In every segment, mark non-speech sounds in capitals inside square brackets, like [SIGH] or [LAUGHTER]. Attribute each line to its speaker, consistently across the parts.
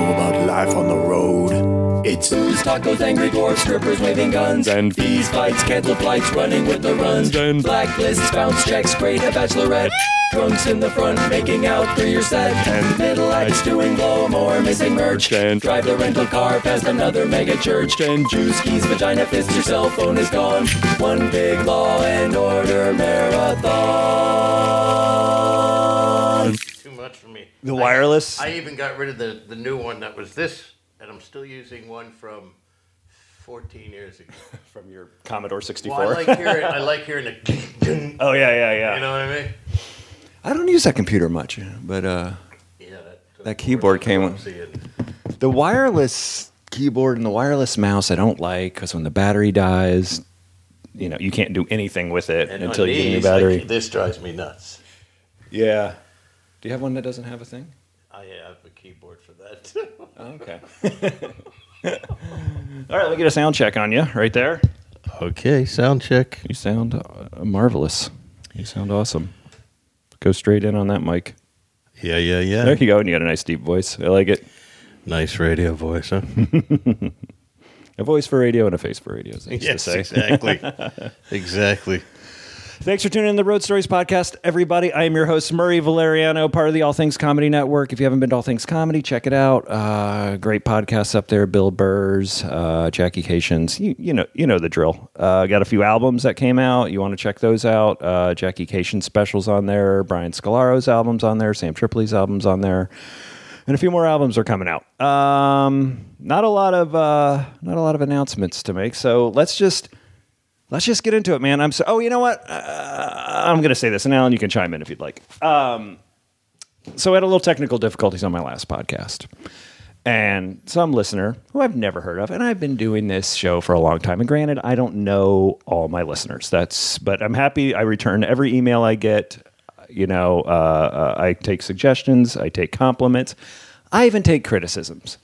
Speaker 1: life on the road. It's
Speaker 2: These tacos, angry dwarfs, strippers waving guns.
Speaker 3: And-
Speaker 2: these fights, cancel flights, running with the runs.
Speaker 3: And-
Speaker 2: Blacklists, bounce checks, great a bachelorette. Drunks in the front, making out through your set. And middle acts doing blow more, missing merch.
Speaker 3: And-
Speaker 2: Drive the rental car past another mega church.
Speaker 3: And-
Speaker 2: Juice keys, vagina fist, your cell phone is gone. One big law and order marathon.
Speaker 4: too much for me.
Speaker 1: the
Speaker 4: I-
Speaker 1: wireless.
Speaker 4: I, even got rid of the, the new one that was this, and I'm still using one from 14 years ago.
Speaker 5: from your Commodore 64.
Speaker 4: Well, I
Speaker 5: [LAUGHS]
Speaker 4: like hearing, I like hearing the, you
Speaker 5: oh yeah, yeah, yeah.
Speaker 4: know what I mean?
Speaker 5: I don't use that computer much, but uh,
Speaker 4: Yeah, that,
Speaker 5: That keyboard came with-
Speaker 4: See it.
Speaker 5: the wireless keyboard and the wireless mouse I don't like because when the battery dies, [LAUGHS] you know, you can't do anything with it
Speaker 4: And
Speaker 5: until
Speaker 4: on
Speaker 5: you get a new
Speaker 4: these, I
Speaker 5: battery.
Speaker 4: ca- this drives me nuts.
Speaker 5: yeah. Do you have one that doesn't have a thing?
Speaker 4: I have a keyboard for that. too.
Speaker 5: Oh, okay. [LAUGHS] All right, let me get a sound check on you right there.
Speaker 4: okay, sound check.
Speaker 5: You sound uh, marvelous. You sound awesome. Go straight in on that mic.
Speaker 4: Yeah, yeah, yeah.
Speaker 5: There you go, and you got a nice deep voice. I like it.
Speaker 4: Nice radio voice,
Speaker 5: [LAUGHS]
Speaker 4: huh?
Speaker 5: A voice for radio and a face for radio. As they used
Speaker 4: yes,
Speaker 5: to say.
Speaker 4: exactly.
Speaker 5: [LAUGHS]
Speaker 4: exactly.
Speaker 5: Thanks for tuning in to the Road Stories podcast, everybody. I am your host, Murray Valeriano, part of the All Things Comedy Network. If you haven't been to All Things Comedy, check it out. Uh, great podcasts up there: Bill Burr's, uh, Jackie Cations. You, you know, you know the drill. Uh, got a few albums that came out. You want to check those out? Uh, Jackie Cation specials on there. Brian Scalaro's albums on there. Sam Tripoli's albums on there. And a few more albums are coming out. Um, not a lot of uh, not a lot of announcements to make. So let's just let's just get into it, man. I'm so. Oh, you know what? I'm going to say this, and Alan, you can chime in if you'd like. Um, so I had a little technical difficulties on my last podcast, and some listener who I've never heard of, and I've been doing this show for a long time. And granted, I don't know all my listeners. That's, but I'm happy. I return every email I get. You know, uh, uh, I take suggestions. I take compliments. I even take criticisms.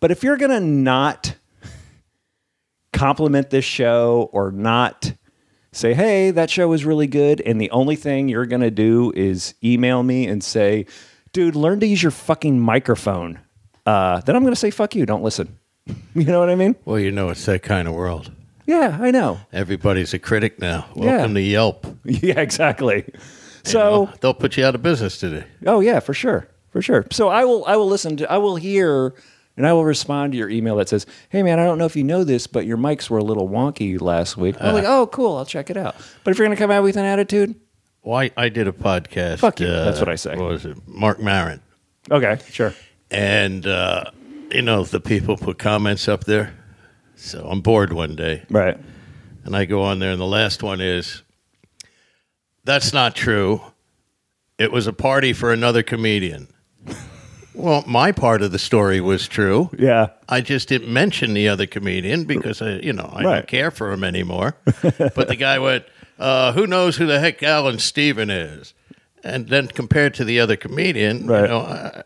Speaker 5: But if you're going to not compliment this show or not say, hey, that show was really good. And the only thing you're going to do is email me and say, dude, learn to use your fucking microphone. Uh, then I'm going to say, fuck you. Don't listen. [LAUGHS] You know what I mean?
Speaker 4: Well, you know, it's that kind of world.
Speaker 5: Yeah, I know. [LAUGHS]
Speaker 4: Everybody's a critic now.
Speaker 5: Yeah.
Speaker 4: Welcome to Yelp. You
Speaker 5: Yeah, exactly. So,
Speaker 4: know, they'll put you out of business today.
Speaker 5: oh yeah, for sure, for sure. So I will, I will listen to, I will hear, and I will respond to your email that says, "Hey man, I don't know if you know this, but your mics were a little wonky last week." I'm like, "Oh, cool, I'll check it out." But if you're gonna come out with an attitude,
Speaker 4: Well, I, I did a podcast. uh,
Speaker 5: Fuck you. That's what I say.
Speaker 4: What was it? Mark Maron.
Speaker 5: okay, sure.
Speaker 4: And, uh, you know, the people put comments up there. So I'm bored one day.
Speaker 5: Right.
Speaker 4: And I go on there, and the last one is that's not true. It was a party for another comedian. [LAUGHS] well, my part of the story was true.
Speaker 5: Yeah.
Speaker 4: I just didn't mention the other comedian because I, you know, I
Speaker 5: Right.
Speaker 4: don't care for him
Speaker 5: [LAUGHS]
Speaker 4: anymore. but the guy went, uh, "Who knows who the heck Alan Steven is?" And then compared to the other comedian,
Speaker 5: Right.
Speaker 4: you know, I,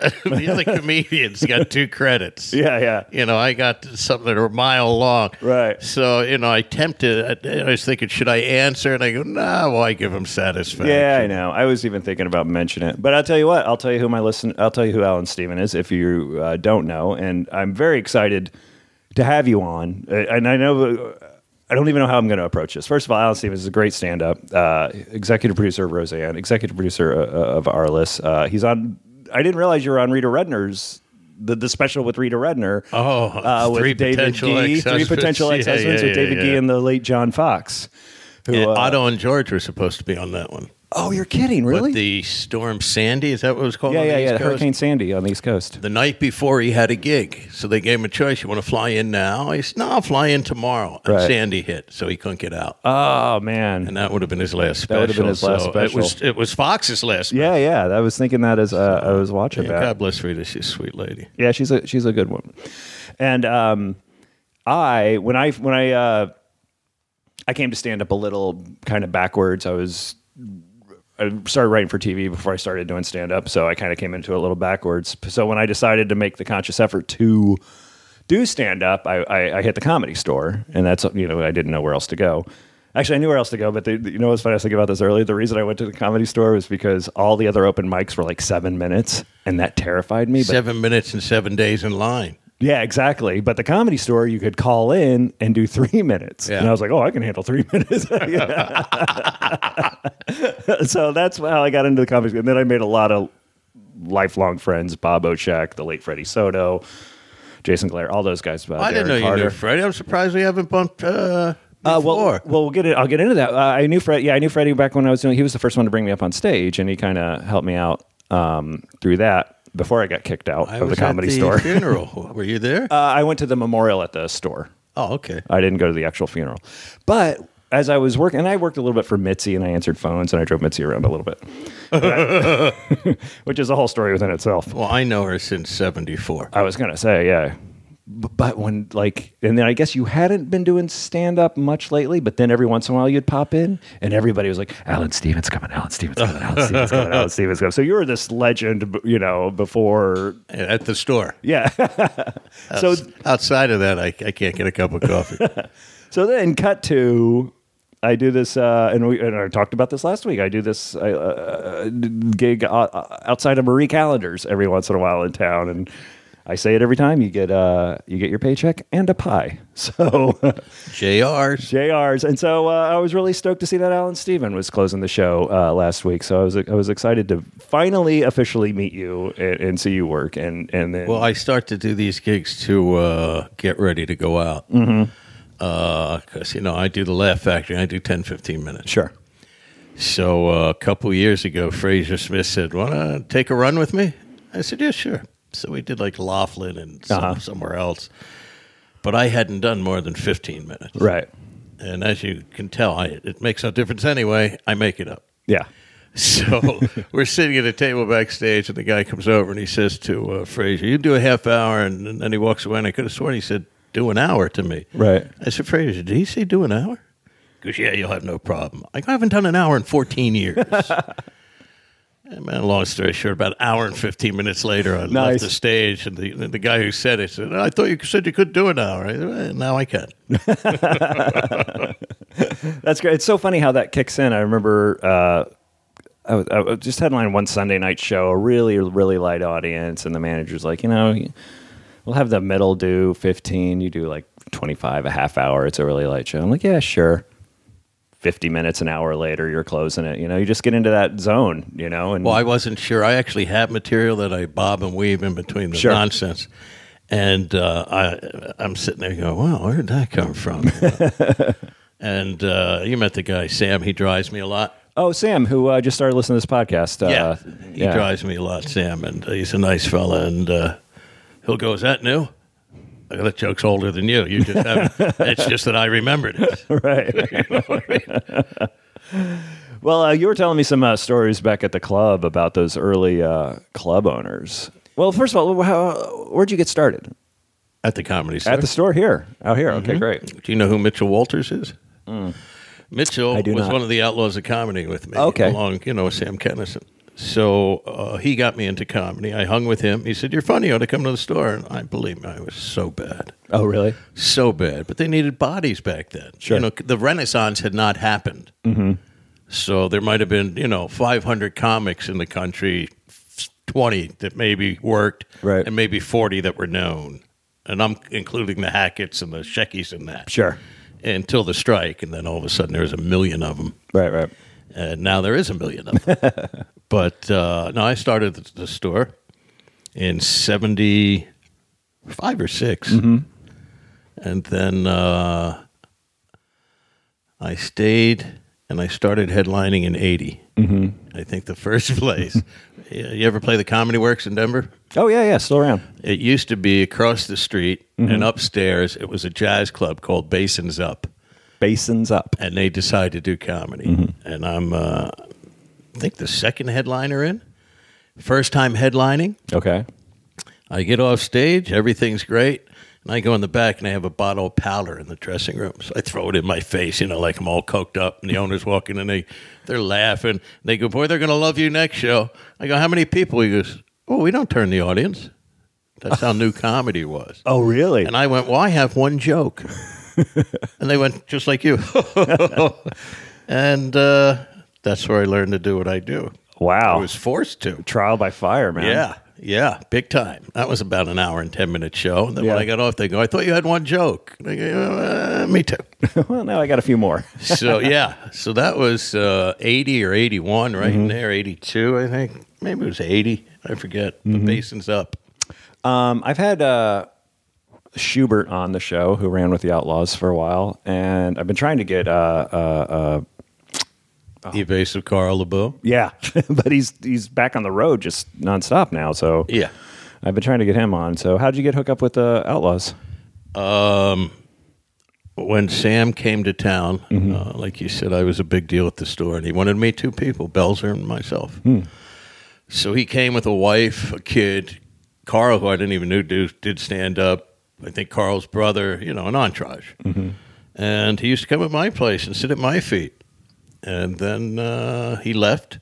Speaker 4: [LAUGHS] the other comedian's
Speaker 5: [LAUGHS]
Speaker 4: got two credits.
Speaker 5: Yeah, yeah.
Speaker 4: You know, I got something that are a mile long.
Speaker 5: Right.
Speaker 4: So, you know, I tempted. I, I was thinking, should I answer? And I go, nah, why give him satisfaction?
Speaker 5: Yeah, I know. I was even thinking about mentioning it, but I'll tell you what. I'll tell you who my listen. I'll tell you who Alan Steven is if you uh, don't know. And I'm very excited to have you on. Uh, And I know uh, I don't even know how I'm going to approach this. First of all, Alan Steven is a great stand-up, uh, executive producer of Roseanne, executive producer uh, uh, of Arliss. Uh, he's on. I didn't realize you were on Rita Redner's. The, the special with Rita Redner.
Speaker 4: Oh, [LAUGHS]
Speaker 5: uh, with
Speaker 4: three
Speaker 5: David
Speaker 4: potential
Speaker 5: Gee, three
Speaker 4: ex-husbands.
Speaker 5: potential
Speaker 4: [LAUGHS] Yeah,
Speaker 5: ex husbands
Speaker 4: yeah,
Speaker 5: with
Speaker 4: yeah,
Speaker 5: David
Speaker 4: yeah.
Speaker 5: Gee and the late John Fox. Who,
Speaker 4: And
Speaker 5: uh,
Speaker 4: Otto and George were supposed to be on that one.
Speaker 5: oh, you're kidding, really?
Speaker 4: But the storm Sandy, is that what it was called?
Speaker 5: Yeah,
Speaker 4: on
Speaker 5: yeah,
Speaker 4: the East
Speaker 5: yeah.
Speaker 4: Coast?
Speaker 5: Hurricane Sandy on the East Coast.
Speaker 4: The night before, he had a gig, so they gave him a choice. You want to fly in now? He said, "No, I'll fly in tomorrow." And
Speaker 5: Right.
Speaker 4: Sandy hit, so he couldn't get out,
Speaker 5: Oh man.
Speaker 4: and that would have been his last special.
Speaker 5: That would have been his last
Speaker 4: so
Speaker 5: special.
Speaker 4: It was, it was Fox's last.
Speaker 5: Yeah, yeah. I was thinking that as uh, I was watching
Speaker 4: special.
Speaker 5: that.
Speaker 4: God bless Rita. She's a sweet lady.
Speaker 5: Yeah, she's a she's a good woman. And um, I when I when I uh, I came to stand up a little kind of backwards. I was I started writing for TV before I started doing stand up, so I kind of came into it a little backwards. So when I decided to make the conscious effort to do stand up, I, I, I hit the comedy store, and that's you know I didn't know where else to go. Actually, I knew where else to go, but they, you know what's funny? I was thinking about this earlier. The reason I went to the comedy store was because all the other open mics were like seven minutes, and that terrified me. But
Speaker 4: Seven minutes and seven days in line.
Speaker 5: yeah, exactly. But the comedy store, you could call in and do three minutes,
Speaker 4: Yeah.
Speaker 5: and I was like, oh, I can handle three [LAUGHS] minutes. so that's how I got into the comedy. And then I made a lot of lifelong friends: Bob Oshak, the late Freddie Soto, Jason Glare, all those guys. Uh,
Speaker 4: I didn't know
Speaker 5: Derek
Speaker 4: you knew
Speaker 5: Harder.
Speaker 4: Freddie. I'm surprised we haven't bumped uh, before.
Speaker 5: Uh, well, well, we'll get it. I'll get into that. Uh, I knew Fred. Yeah, I knew Freddie back when I was doing. He was the first one to bring me up on stage, and he kind of helped me out um, through that before I got kicked out
Speaker 4: I
Speaker 5: of the
Speaker 4: was
Speaker 5: comedy
Speaker 4: at the
Speaker 5: store. [LAUGHS] uh,
Speaker 4: funeral. Were you there?
Speaker 5: I went to the memorial at the store.
Speaker 4: oh, okay.
Speaker 5: I didn't go to the actual funeral, but as I was working, and I worked a little bit for Mitzi, and I answered phones, and I drove Mitzi around a little bit, But I- [LAUGHS] which is a whole story within itself.
Speaker 4: Well, I know her since '74.
Speaker 5: I was gonna say, yeah. B- But when like, and then I guess you hadn't been doing stand up much lately. But then every once in a while you'd pop in, and everybody was like, "Alan Stevens coming, Alan Stevens coming, Alan Stevens coming, Alan Stevens coming." So you were this legend, b- you know, before,
Speaker 4: At the store.
Speaker 5: yeah. so
Speaker 4: Outside of that, I, I can't get a cup of
Speaker 5: [LAUGHS]
Speaker 4: coffee.
Speaker 5: so then cut to, I do this, uh, and we and I talked about this last week. I do this I, uh, d- gig uh, outside of Marie Callender's every once in a while in town, and. I say it every time you get uh, you get your paycheck and a pie. [LAUGHS] So
Speaker 4: JR's.
Speaker 5: JR's. And so uh, I was really stoked to see that Alan Steven was closing the show uh, last week. So I was I was excited to finally officially meet you and, and see you work. And and then
Speaker 4: Well, I start to do these gigs to uh, get ready to go out. Because,
Speaker 5: Mm-hmm.
Speaker 4: you know, I do the Laugh Factory. I do 10, 15 minutes.
Speaker 5: sure.
Speaker 4: So uh, a couple years ago, Fraser Smith said, want to take a run with me? I said, yeah, sure. So we did like Laughlin and some,
Speaker 5: Uh-huh.
Speaker 4: somewhere else. But I hadn't done more than 15 minutes.
Speaker 5: Right.
Speaker 4: And as you can tell, I, it makes no difference anyway. I make it up.
Speaker 5: Yeah.
Speaker 4: So [LAUGHS] we're sitting at a table backstage, and the guy comes over and he says to uh, Fraser, "You do a half hour," and, and then he walks away. And I could have sworn he said, "Do an hour" to me.
Speaker 5: Right.
Speaker 4: I said, "Fraser, did he say do an hour?" He goes, "Yeah, you'll have no problem." I, go, I haven't done an hour in fourteen
Speaker 5: [LAUGHS]
Speaker 4: years. And man, long story short, about an hour and fifteen minutes later, I
Speaker 5: Nice.
Speaker 4: left the stage, and the the guy who said it said, "I thought you said you could do an hour." I said, "Eh, now I can.
Speaker 5: That's great. It's so funny how that kicks in. I remember uh, I, was, I was just headlined one Sunday night show, a really, really light audience, and the manager's like, you know, we'll have the middle do 15, you do like 25, a half hour. It's a really light show. I'm like, yeah, sure. 50 minutes, an hour later, you're closing it. You know, you just get into that zone, you know, and
Speaker 4: Well, I wasn't sure. I actually have material that I bob and weave in between the
Speaker 5: Sure.
Speaker 4: nonsense. And uh, I, I'm sitting there going, wow, where did that come
Speaker 5: [LAUGHS]
Speaker 4: from? and uh, you met the guy, Sam. He drives me a lot.
Speaker 5: oh, Sam, who uh, just started listening to this podcast.
Speaker 4: yeah.
Speaker 5: Uh,
Speaker 4: [LAUGHS] He drives me a lot, Sam. And uh, he's a nice fella. And uh, he'll go, is that new? I go, that joke's older than you. You just
Speaker 5: [LAUGHS]
Speaker 4: haven't. it's just that I remembered it. [LAUGHS]
Speaker 5: right.
Speaker 4: You know what I mean?
Speaker 5: Well, uh, you were telling me some uh, stories back at the club about those early uh, club owners. Well, first of all, how, where'd you get started?
Speaker 4: At the comedy store.
Speaker 5: At the store here, out here. Okay, great.
Speaker 4: Do you know who Mitchell Walters is? Mitchell
Speaker 5: Hmm. I
Speaker 4: was
Speaker 5: do not.
Speaker 4: one of the outlaws of comedy with me,
Speaker 5: Okay.
Speaker 4: along you know with Sam Kennison. So uh, he got me into comedy. I hung with him. He said, "You're funny. You ought to come to the store." And I believe me, I was so bad,
Speaker 5: Oh, really?
Speaker 4: so bad. But they needed bodies back then.
Speaker 5: Sure. Mm-hmm.
Speaker 4: You know, the Renaissance had not happened, so there might have been you know 500 comics in the country, 20 that maybe worked,
Speaker 5: Right.
Speaker 4: and maybe 40 that were known. And I'm including the Hackett's and the Sheckies and that
Speaker 5: Sure.
Speaker 4: until the strike, and then all of a sudden there was a million of them,
Speaker 5: Right, right.
Speaker 4: and now there is a million of them. but uh, no, I started the, the store in '75 or 6 and then uh, I stayed and I started headlining in '80. Mm-hmm. I think the first [LAUGHS] place. you you ever play the Comedy Works in Denver?
Speaker 5: Oh, yeah, yeah, still around.
Speaker 4: It used to be across the street and upstairs. It was a jazz club called Basins Up
Speaker 5: Basins up.
Speaker 4: and they decide to do comedy. And I'm, uh, I think, the second headliner in, first time headlining.
Speaker 5: Okay.
Speaker 4: I get off stage, everything's great. And I go in the back and I have a bottle of powder in the dressing room. So I throw it in my face, you know, like I'm all coked up. And the owners walk in and they, they're laughing. And they go, Boy, they're going to love you next show. I go, How many people? He goes, Oh, we don't turn the audience. That's how new comedy was.
Speaker 5: Oh,
Speaker 4: [LAUGHS]
Speaker 5: really?
Speaker 4: And I went, Well, I have one joke. and they went just like [LAUGHS] you. and uh, that's where I learned to do what I do. I
Speaker 5: Wow.
Speaker 4: was forced to.
Speaker 5: Trial by fire, man.
Speaker 4: Oh. Yeah, yeah, big time. That was about an hour and ten minute show. And then when
Speaker 5: Yeah.
Speaker 4: I got off, they go, "I thought you had one joke." And I go, uh, me too.
Speaker 5: [LAUGHS] well, now I got a few more.
Speaker 4: so [LAUGHS] yeah, so that was uh, eighty or eighty one, right in there, eighty two, I think. Maybe it was eighty. I forget. The basin's up.
Speaker 5: Um, I've had uh, Schubert on the show, who ran with the Outlaws for a while, and I've been trying to get. Uh, [LAUGHS]
Speaker 4: The evasive Carl LeBeau.
Speaker 5: yeah, [LAUGHS] but he's he's back on the road just nonstop now. So
Speaker 4: Yeah.
Speaker 5: I've been trying to get him on. So how'd you get hooked up with the Outlaws?
Speaker 4: when Sam came to town, uh, like you said, I was a big deal at the store, and he wanted me two people, Belzer and myself. So he came with a wife, a kid, Carl, who I didn't even know do, did stand up. I think Carl's brother, you know, an entourage. And he used to come at my place and sit at my feet. And then uh, he left,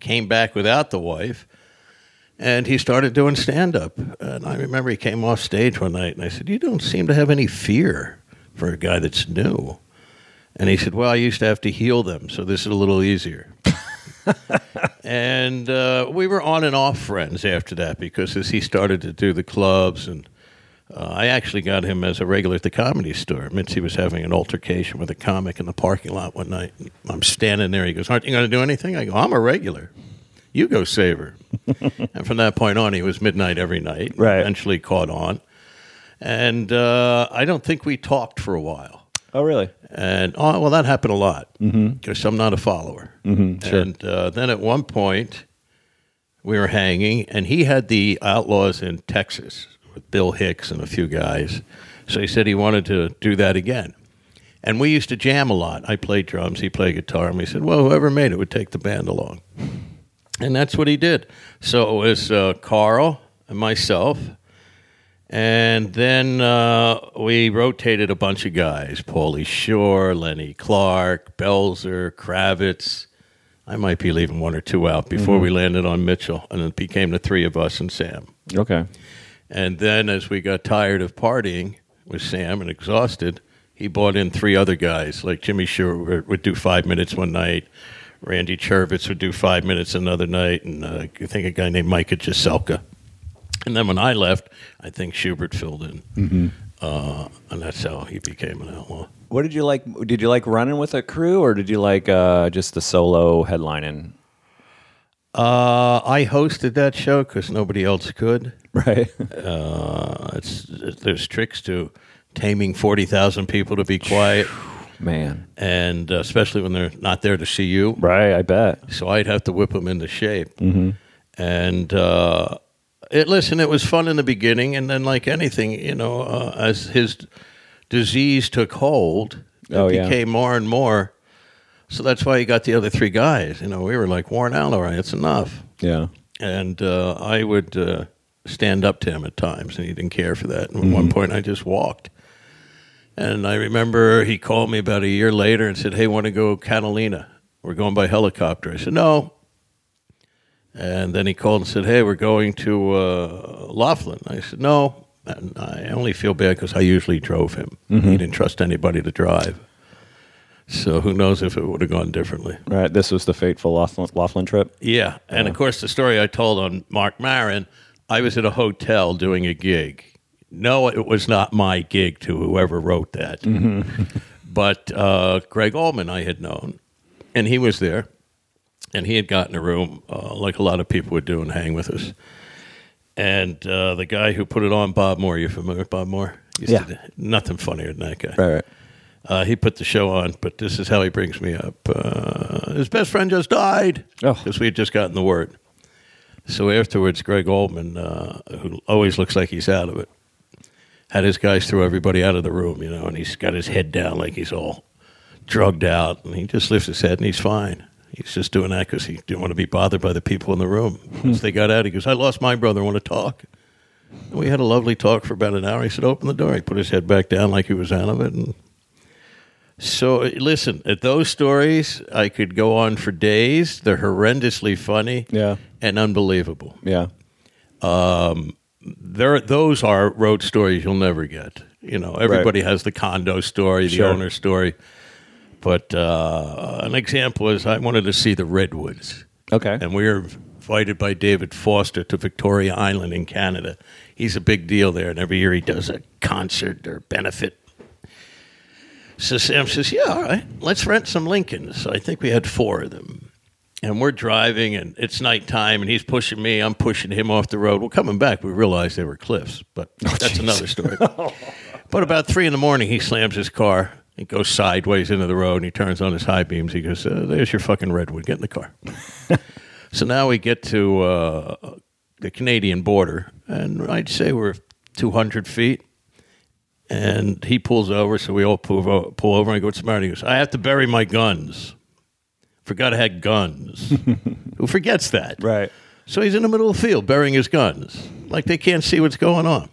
Speaker 4: came back without the wife, and he started doing stand up. And I remember he came off stage one night and I said, You don't seem to have any fear for a guy that's new. And he said, Well, I used to have to heal them, so this is a little easier. and uh, we were on and off friends after that because as he started to do the clubs, and uh, I actually got him as a regular at the comedy store. Mitzi was having an altercation with a comic in the parking lot one night. I'm standing there. He goes, Aren't you going to do anything? I go, I'm a regular. You go save her. and from that point on, he was midnight every night.
Speaker 5: Right.
Speaker 4: Eventually caught on. And uh, I don't think we talked for a while.
Speaker 5: Oh, really?
Speaker 4: And oh, well, that happened a lot because I'm not a follower. Mm-hmm, And uh, then at one point, we were hanging, and he had the Outlaws in Texas with Bill Hicks and a few guys. So he said he wanted to do that again. And we used to jam a lot. I played drums, he played guitar, and we said, well, whoever made it would take the band along. And that's what he did. So it was uh, Carl and myself. And then uh, we rotated a bunch of guys Paulie Shore, Lenny Clark, Belzer, Kravitz. I might be leaving one or two out before we landed on Mitchell. And it became the three of us and Sam.
Speaker 5: Okay.
Speaker 4: And then as we got tired of partying with Sam and exhausted, he brought in three other guys. Like Jimmy Stewart would do five minutes one night. Randy Chervitz would do five minutes another night. And uh, I think a guy named Micah Giselka. And then when I left, I think Schubert filled in. Uh, and that's how he became an outlaw.
Speaker 5: What did you like? Did you like running with a crew, or did you like uh, just the solo headlining?
Speaker 4: Uh, I hosted that show because nobody else could.
Speaker 5: Right.
Speaker 4: Uh, it's, there's tricks to taming 40,000 people to be [SIGHS] quiet. [LAUGHS]
Speaker 5: Man.
Speaker 4: and uh, especially when they're not there to see you.
Speaker 5: Right. I bet. Mm-hmm.
Speaker 4: So I'd have to whip them into shape. And uh, it, listen, it was fun in the beginning, and then like anything, you know, uh, as his disease took hold, it
Speaker 5: Oh, yeah.
Speaker 4: became more and more. So that's why he got the other three guys. You know, we were like Warren Allen, all right, it's enough.
Speaker 5: Yeah.
Speaker 4: And uh, I would uh, stand up to him at times, and he didn't care for that. And at one point, I just walked. And I remember he called me about a year later and said, Hey, want to go Catalina? We're going by helicopter. I said, No. And then he called and said, Hey, we're going to uh, Laughlin. I said, No. And I only feel bad because I usually drove him. He didn't trust anybody to drive. So who knows if it would have gone differently.
Speaker 5: Right. This was the fateful Laughlin, Laughlin trip.
Speaker 4: Yeah. And of course, the story I told on Mark Marin, I was at a hotel doing a gig. No, it was not my gig to whoever wrote that. but uh, Greg Allman I had known, and he was there. And he had gotten a room, uh, like a lot of people would do, and hang with us. And uh, the guy who put it on, Bob Moore, you familiar with Bob Moore? Used to
Speaker 5: Yeah.
Speaker 4: do- nothing funnier than that guy.
Speaker 5: right.
Speaker 4: Uh, he put the show on, but this is how he brings me up. Uh, his best friend just died
Speaker 5: Oh.
Speaker 4: because we had just gotten the word. So afterwards, Greg Oldman, uh, who always looks like he's out of it, had his guys throw everybody out of the room, you know, and he's got his head down like he's all drugged out, and he just lifts his head and he's fine. He's just doing that because he didn't want to be bothered by the people in the room. Once they got out, he goes, "I lost my brother. I want to talk." And we had a lovely talk for about an hour. He said, "Open the door." He put his head back down like he was out of it, and so uh, listen, at those stories, I could go on for days. They're horrendously funny,
Speaker 5: Yeah.
Speaker 4: and unbelievable.
Speaker 5: Yeah.
Speaker 4: There, those are road stories you'll never get. You know, everybody has the condo story, the
Speaker 5: Sure.
Speaker 4: owner story. But uh, an example is I wanted to see the redwoods,
Speaker 5: Okay.
Speaker 4: and we were invited by David Foster to Victoria Island in Canada. He's a big deal there, and every year he does a concert or benefit. So Sam says, "Yeah, all right, let's rent some Lincolns." So I think we had four of them, and we're driving, and it's nighttime, and he's pushing me, I'm pushing him off the road. Well, coming back, we realized they were cliffs, but that's another story. But about three in the morning, he slams his car. It goes sideways into the road, and he turns on his high beams. He goes, uh, "There's your fucking redwood. Get in the car." so now we get to uh, the Canadian border, and I'd say we're 200 feet. And he pulls over, so we all pull, o- pull over. And I go, "What's the matter?" He goes, "I have to bury my guns. Forgot I had guns. Who forgets that?"
Speaker 5: Right.
Speaker 4: So he's in the middle of the field burying his guns. Like they can't see what's going on.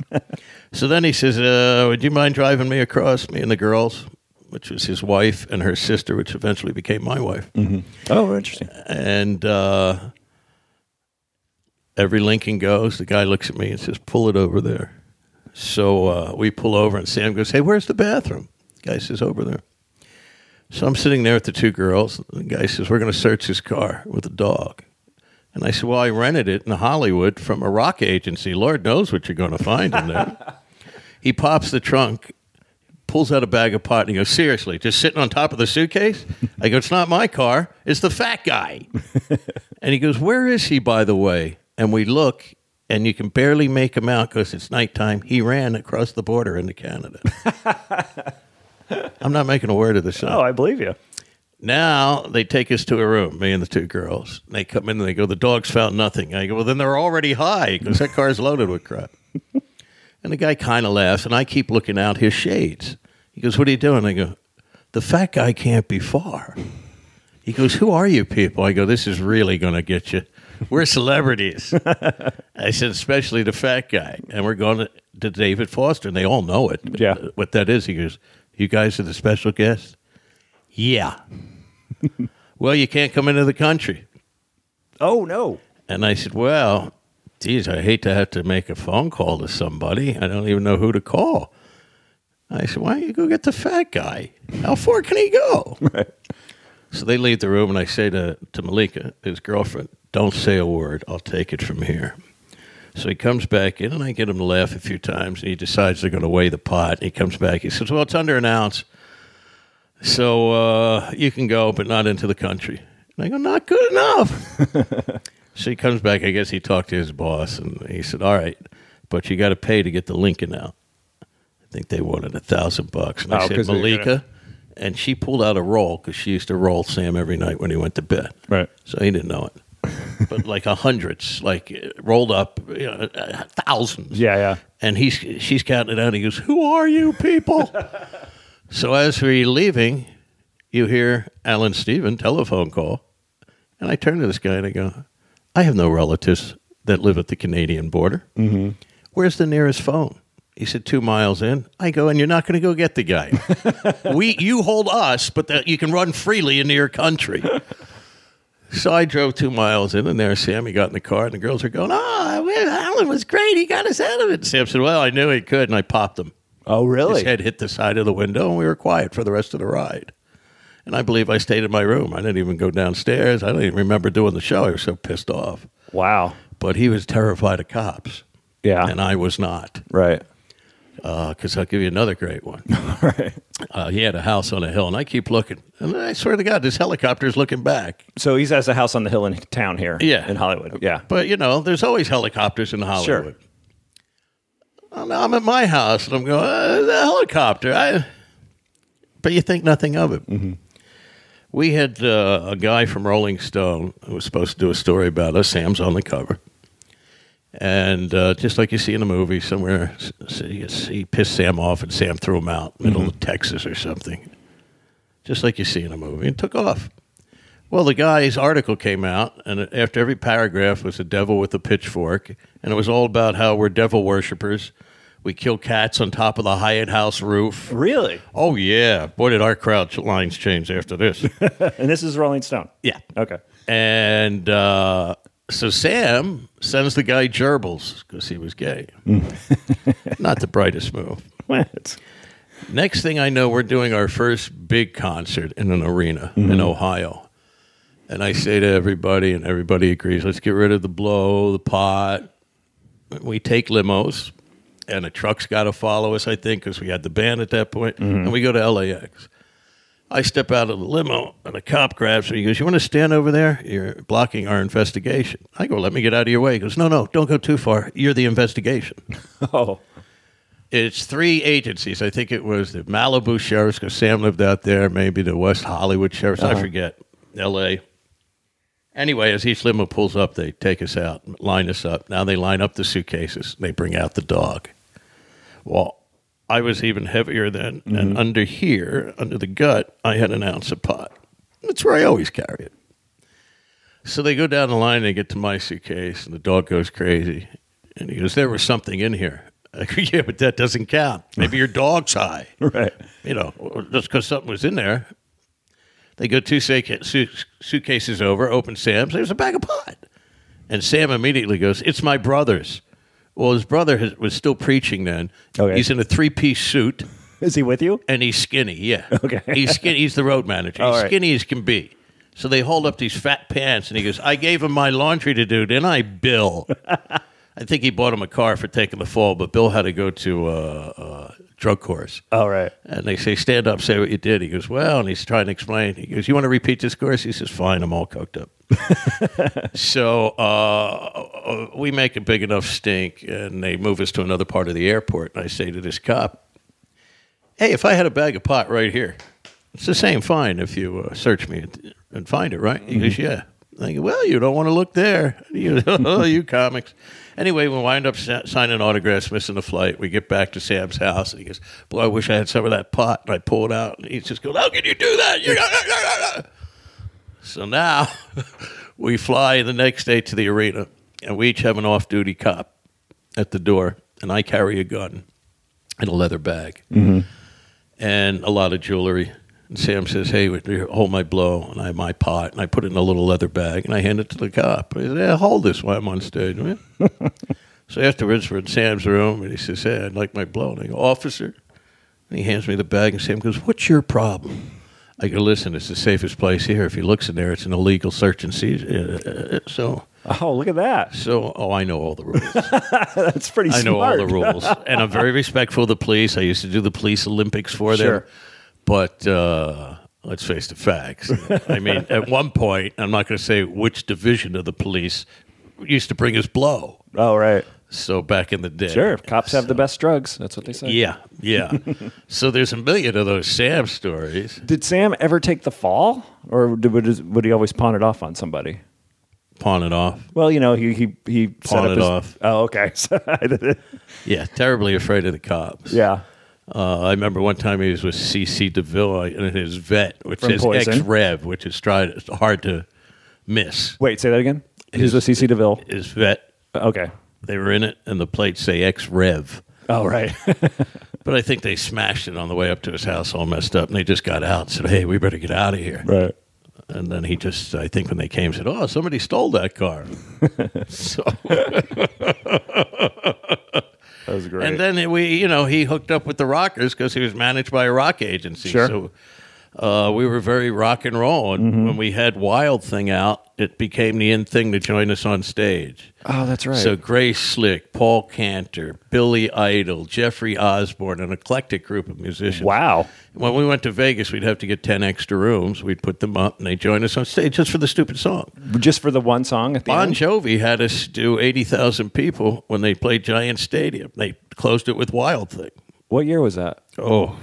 Speaker 4: so then he says, uh, Would you mind driving me across, me and the girls? Which was his wife and her sister, which eventually became my wife.
Speaker 5: Oh, interesting.
Speaker 4: And uh, every Lincoln goes, the guy looks at me and says, Pull it over there. So uh, we pull over, and Sam goes, Hey, where's the bathroom? guy says, Over there. So I'm sitting there with the two girls. The guy says, We're going to search his car with a dog. And I said, Well, I rented it in Hollywood from a rock agency. Lord knows what you're going to find in
Speaker 5: [LAUGHS]
Speaker 4: there. he pops the trunk, pulls out a bag of pot, and he goes, Seriously, just sitting on top of the suitcase? I go, It's not my car. It's the fat
Speaker 5: [LAUGHS]
Speaker 4: guy. and he goes, Where is he, by the way? And we look, and you can barely make him out because it's nighttime. He ran across the border into
Speaker 5: [LAUGHS]
Speaker 4: Canada. I'm not making a word of this. up.
Speaker 5: Oh, I believe you.
Speaker 4: Now they take us to a room, me and the two girls. They come in and they go, The dogs found nothing. I go, Well, then they're already high because that car's loaded with crap. And the guy kind of laughs, and I keep looking out his shades. He goes, What are you doing? I go, The fat guy can't be far. He goes, Who are you people? I go, This is really going to get you. We're celebrities. I said, Especially the fat guy. And we're going to, to David Foster, and they all know it. uh,
Speaker 5: Yeah.
Speaker 4: What that is. He goes, You guys are the special guests? Yeah. well, you can't come into the country.
Speaker 5: Oh no.
Speaker 4: And I said, Well, geez, I hate to have to make a phone call to somebody. I don't even know who to call. I said, Why don't you go get the fat guy? How far can he go? So they leave the room, and I say to, to Malika, his girlfriend, Don't say a word. I'll take it from here. So he comes back in, and I get him to laugh a few times, and he decides they're going to weigh the pot. And he comes back. He says, Well, it's under an ounce. So uh, you can go, but not into the country. And I go, Not good enough.
Speaker 5: [LAUGHS]
Speaker 4: So he comes back. I guess he talked to his boss, and he said, "All right, but you got to pay to get the Lincoln out." I think they wanted a thousand bucks. And I
Speaker 5: Oh,
Speaker 4: said,
Speaker 5: 'cause they're gonna-
Speaker 4: "Malika," and she pulled out a roll because she used to roll Sam every night when he went to bed.
Speaker 5: Right.
Speaker 4: So he didn't know it, but like a hundreds, like uh, rolled up, you know, uh, thousands.
Speaker 5: Yeah, yeah.
Speaker 4: And he's she's counting it out. He goes, "Who are you people?" so as we're leaving, you hear Alan Steven telephone call, and I turn to this guy and I go, "I have no relatives that live at the Canadian border. Mm-hmm. Where's the nearest phone?" He said, two miles in. I go, and you're not going to go get the guy. we, you hold us, but that you can run freely into your country. So I drove two miles in, and there Sammy got in the car, and the girls are going, "Ah, well, Alan was great. He got us out of it." Sam said, "Well, I knew he could," and I popped him.
Speaker 5: Oh really?
Speaker 4: His head hit the side of the window, and we were quiet for the rest of the ride. And I believe I stayed in my room. I didn't even go downstairs. I don't even remember doing the show. I was so pissed off.
Speaker 5: Wow.
Speaker 4: But he was terrified of cops,
Speaker 5: Yeah.
Speaker 4: and I was not
Speaker 5: right.
Speaker 4: because I'll give you another great
Speaker 5: [LAUGHS]
Speaker 4: one. uh, he had a house on a hill, and I keep looking, and I swear to God, this helicopter is looking back.
Speaker 5: So he has a house on the hill in town here.
Speaker 4: Yeah.
Speaker 5: In Hollywood. Yeah.
Speaker 4: But you know, there's always helicopters in Hollywood. I'm, I'm at my house, and I'm going, uh, the helicopter. I, but you think nothing of it. We had uh, a guy from Rolling Stone who was supposed to do a story about us. Sam's on the cover. And uh, just like you see in the movie, somewhere s- s- he- he pissed Sam off, and Sam threw him out, middle of Texas or something. Just like you see in a movie, and took off. Well, the guy's article came out, and after every paragraph was a devil with a pitchfork, and it was all about how we're devil worshippers. We kill cats on top of the Hyatt House roof.
Speaker 5: Really?
Speaker 4: Oh yeah, boy did our crowd lines change after this.
Speaker 5: [LAUGHS] And this is Rolling Stone.
Speaker 4: yeah,
Speaker 5: Okay.
Speaker 4: and uh, so Sam sends the guy gerbils because he was gay. Not the brightest move.
Speaker 5: What?
Speaker 4: Next thing I know, we're doing our first big concert in an arena in Ohio. And I say to everybody, and everybody agrees, let's get rid of the blow, the pot. We take limos, and a truck's got to follow us, I think, because we had the band at that point, And we go to LAX. I step out of the limo, and a cop grabs me. He goes, You want to stand over there? You're blocking our investigation. I go, Let me get out of your way. He goes, No, no, don't go too far. You're the investigation
Speaker 5: Oh,
Speaker 4: it's three agencies. I think it was the Malibu Sheriff's because Sam lived out there, maybe the West Hollywood Sheriff's. I forget. L.A. Anyway, as each limo pulls up, they take us out, line us up. Now they line up the suitcases. They bring out the dog. Well, I was even heavier then, and under here, under the gut, I had an ounce of pot. That's where I always carry it. So they go down the line, they get to my suitcase, and the dog goes crazy. And he goes, There was something in here. [LAUGHS] I go, Yeah, but that doesn't count. Maybe your dog's high.
Speaker 5: [LAUGHS] right.
Speaker 4: You know, just because something was in there. They go two suitca- suit- suitcases over, open Sam's, there's a bag of pot. And Sam immediately goes, It's my brother's. Well, his brother has, was still preaching then.
Speaker 5: Okay.
Speaker 4: He's in a three piece suit
Speaker 5: Is he with you?
Speaker 4: and he's skinny. Yeah.
Speaker 5: [LAUGHS] Okay.
Speaker 4: He's skinny. He's the road manager.
Speaker 5: All
Speaker 4: He's
Speaker 5: right.
Speaker 4: skinny as can be. So they hold up these fat pants, and he goes, "I gave him my laundry to do, didn't I,
Speaker 5: [LAUGHS]
Speaker 4: Bill?" I think he bought him a car for taking the fall, but Bill had to go to uh, uh, drug course.
Speaker 5: All right.
Speaker 4: And they say, "Stand up, say what you did." He goes, "Well," and he's trying to explain. He goes, "You want to repeat this course?" He says, "Fine, I'm all coked up." so uh, we make a big enough stink, and they move us to another part of the airport. And I say to this cop, "Hey, if I had a bag of pot right here, it's the same fine if you uh, search me and find it, right?" He goes, "Yeah." I go, "Well, you don't want to look there, [LAUGHS] you, oh, you comics." Anyway, we wind up sa- signing autographs, missing the flight. We get back to Sam's house, and he goes, "Boy, I wish I had some of that pot." And I pull it out, and he's just going, "How can you do that?" You- so now [LAUGHS] we fly the next day to the arena, and we each have an off duty cop at the door, and I carry a gun in a leather bag and a lot of jewelry. And Sam says, Hey, would you hold my blow, and I have my pot, and I put it in a little leather bag, and I hand it to the cop. He says, Yeah, hold this while I'm on stage, man. so afterwards, we're in Sam's room, and he says, Hey, I'd like my blow. And I go, Officer. And he hands me the bag, and Sam goes, What's your problem? I go, Listen, it's the safest place here. If he looks in there, it's an illegal search and seizure. [LAUGHS] So,
Speaker 5: Oh, look at that.
Speaker 4: so, oh, I know all the rules.
Speaker 5: That's pretty
Speaker 4: I know
Speaker 5: smart.
Speaker 4: all the rules, and I'm very respectful of the police. I used to do the police Olympics for them,
Speaker 5: Sure.
Speaker 4: but uh, let's face the facts. I mean, at one point, I'm not going to say which division of the police used to bring us blow.
Speaker 5: Oh, right.
Speaker 4: So back in the day,
Speaker 5: Sure. Cops have the best drugs. That's what they say.
Speaker 4: yeah, yeah. [LAUGHS] so there's a million of those Sam stories.
Speaker 5: Did Sam ever take the fall, or did, would, would he always pawn it off on somebody?
Speaker 4: Pawn it off.
Speaker 5: Well, you know, he he he set
Speaker 4: Pawn
Speaker 5: up
Speaker 4: it
Speaker 5: his-
Speaker 4: off.
Speaker 5: Oh, okay. [LAUGHS] So I did it.
Speaker 4: Yeah, terribly afraid of the cops.
Speaker 5: yeah.
Speaker 4: Uh, I remember one time he was with CC DeVille and his vet, which
Speaker 5: From
Speaker 4: is
Speaker 5: Poison.
Speaker 4: ex Rev, which is tried it's hard to miss.
Speaker 5: Wait, say that again. He's
Speaker 4: His-
Speaker 5: with CC Deville.
Speaker 4: His vet
Speaker 5: Okay.
Speaker 4: They were in it, and the plates say X Rev.
Speaker 5: Oh, right. [LAUGHS]
Speaker 4: But I think they smashed it on the way up to his house, all messed up, and they just got out and said, Hey, we better get out of here.
Speaker 5: right.
Speaker 4: And then he just, I think when they came, said, Oh, somebody stole that
Speaker 5: [LAUGHS]
Speaker 4: car. so,
Speaker 5: That was great.
Speaker 4: and then we, you know, he hooked up with the Rockers because he was managed by a rock agency.
Speaker 5: Sure. Mm-hmm.
Speaker 4: So uh, we were very rock and roll. And when we had Wild Thing out, it became the in thing to join us on stage.
Speaker 5: oh, that's right.
Speaker 4: So Grace Slick, Paul Cantor, Billy Idol, Jeffrey Osborne, an eclectic group of musicians.
Speaker 5: wow.
Speaker 4: When we went to Vegas, we'd have to get 10 extra rooms. We'd put them up, and they joined us on stage just for the stupid song.
Speaker 5: Just for the one song at the
Speaker 4: Bon
Speaker 5: end.
Speaker 4: Jovi had us do 80,000 people when they played Giant Stadium. They closed it with Wild Thing.
Speaker 5: What year was that?
Speaker 4: Oh,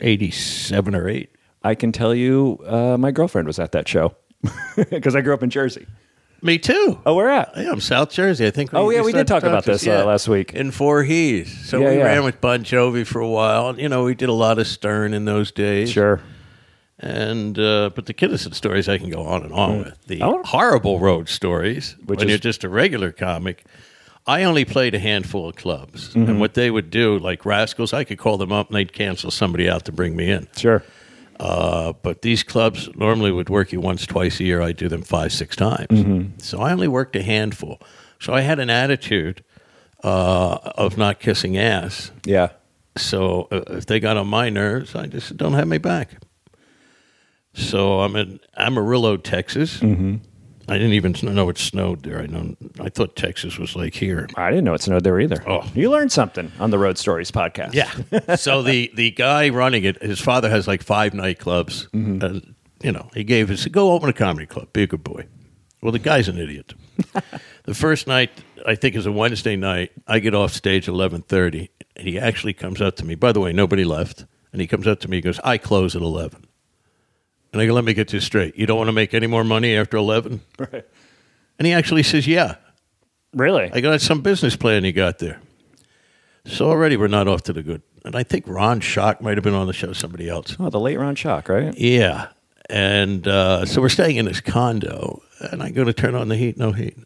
Speaker 4: 87 or 8.
Speaker 5: I can tell you, uh, my girlfriend was at that show [LAUGHS] because I grew up in Jersey.
Speaker 4: Me too.
Speaker 5: Oh, we're at.
Speaker 4: Yeah, I'm South Jersey. I think.
Speaker 5: Oh, yeah, we did
Speaker 4: started
Speaker 5: talk about this, uh, last week.
Speaker 4: in Four Hees. So
Speaker 5: Yeah,
Speaker 4: we
Speaker 5: yeah.
Speaker 4: ran with Bon Jovi for a while. You know, we did a lot of Stern in those days.
Speaker 5: Sure.
Speaker 4: And uh, but the Kinnison stories I can go on and on with the
Speaker 5: Oh.
Speaker 4: horrible road stories
Speaker 5: Which
Speaker 4: when
Speaker 5: is-
Speaker 4: you're just a regular comic. I only played a handful of clubs,
Speaker 5: Mm-hmm.
Speaker 4: and what they would do, like Rascals, I could call them up and they'd cancel somebody out to bring me in.
Speaker 5: Sure.
Speaker 4: Uh, but these clubs normally would work you once, twice a year. I do them five, six times. So I only worked a handful. So I had an attitude uh, of not kissing ass
Speaker 5: Yeah.
Speaker 4: So uh, if they got on my nerves, I just don't have me back. So I'm in Amarillo, Texas. Mm-hmm. I didn't even sn- know it snowed there. I know I thought Texas was like here.
Speaker 5: I didn't know it snowed there either.
Speaker 4: Oh.
Speaker 5: You learned something on the Road Stories podcast.
Speaker 4: Yeah. so the the guy running it, his father has like five nightclubs. And, you know, he gave us go open a comedy club, be a good boy. Well, the guy's an idiot. the first night, I think, is a Wednesday night. I get off stage eleven thirty, and he actually comes up to me. By the way, nobody left, and he comes up to me. He goes, "I close at 11. And I go, "Let me get this straight. You don't want to make any more money after 11?
Speaker 5: Right.
Speaker 4: And he actually says, "Yeah."
Speaker 5: Really?
Speaker 4: I got some business plan you got there. So already we're not off to the good. And I think Ron Schock might have been on the show, somebody else.
Speaker 5: oh, the late round shock, right?
Speaker 4: Yeah. And uh, so we're staying in this condo, and I go to turn on the heat, no heat.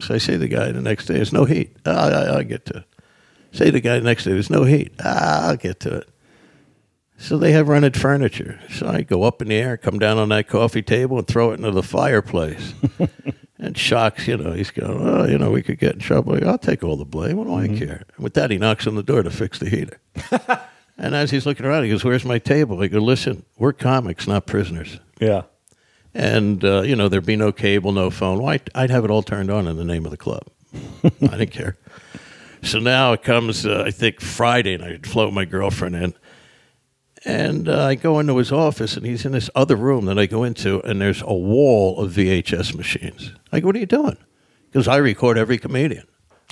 Speaker 4: So I say to the guy the next day, there's no heat. Ah, I, I'll get to it. Say to the guy the next day, there's no heat. Ah, I'll get to it. So they have rented furniture. So I go up in the air, come down on that coffee table, and throw it into the fireplace. and shocks, you know, he's going, oh, you know, we could get in trouble. I'll take all the blame. What do I care? And with that, he knocks on the door to fix the heater. and as he's looking around, he goes, where's my table? I go, listen, we're comics, not prisoners.
Speaker 5: Yeah.
Speaker 4: And, uh, you know, there'd be no cable, no phone. Why? I'd have it all turned on in the name of the club. [LAUGHS] I didn't care. So now it comes, uh, I think, Friday, and I float my girlfriend in. And uh, I go into his office, and he's in this other room that I go into, and there's a wall of VHS machines. I go, What are you doing? He goes, I record every comedian.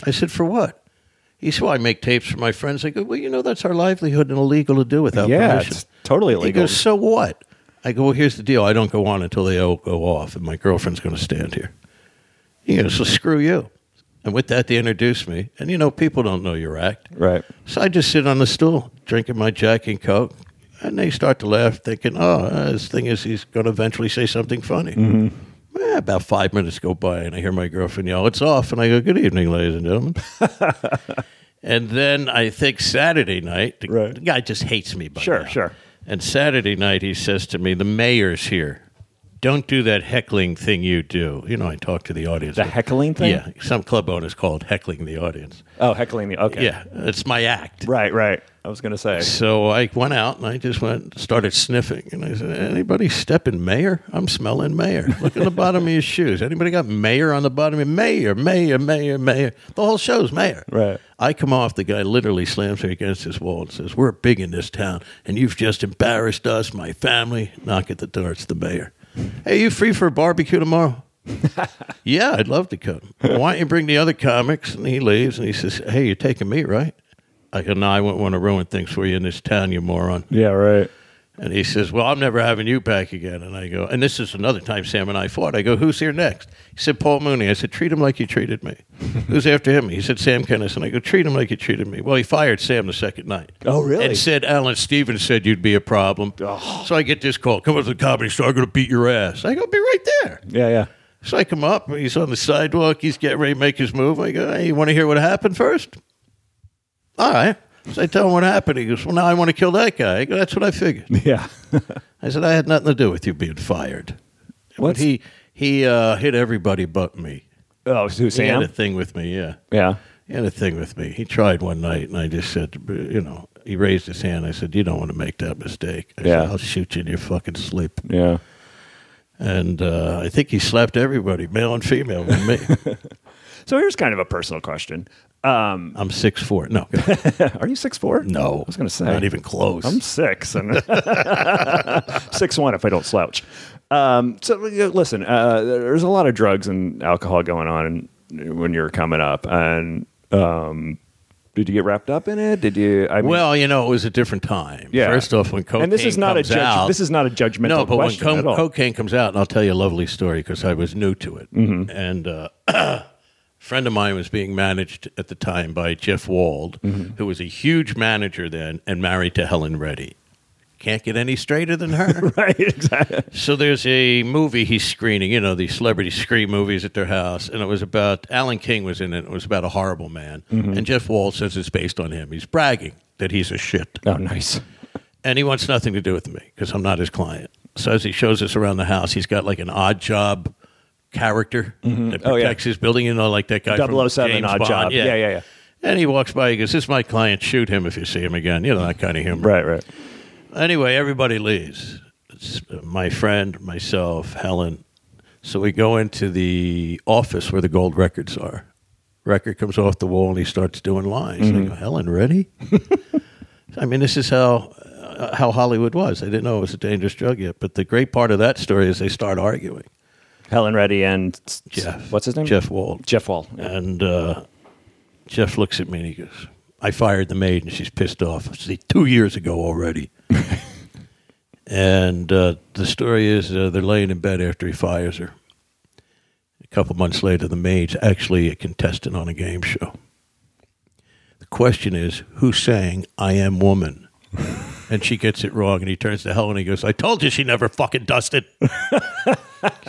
Speaker 4: I said, For what? He said, Well, I make tapes for my friends. I go, Well, you know, that's our livelihood and illegal to do without
Speaker 5: Yeah,
Speaker 4: permission.
Speaker 5: it's totally
Speaker 4: He
Speaker 5: illegal.
Speaker 4: goes, So what? I go, Well, here's the deal. I don't go on until they all go off, and my girlfriend's going to stand here. He goes, So screw you. And with that, they introduced me. And, you know, people don't know your act.
Speaker 5: Right.
Speaker 4: So I just sit on the stool, drinking my Jack and Coke, and they start to laugh, thinking, "Oh, uh, this thing is he's going to eventually say something funny."
Speaker 5: Mm-hmm.
Speaker 4: Eh, about five minutes go by, and I hear my girlfriend yell, "It's off!" And I go, "Good evening, ladies and
Speaker 5: [LAUGHS]
Speaker 4: gentlemen." and then I think Saturday night, the,
Speaker 5: Right.
Speaker 4: the guy just hates me. By
Speaker 5: Sure,
Speaker 4: now.
Speaker 5: sure.
Speaker 4: And Saturday night, he says to me, "The mayor's here. Don't do that heckling thing you do." You know, I talk to the audience.
Speaker 5: The heckling thing?
Speaker 4: Yeah, some club owners call it heckling the audience.
Speaker 5: Oh, heckling the okay.
Speaker 4: Yeah, it's my act.
Speaker 5: Right, right. I was
Speaker 4: [LAUGHS]
Speaker 5: gonna say.
Speaker 4: So I went out and I just went started sniffing and I said, "Anybody stepping mayor? I'm smelling mayor. Look at the bottom of his [LAUGHS] shoes. Anybody got mayor on the bottom? of Mayor, mayor, mayor, mayor. The whole show's mayor."
Speaker 5: Right.
Speaker 4: I come off. The guy literally slams me against his wall and says, "We're big in this town, and you've just embarrassed us, my family." Knock at the door. It's the mayor. Hey, you free for a barbecue tomorrow? yeah, I'd love to come. Why don't you bring the other comics? And he leaves and he says, Hey, you're taking me, right? I go, No, I wouldn't want to ruin things for you in this town, you moron.
Speaker 5: Yeah, right.
Speaker 4: And he says, Well, I'm never having you back again. And I go, And this is another time Sam and I fought. I go, Who's here next? He said, Paul Mooney. I said, Treat him like you treated
Speaker 5: [LAUGHS]
Speaker 4: me. Who's after him? He said, Sam Kennison. I go, Treat him like you treated me. Well, he fired Sam the second night.
Speaker 5: Oh, really? Oh.
Speaker 4: And said, Alan Stevens said you'd be a problem. So I get this call Come up to the comedy store. I'm going to beat your ass. I go, Be right there.
Speaker 5: Yeah, [LAUGHS] yeah.
Speaker 4: So I come up, he's on the sidewalk, he's getting ready to make his move. I go, Hey, you want to hear what happened first? All right. So I tell him what happened. He goes, Well, now I want to kill that guy. I go, That's what I figured.
Speaker 5: [LAUGHS] Yeah.
Speaker 4: I said, I had nothing to do with you being fired. But
Speaker 5: What's-
Speaker 4: he he uh, hit everybody but me.
Speaker 5: oh, who
Speaker 4: He had a
Speaker 5: Sam?
Speaker 4: thing with me, yeah.
Speaker 5: Yeah.
Speaker 4: He had a thing with me. He tried one night, and I just said, you know, he raised his hand. I said, you don't want to make that mistake. I
Speaker 5: Yeah.
Speaker 4: said, I'll shoot you in your fucking sleep.
Speaker 5: Yeah.
Speaker 4: And uh, I think he slapped everybody, male and female, with
Speaker 5: [LAUGHS]
Speaker 4: me.
Speaker 5: So here's kind of a personal question. [LAUGHS] Um,
Speaker 4: I'm six four.
Speaker 5: [LAUGHS]
Speaker 4: No, go ahead.
Speaker 5: are you six four?
Speaker 4: No, [LAUGHS]
Speaker 5: I was gonna say
Speaker 4: not even close.
Speaker 5: I'm six and [LAUGHS] six one if I don't slouch. Um, so you know, listen, uh, there's a lot of drugs and alcohol going on when you're coming up, and um, did you get wrapped up in it? Did you? I mean,
Speaker 4: well, you know, it was a different time.
Speaker 5: yeah.
Speaker 4: First off, when cocaine
Speaker 5: and this is not
Speaker 4: comes
Speaker 5: a judge,
Speaker 4: out,
Speaker 5: this is not a judgmental
Speaker 4: no, but when
Speaker 5: question
Speaker 4: co-
Speaker 5: at all.
Speaker 4: cocaine comes out, and I'll tell you a lovely story because I was new to it,
Speaker 5: Mm-hmm.
Speaker 4: and uh, [CLEARS THROAT] a friend of mine was being managed at the time by Jeff Wald,
Speaker 5: Mm-hmm.
Speaker 4: who was a huge manager then and married to Helen Reddy. Can't get any straighter than
Speaker 5: [LAUGHS]
Speaker 4: her.
Speaker 5: [LAUGHS] right? Exactly.
Speaker 4: So there's a movie he's screening, you know, these celebrity screen movies at their house, and it was about Alan King was in it. It was about a horrible man,
Speaker 5: Mm-hmm.
Speaker 4: and Jeff Wall says it's based on him. He's bragging that he's a shit,
Speaker 5: Oh, nice.
Speaker 4: and he wants nothing to do with me because I'm not his client. So as he shows us around the house, he's got like an odd job character that protects
Speaker 5: Oh, yeah.
Speaker 4: his building, you know, like that guy from
Speaker 5: 007
Speaker 4: James
Speaker 5: Odd
Speaker 4: Bond.
Speaker 5: Job. Yeah, yeah, yeah.
Speaker 4: And he walks by. He goes, "This is my client. Shoot him if you see him again." You know that kind of humor.
Speaker 5: Right, right.
Speaker 4: Anyway, everybody leaves. It's my friend, myself, Helen. So we go into the office where the gold records are. Record comes off the wall and he starts doing lines. I
Speaker 5: Mm-hmm.
Speaker 4: go, Helen,
Speaker 5: [LAUGHS]
Speaker 4: ready? I mean, this is how uh, how Hollywood was. I didn't know it was a dangerous drug yet. But the great part of that story is they start arguing.
Speaker 5: Helen Reddy and s- s-
Speaker 4: Jeff,
Speaker 5: What's his name?
Speaker 4: Jeff Wald.
Speaker 5: Jeff Wall.
Speaker 4: And uh, Jeff looks at me and he goes, I fired the maid and she's pissed off. See, two years ago already. and uh, the story is uh, they're laying in bed after he fires her. A couple months later, the maid's actually a contestant on a game show. The question is, who sang I Am Woman? and she gets it wrong and he turns to Helen and he goes, I told you she never fucking dusted.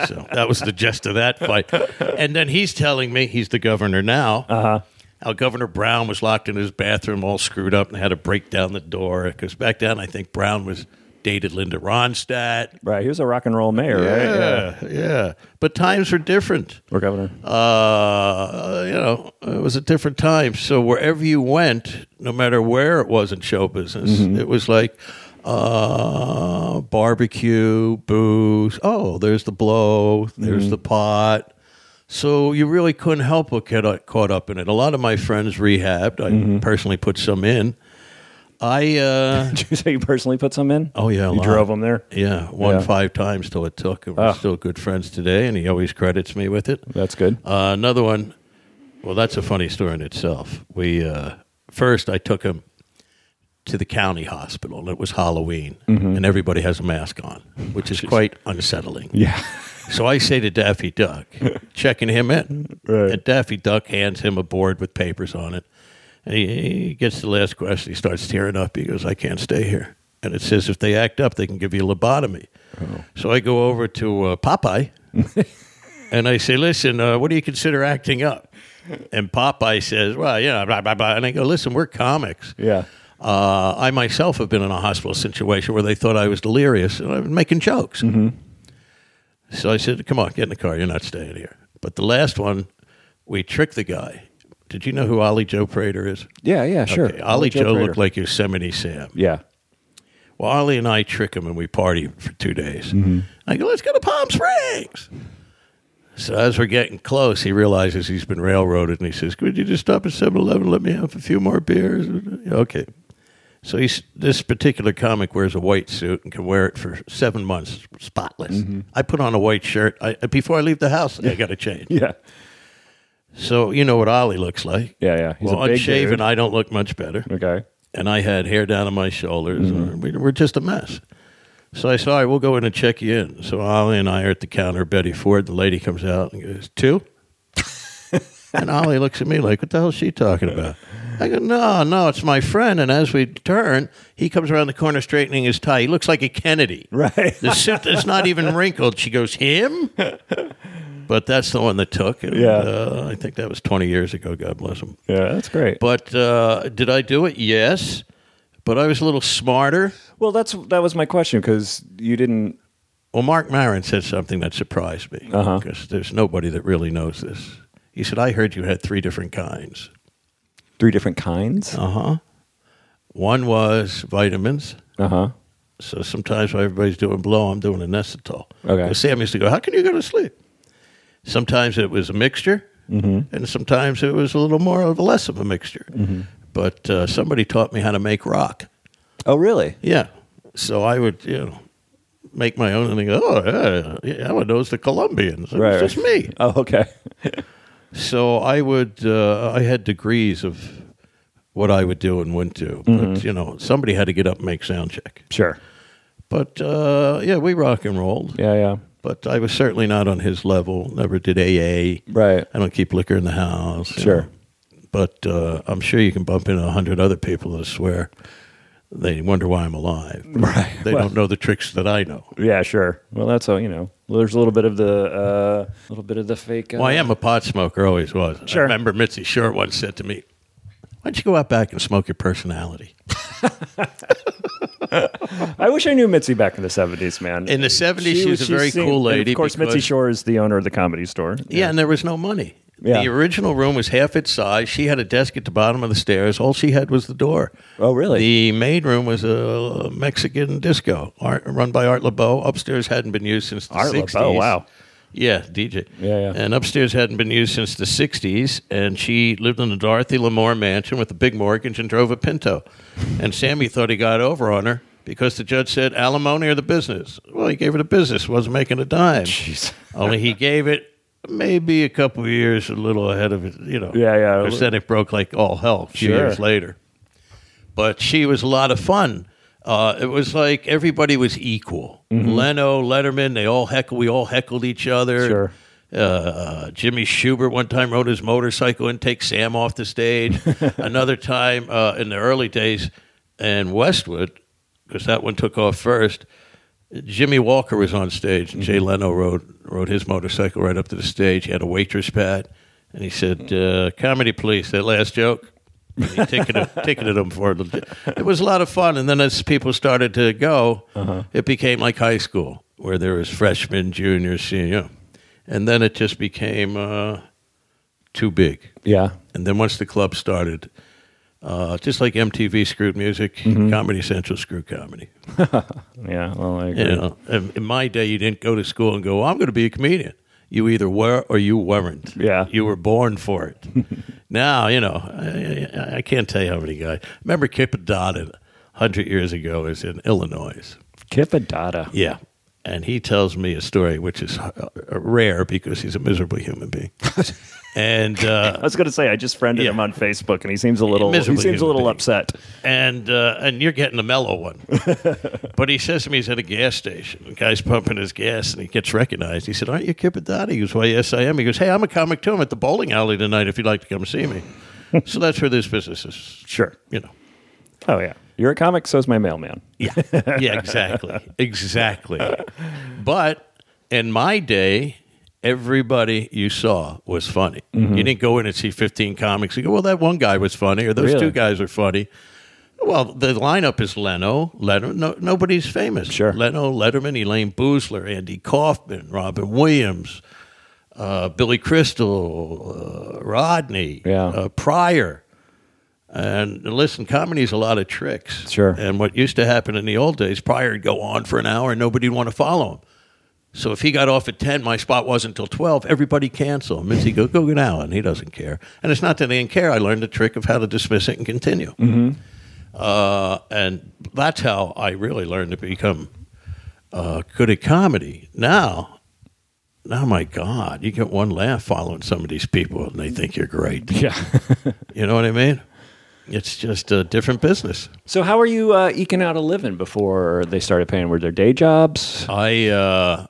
Speaker 4: So that was the gist of that fight. And then he's telling me he's the governor now. Uh-huh. How Governor Brown was locked in his bathroom, all screwed up, and had to break down the door. Because back then, I think Brown was dated Linda Ronstadt.
Speaker 5: Right. He was a rock and roll mayor, right?
Speaker 4: yeah, yeah. But times were different
Speaker 5: Or governor. [LAUGHS]
Speaker 4: uh, you know, it was a different time. So wherever you went, no matter where it was in show business,
Speaker 5: Mm-hmm.
Speaker 4: it was like uh, barbecue, booze. Oh, there's the blow. There's
Speaker 5: Mm-hmm.
Speaker 4: the pot. So you really couldn't help but get caught up in it. A lot of my friends rehabbed. I
Speaker 5: Mm-hmm.
Speaker 4: personally put some in. I
Speaker 5: [LAUGHS]
Speaker 4: uh,
Speaker 5: Did you say you personally put some in?
Speaker 4: oh yeah, a
Speaker 5: You
Speaker 4: lot.
Speaker 5: drove him there?
Speaker 4: Yeah, won
Speaker 5: Yeah.
Speaker 4: five times till it took. And we're
Speaker 5: Ah.
Speaker 4: still good friends today, and he always credits me with it.
Speaker 5: That's good.
Speaker 4: Uh, another one. Well, that's a funny story in itself. We uh, first I took him to the county hospital, and it was Halloween, and everybody has a mask on, which is quite unsettling.
Speaker 5: Yeah.
Speaker 4: So I say to Daffy
Speaker 5: [LAUGHS]
Speaker 4: Duck, checking him in,
Speaker 5: Right.
Speaker 4: and Daffy Duck hands him a board with papers on it, and he, he gets the last question. He starts tearing up. He goes, "I can't stay here," and it says if they act up, they can give you a lobotomy.
Speaker 5: Oh.
Speaker 4: So I go over to uh,
Speaker 5: [LAUGHS]
Speaker 4: Popeye. And I say, listen, uh, what do you consider acting up? And Popeye says, well, yeah, blah, blah, blah. And I go, listen, we're comics.
Speaker 5: Yeah.
Speaker 4: Uh, I myself have been in a hospital situation where they thought I was delirious and I've been making jokes. Mm-hmm. So I said, come on, get in the car. You're not staying here. But the last one, we tricked the guy. Did you know who Ollie Joe Prater is?
Speaker 5: Yeah, yeah, sure.
Speaker 4: Okay, Ollie Joe,
Speaker 5: Prater.
Speaker 4: looked like Yosemite Sam.
Speaker 5: Yeah.
Speaker 4: Well, Ollie and I trick him and we party for two days.
Speaker 5: Mm-hmm.
Speaker 4: I go, let's go to Palm Springs. So as we're getting close, he realizes he's been railroaded and he says, could you just stop at 7-Eleven, let me have a few more beers? Okay. So he's, this particular comic wears a white suit and can wear it for seven months, spotless.
Speaker 5: Mm-hmm.
Speaker 4: I put on a white shirt. I, before I leave the house,
Speaker 5: [LAUGHS]
Speaker 4: I got to change.
Speaker 5: Yeah.
Speaker 4: So you know what Ollie looks like.
Speaker 5: Yeah, yeah. He's a
Speaker 4: well,
Speaker 5: big
Speaker 4: unshaven,
Speaker 5: dude.
Speaker 4: I don't look much better
Speaker 5: Okay.
Speaker 4: and I had hair down on my shoulders.
Speaker 5: Mm-hmm.
Speaker 4: and We were just a mess. So I said, all right, we'll go in and check you in. So Ollie and I are at the counter. Betty Ford, the lady comes out and goes,
Speaker 5: [LAUGHS]
Speaker 4: two? and Ollie looks at me like, what the hell is she talking about? I go, no, no, it's my friend. And as we turn, he comes around the corner straightening his tie. He looks like a Kennedy.
Speaker 5: [LAUGHS] Right.
Speaker 4: The suit is not
Speaker 5: [LAUGHS]
Speaker 4: even wrinkled. She goes, him? But that's the one that took. And,
Speaker 5: Yeah.
Speaker 4: uh, I think that was 20 years ago. God bless him.
Speaker 5: Yeah, that's great.
Speaker 4: But uh, did I do it? Yes. But I was a little smarter.
Speaker 5: well, that's that was my question because you didn't.
Speaker 4: Well, Mark Maron said something that surprised me because there's nobody that really knows this. He said, I heard you had three different kinds.
Speaker 5: Three different kinds.
Speaker 4: Uh huh. One was vitamins.
Speaker 5: Uh huh.
Speaker 4: So sometimes while everybody's doing blow, I'm doing anesthetol.
Speaker 5: Okay.
Speaker 4: 'Cause Sam used to go, How can you go to sleep? Sometimes it was a mixture, and sometimes it was a little more of a less of a mixture. But uh, somebody taught me how to make rock.
Speaker 5: Oh, really?
Speaker 4: Yeah. So I would, you know, make my own and think, oh, yeah, yeah, Ella knows the Colombians. It
Speaker 5: Right,
Speaker 4: was just
Speaker 5: right.
Speaker 4: me.
Speaker 5: Oh, okay. [LAUGHS]
Speaker 4: So I would, uh, I had degrees of what I would do and wouldn't do.
Speaker 5: Mm-hmm.
Speaker 4: But, you know, somebody had to get up and make sound check.
Speaker 5: Sure.
Speaker 4: But, uh, yeah, we rock and rolled.
Speaker 5: Yeah, yeah.
Speaker 4: But I was certainly not on his level. Never did AA.
Speaker 5: Right.
Speaker 4: I don't keep liquor in the house. you
Speaker 5: Sure.
Speaker 4: know. But uh, I'm sure you can bump into a hundred other people that swear they wonder why I'm alive.
Speaker 5: [LAUGHS] Right.
Speaker 4: They
Speaker 5: Well-
Speaker 4: don't know the tricks that I know.
Speaker 5: Yeah, sure. Well, that's how you know. There's a little bit of the uh, little bit of the fake. Uh,
Speaker 4: Well, I am a pot smoker, always was. I
Speaker 5: Sure.
Speaker 4: remember Mitzi Short once said to me, Why don't you go out back and smoke your personality?
Speaker 5: I wish I knew Mitzi back in the 70s, man.
Speaker 4: In the 70s, she was a
Speaker 5: she
Speaker 4: very
Speaker 5: seemed-
Speaker 4: cool
Speaker 5: and
Speaker 4: lady
Speaker 5: Of course, Mitzi
Speaker 4: because-
Speaker 5: Shore is the owner of the comedy store.
Speaker 4: Yeah, and there was no money.
Speaker 5: Yeah.
Speaker 4: The original room was half its size. She had a desk at the bottom of the stairs. All she had was the door.
Speaker 5: Oh, really?
Speaker 4: The maid room was a Mexican disco art, run by Art LeBeau. Upstairs hadn't been used since the
Speaker 5: Art
Speaker 4: 60s.
Speaker 5: LeBeau, wow.
Speaker 4: Yeah, DJ.
Speaker 5: Yeah, yeah.
Speaker 4: And upstairs hadn't been used since the 60s. And she lived in the Dorothy L'Amour mansion with a big mortgage and drove a Pinto. And Sammy thought he got over on her because the judge said alimony or the business. Well, he gave her the business, wasn't making a dime.
Speaker 5: Jeez.
Speaker 4: Only he gave it maybe a couple of years a little ahead of it, you know.
Speaker 5: Yeah, yeah.
Speaker 4: Because then it broke like all hell a few
Speaker 5: Sure.
Speaker 4: years later. But she was a lot of fun. Uh, it was like everybody was equal. Leno, Letterman, they all heckle. We all heckled each other.
Speaker 5: Sure.
Speaker 4: Uh, Jimmy Schubert one time rode his motorcycle and take Sam off the stage. Another time uh, in the early days, and Westwood, because that one took off first. Jimmy Walker was on stage, and Jay Leno rode rode his motorcycle right up to the stage. He had a waitress pad, and he said, uh, "Comedy, please." That last joke. And he ticketed, ticketed them for it. It was a lot of fun, and then as people started to go, it became like high school, where there was freshmen, juniors, senior, and then it just became uh, too big.
Speaker 5: Yeah.
Speaker 4: And then once the club started, uh, just like MTV screwed music, Comedy Central screwed comedy.
Speaker 5: Yeah. Well, I agree.
Speaker 4: You know, in in my day, you didn't go to school and go, I'm going to be a comedian. You either were or you weren't.
Speaker 5: Yeah.
Speaker 4: You were born for
Speaker 5: [LAUGHS]
Speaker 4: it. now, you know, I, I- I can't tell you how many guys. Remember Kip Dodd 100 years ago is in Illinois.
Speaker 5: Kipadada.
Speaker 4: Yeah. And he tells me a story, which is uh, rare because he's a miserable human
Speaker 5: [LAUGHS]
Speaker 4: being. and uh,
Speaker 5: I was going to say I just friended
Speaker 4: Yeah.
Speaker 5: him on Facebook, and he seems a little he
Speaker 4: miserable
Speaker 5: seems a
Speaker 4: human
Speaker 5: little
Speaker 4: being.
Speaker 5: upset.
Speaker 4: and uh, and you're getting the mellow one. but he says to me, he's at a gas station. The guy's pumping his gas, and he gets recognized. He said, "Aren't you Kip Dodd?" He goes, "Why, yes, I am." He goes, "Hey, I'm a comic too. I'm at the bowling alley tonight. If you'd like to come see me." so that's where this business is.
Speaker 5: Sure.
Speaker 4: You know.
Speaker 5: Oh yeah. You're a comic, so's my mailman.
Speaker 4: Yeah. [LAUGHS] Yeah. Exactly. exactly. But in my day. Everybody you saw was funny.
Speaker 5: Mm-hmm.
Speaker 4: You didn't go in and see 15 comics and go, well, that one guy was funny, or those
Speaker 5: Really?
Speaker 4: two guys are funny. Well, the lineup is Leno, Letterman. No, nobody's famous.
Speaker 5: Sure.
Speaker 4: Leno, Letterman, Elaine Boozler, Andy Kaufman, Robin Williams, uh, Billy Crystal, uh, Rodney,
Speaker 5: Yeah.
Speaker 4: uh, Pryor. And listen, comedy's a lot of tricks.
Speaker 5: Sure.
Speaker 4: And what used to happen in the old days, Pryor would go on for an hour and nobody'd want to follow him. So if he got off at 10, my spot wasn't till 12, everybody cancel him. And he go, go now, and he doesn't care. And it's not that he didn't care. I learned the trick of how to dismiss it and continue. Uh, and that's how I really learned to become uh, good at comedy. Now, now, my God, you get one laugh following some of these people, and they think you're great.
Speaker 5: Yeah.
Speaker 4: You know what I mean? It's just a different business.
Speaker 5: [LAUGHS] so how are you uh, eking out a living before they started paying? Were their day jobs?
Speaker 4: I uh,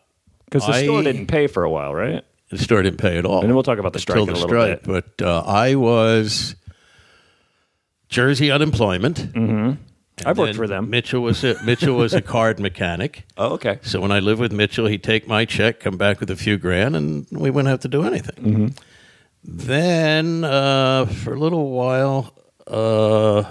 Speaker 5: Because the store
Speaker 4: I-
Speaker 5: didn't pay for a while, right?
Speaker 4: the store didn't pay at all.
Speaker 5: And then we'll talk about the strike
Speaker 4: Until
Speaker 5: in
Speaker 4: the
Speaker 5: a little
Speaker 4: strike,
Speaker 5: bit.
Speaker 4: but uh, I was Jersey unemployment.
Speaker 5: Mm. I've worked
Speaker 4: And
Speaker 5: for them.
Speaker 4: Mitchell was a, Mitchell was
Speaker 5: [LAUGHS]
Speaker 4: a card mechanic.
Speaker 5: Oh, okay.
Speaker 4: So when I lived with Mitchell, he'd take my check, come back with a few grand, and we wouldn't have to do anything.
Speaker 5: Mm-hmm.
Speaker 4: Then uh, for a little while, uh,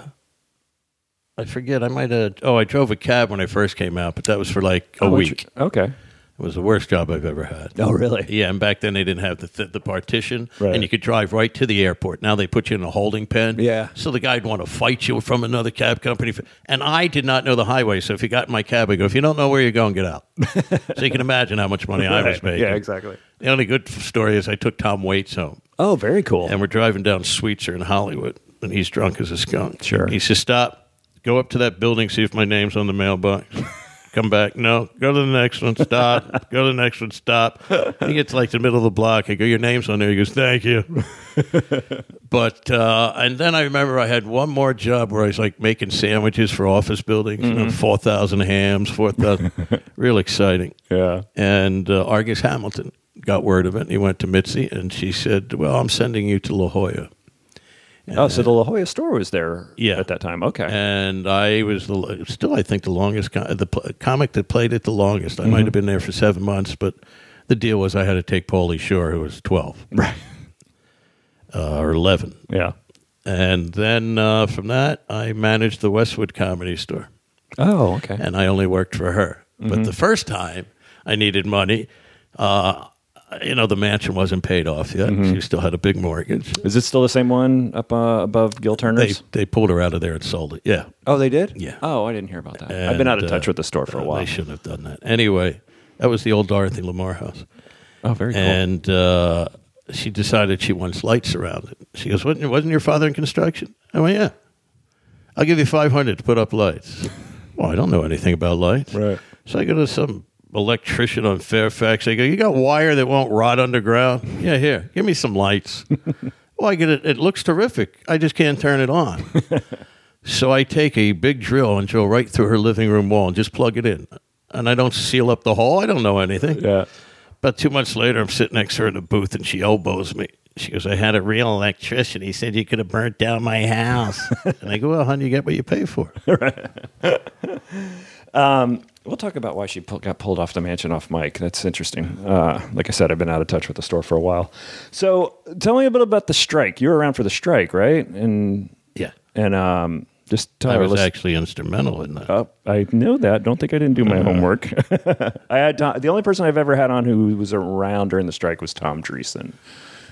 Speaker 4: I forget. I might have. Oh, I drove a cab when I first came out, but that was for like a
Speaker 5: How much-
Speaker 4: week.
Speaker 5: Okay.
Speaker 4: It was the worst job I've ever had.
Speaker 5: Oh, really?
Speaker 4: Yeah, and back then they didn't have the th- the partition,
Speaker 5: Right.
Speaker 4: and you could drive right to the airport. Now they put you in a holding pen.
Speaker 5: Yeah.
Speaker 4: So the guy'd want to fight you from another cab company, and I did not know the highway. So if you got in my cab, I go, if you don't know where you're going, get [LAUGHS] out. so you can imagine how much money I was
Speaker 5: Right.
Speaker 4: making.
Speaker 5: Yeah, exactly.
Speaker 4: The only good f- story is I took Tom Waits home,
Speaker 5: Oh, very cool.
Speaker 4: and we're driving down Sweetser in Hollywood, and he's drunk as a skunk.
Speaker 5: Sure.
Speaker 4: He says, "Stop, go up to that building, see if my name's on the
Speaker 5: [LAUGHS]
Speaker 4: mailbox." Come back. No, go to the next one. Stop. go to the next one. Stop. He gets like the middle of the block. I go, your name's on there. He goes, thank
Speaker 5: [LAUGHS]
Speaker 4: you. but uh, and then I remember I had one more job where I was like making sandwiches for office buildings. you know,
Speaker 5: Mm-hmm.
Speaker 4: Four thousand hams. Four
Speaker 5: [LAUGHS]
Speaker 4: thousand. real exciting
Speaker 5: yeah.
Speaker 4: and uh, Argus Hamilton got word of it. And he went to Mitzi, and she said, "Well, I'm sending you to La Jolla."
Speaker 5: Oh, so the La Jolla store was there
Speaker 4: Yeah.
Speaker 5: at that time. Okay.
Speaker 4: And I was the, still, I think, the longest co- the pl- comic that played it the longest. I might have been there for seven months, but the deal was I had to take Paulie Shore, who was twelve
Speaker 5: right.
Speaker 4: uh, or eleven,
Speaker 5: Yeah.
Speaker 4: and then uh, from that I managed the Westwood Comedy Store.
Speaker 5: Oh, okay. Mm-hmm.
Speaker 4: and I only worked for her. But the first time I needed money, uh, you know, the mansion wasn't paid off yet.
Speaker 5: Mm-hmm.
Speaker 4: She still had a big mortgage.
Speaker 5: Is it still the same one up uh, above Gil
Speaker 4: They,
Speaker 5: Turner's?
Speaker 4: they pulled her out of there and sold it. Yeah.
Speaker 5: oh, they did.
Speaker 4: Yeah.
Speaker 5: Oh, I didn't hear about that. I've been out of
Speaker 4: And,
Speaker 5: touch
Speaker 4: uh,
Speaker 5: with the store for a
Speaker 4: uh,
Speaker 5: while.
Speaker 4: They shouldn't have done that. Anyway, that was the old Dorothy Lamar house.
Speaker 5: Oh, very cool.
Speaker 4: And uh, she decided she wants lights around it. She goes, wasn't, wasn't your father in construction? I went, yeah. I'll give you 500 to put up lights. [LAUGHS] well, I don't know anything about lights.
Speaker 5: Right.
Speaker 4: So I go to some electrician on Fairfax. I go, you got wire that won't rot underground? [LAUGHS] Yeah, here, give me some
Speaker 5: [LAUGHS]
Speaker 4: lights. well, I get it. It looks terrific. I just can't turn it
Speaker 5: [LAUGHS]
Speaker 4: on. So I take a big drill and drill right through her living room wall and just plug it in. And I don't seal up the hole. I don't know anything.
Speaker 5: Yeah.
Speaker 4: About two months later, I'm sitting next to her in a booth and she elbows me. She goes, I had a real electrician. He said you could have burnt down my
Speaker 5: [LAUGHS]
Speaker 4: house. and I go, Well, honey, you get what you pay for.
Speaker 5: We'll talk about why she pull, got pulled off the mansion off Mike. That's interesting. Uh, like I said, I've been out of touch with the store for a while. So tell me a bit about the strike. You were around for the strike, right? And
Speaker 4: Yeah.
Speaker 5: and um, just tell
Speaker 4: I
Speaker 5: our
Speaker 4: was
Speaker 5: list-
Speaker 4: actually instrumental in that.
Speaker 5: Uh, I know that. Don't think I didn't do my
Speaker 4: Uh-huh.
Speaker 5: homework. [LAUGHS] I had Tom, the only person I've ever had on who was around during the strike was Tom Dreesen.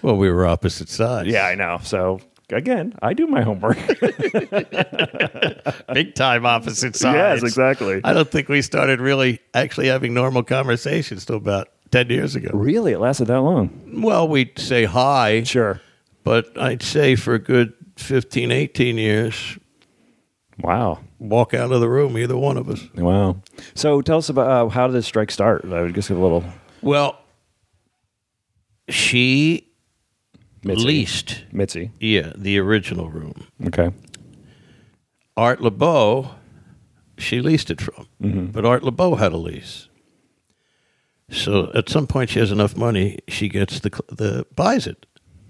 Speaker 4: well, we were opposite sides.
Speaker 5: Yeah, I know. So again, I do my homework.
Speaker 4: [LAUGHS]
Speaker 5: [LAUGHS]
Speaker 4: Big time opposite sides.
Speaker 5: yes, exactly.
Speaker 4: I don't think we started really actually having normal conversations till about 10 years ago.
Speaker 5: really, it lasted that long?
Speaker 4: Well, we'd say hi.
Speaker 5: Sure.
Speaker 4: But I'd say for a good 15, 18 years,
Speaker 5: Wow.
Speaker 4: walk out of the room, either one of us.
Speaker 5: Wow. So tell us about uh, how did the strike start? I would just give a little.
Speaker 4: Well, she
Speaker 5: Mitzi.
Speaker 4: leased,
Speaker 5: Mitzi.
Speaker 4: yeah, the original room.
Speaker 5: Okay.
Speaker 4: Art LeBeau, she leased it from,
Speaker 5: Mm-hmm.
Speaker 4: but Art LeBeau had a lease. So at some point, she has enough money. She gets the cl- the buys it,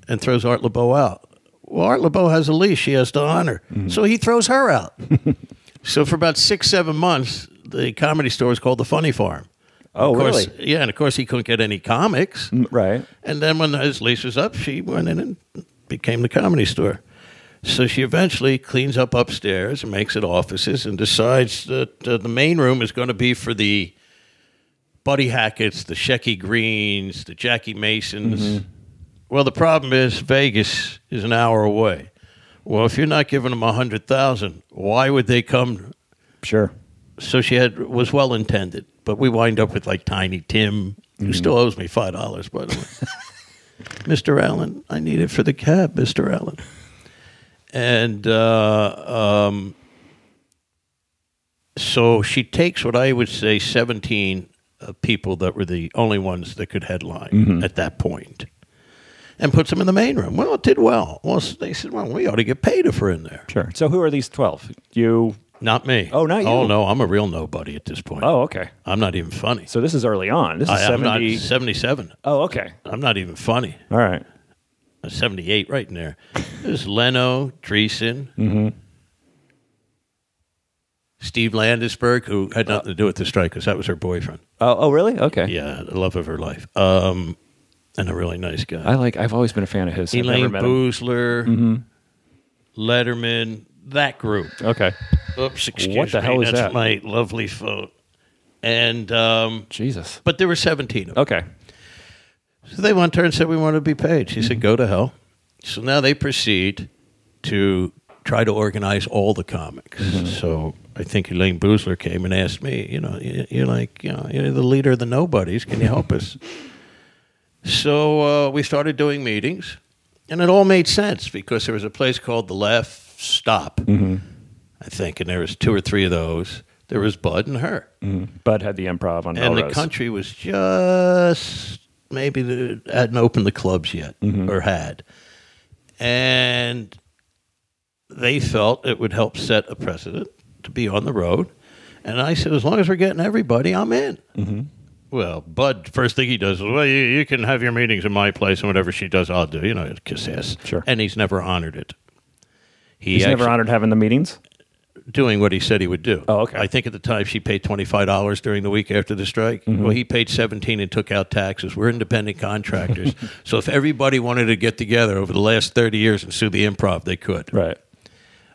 Speaker 4: and throws Art LeBeau out. Well, Art LeBeau has a lease; she has to honor.
Speaker 5: Mm-hmm.
Speaker 4: So he throws her
Speaker 5: [LAUGHS]
Speaker 4: out. so for about six, seven months, the comedy store was called the Funny Farm.
Speaker 5: Oh,
Speaker 4: Of course-
Speaker 5: really? Mm-hmm.
Speaker 4: Yeah, and of course he couldn't get any comics.
Speaker 5: Right.
Speaker 4: And then when his lease was up, she went in and became the comedy store. So she eventually cleans up upstairs and makes it offices and decides that uh, the main room is going to be for the Buddy Hackett's, the Shecky Greens, the Jackie Masons. Well, the problem is Vegas is an hour away. Well, if you're not giving them a hundred thousand, why would they come?
Speaker 5: Sure.
Speaker 4: So she had was well intended, but we wind up with like Tiny Tim,
Speaker 5: Mm-hmm.
Speaker 4: who still owes me five dollars, by the way.
Speaker 5: [LAUGHS]
Speaker 4: Mr. Allen, I need it for the cab, Mr. Allen. And uh, um, so she takes what I would say 17 uh, people that were the only ones that could headline
Speaker 5: Mm-hmm.
Speaker 4: at that point and puts them in the main room. Well, it did well. Well, s- they said, well, we ought to get paid if we're in there.
Speaker 5: Sure. So who are these 12? You.
Speaker 4: Not me.
Speaker 5: Oh, not you.
Speaker 4: Oh, no, I'm a real nobody at this point.
Speaker 5: Oh, okay.
Speaker 4: I'm not even funny.
Speaker 5: So this is early on. This is
Speaker 4: I, am
Speaker 5: 70.
Speaker 4: not 77.
Speaker 5: Oh, okay.
Speaker 4: I'm not even funny.
Speaker 5: All right.
Speaker 4: Uh, 78 right in there. There's Leno, Dreesen,
Speaker 5: Mm-hmm.
Speaker 4: Steve Landisberg, who
Speaker 5: Uh,
Speaker 4: had nothing to do with the strike because that was her boyfriend.
Speaker 5: Oh, oh, really? Okay.
Speaker 4: Yeah, the love of her life. Um, and a really nice guy.
Speaker 5: I like. I've always been a fan of his. I've never
Speaker 4: Elaine
Speaker 5: met him. Mm-hmm.
Speaker 4: Boozler, Letterman, that group.
Speaker 5: Okay.
Speaker 4: Oops, excuse me.
Speaker 5: What the hell is
Speaker 4: That's
Speaker 5: that?
Speaker 4: my lovely phone. And, um,
Speaker 5: Jesus.
Speaker 4: but there were 17 of them.
Speaker 5: Okay.
Speaker 4: So they went to her and said, We want to be paid. She said, Go to hell. So now they proceed to try to organize all the comics. So I think Elaine Boozler came and asked me, You know, "You- you're like, you know, you're the leader of the nobodies. Can you help us? [LAUGHS] so uh, we started doing meetings, and it all made sense because there was a place called the Left Stop, I think, and there was two or three of those. There was Bud and her
Speaker 5: Bud had the improv on
Speaker 4: and the
Speaker 5: Melrose.
Speaker 4: country was just maybe the, hadn't opened the clubs yet
Speaker 5: Mm-hmm.
Speaker 4: or had and they felt it would help set a precedent to be on the road and i said as long as we're getting everybody i'm in
Speaker 5: Mm-hmm.
Speaker 4: well bud first thing he does is well you, you can have your meetings in my place and whatever she does i'll do you know kiss ass
Speaker 5: Sure.
Speaker 4: and he's never honored it he
Speaker 5: He's
Speaker 4: actually-
Speaker 5: never honored having the meetings.
Speaker 4: doing what he said he would do.
Speaker 5: Oh, okay.
Speaker 4: I think at the time she paid twenty five dollars during the week after the strike.
Speaker 5: Mm-hmm.
Speaker 4: Well, he paid seventeen and took out taxes. We're independent
Speaker 5: [LAUGHS]
Speaker 4: contractors, so if everybody wanted to get together over the last thirty years and sue the improv, they could.
Speaker 5: Right.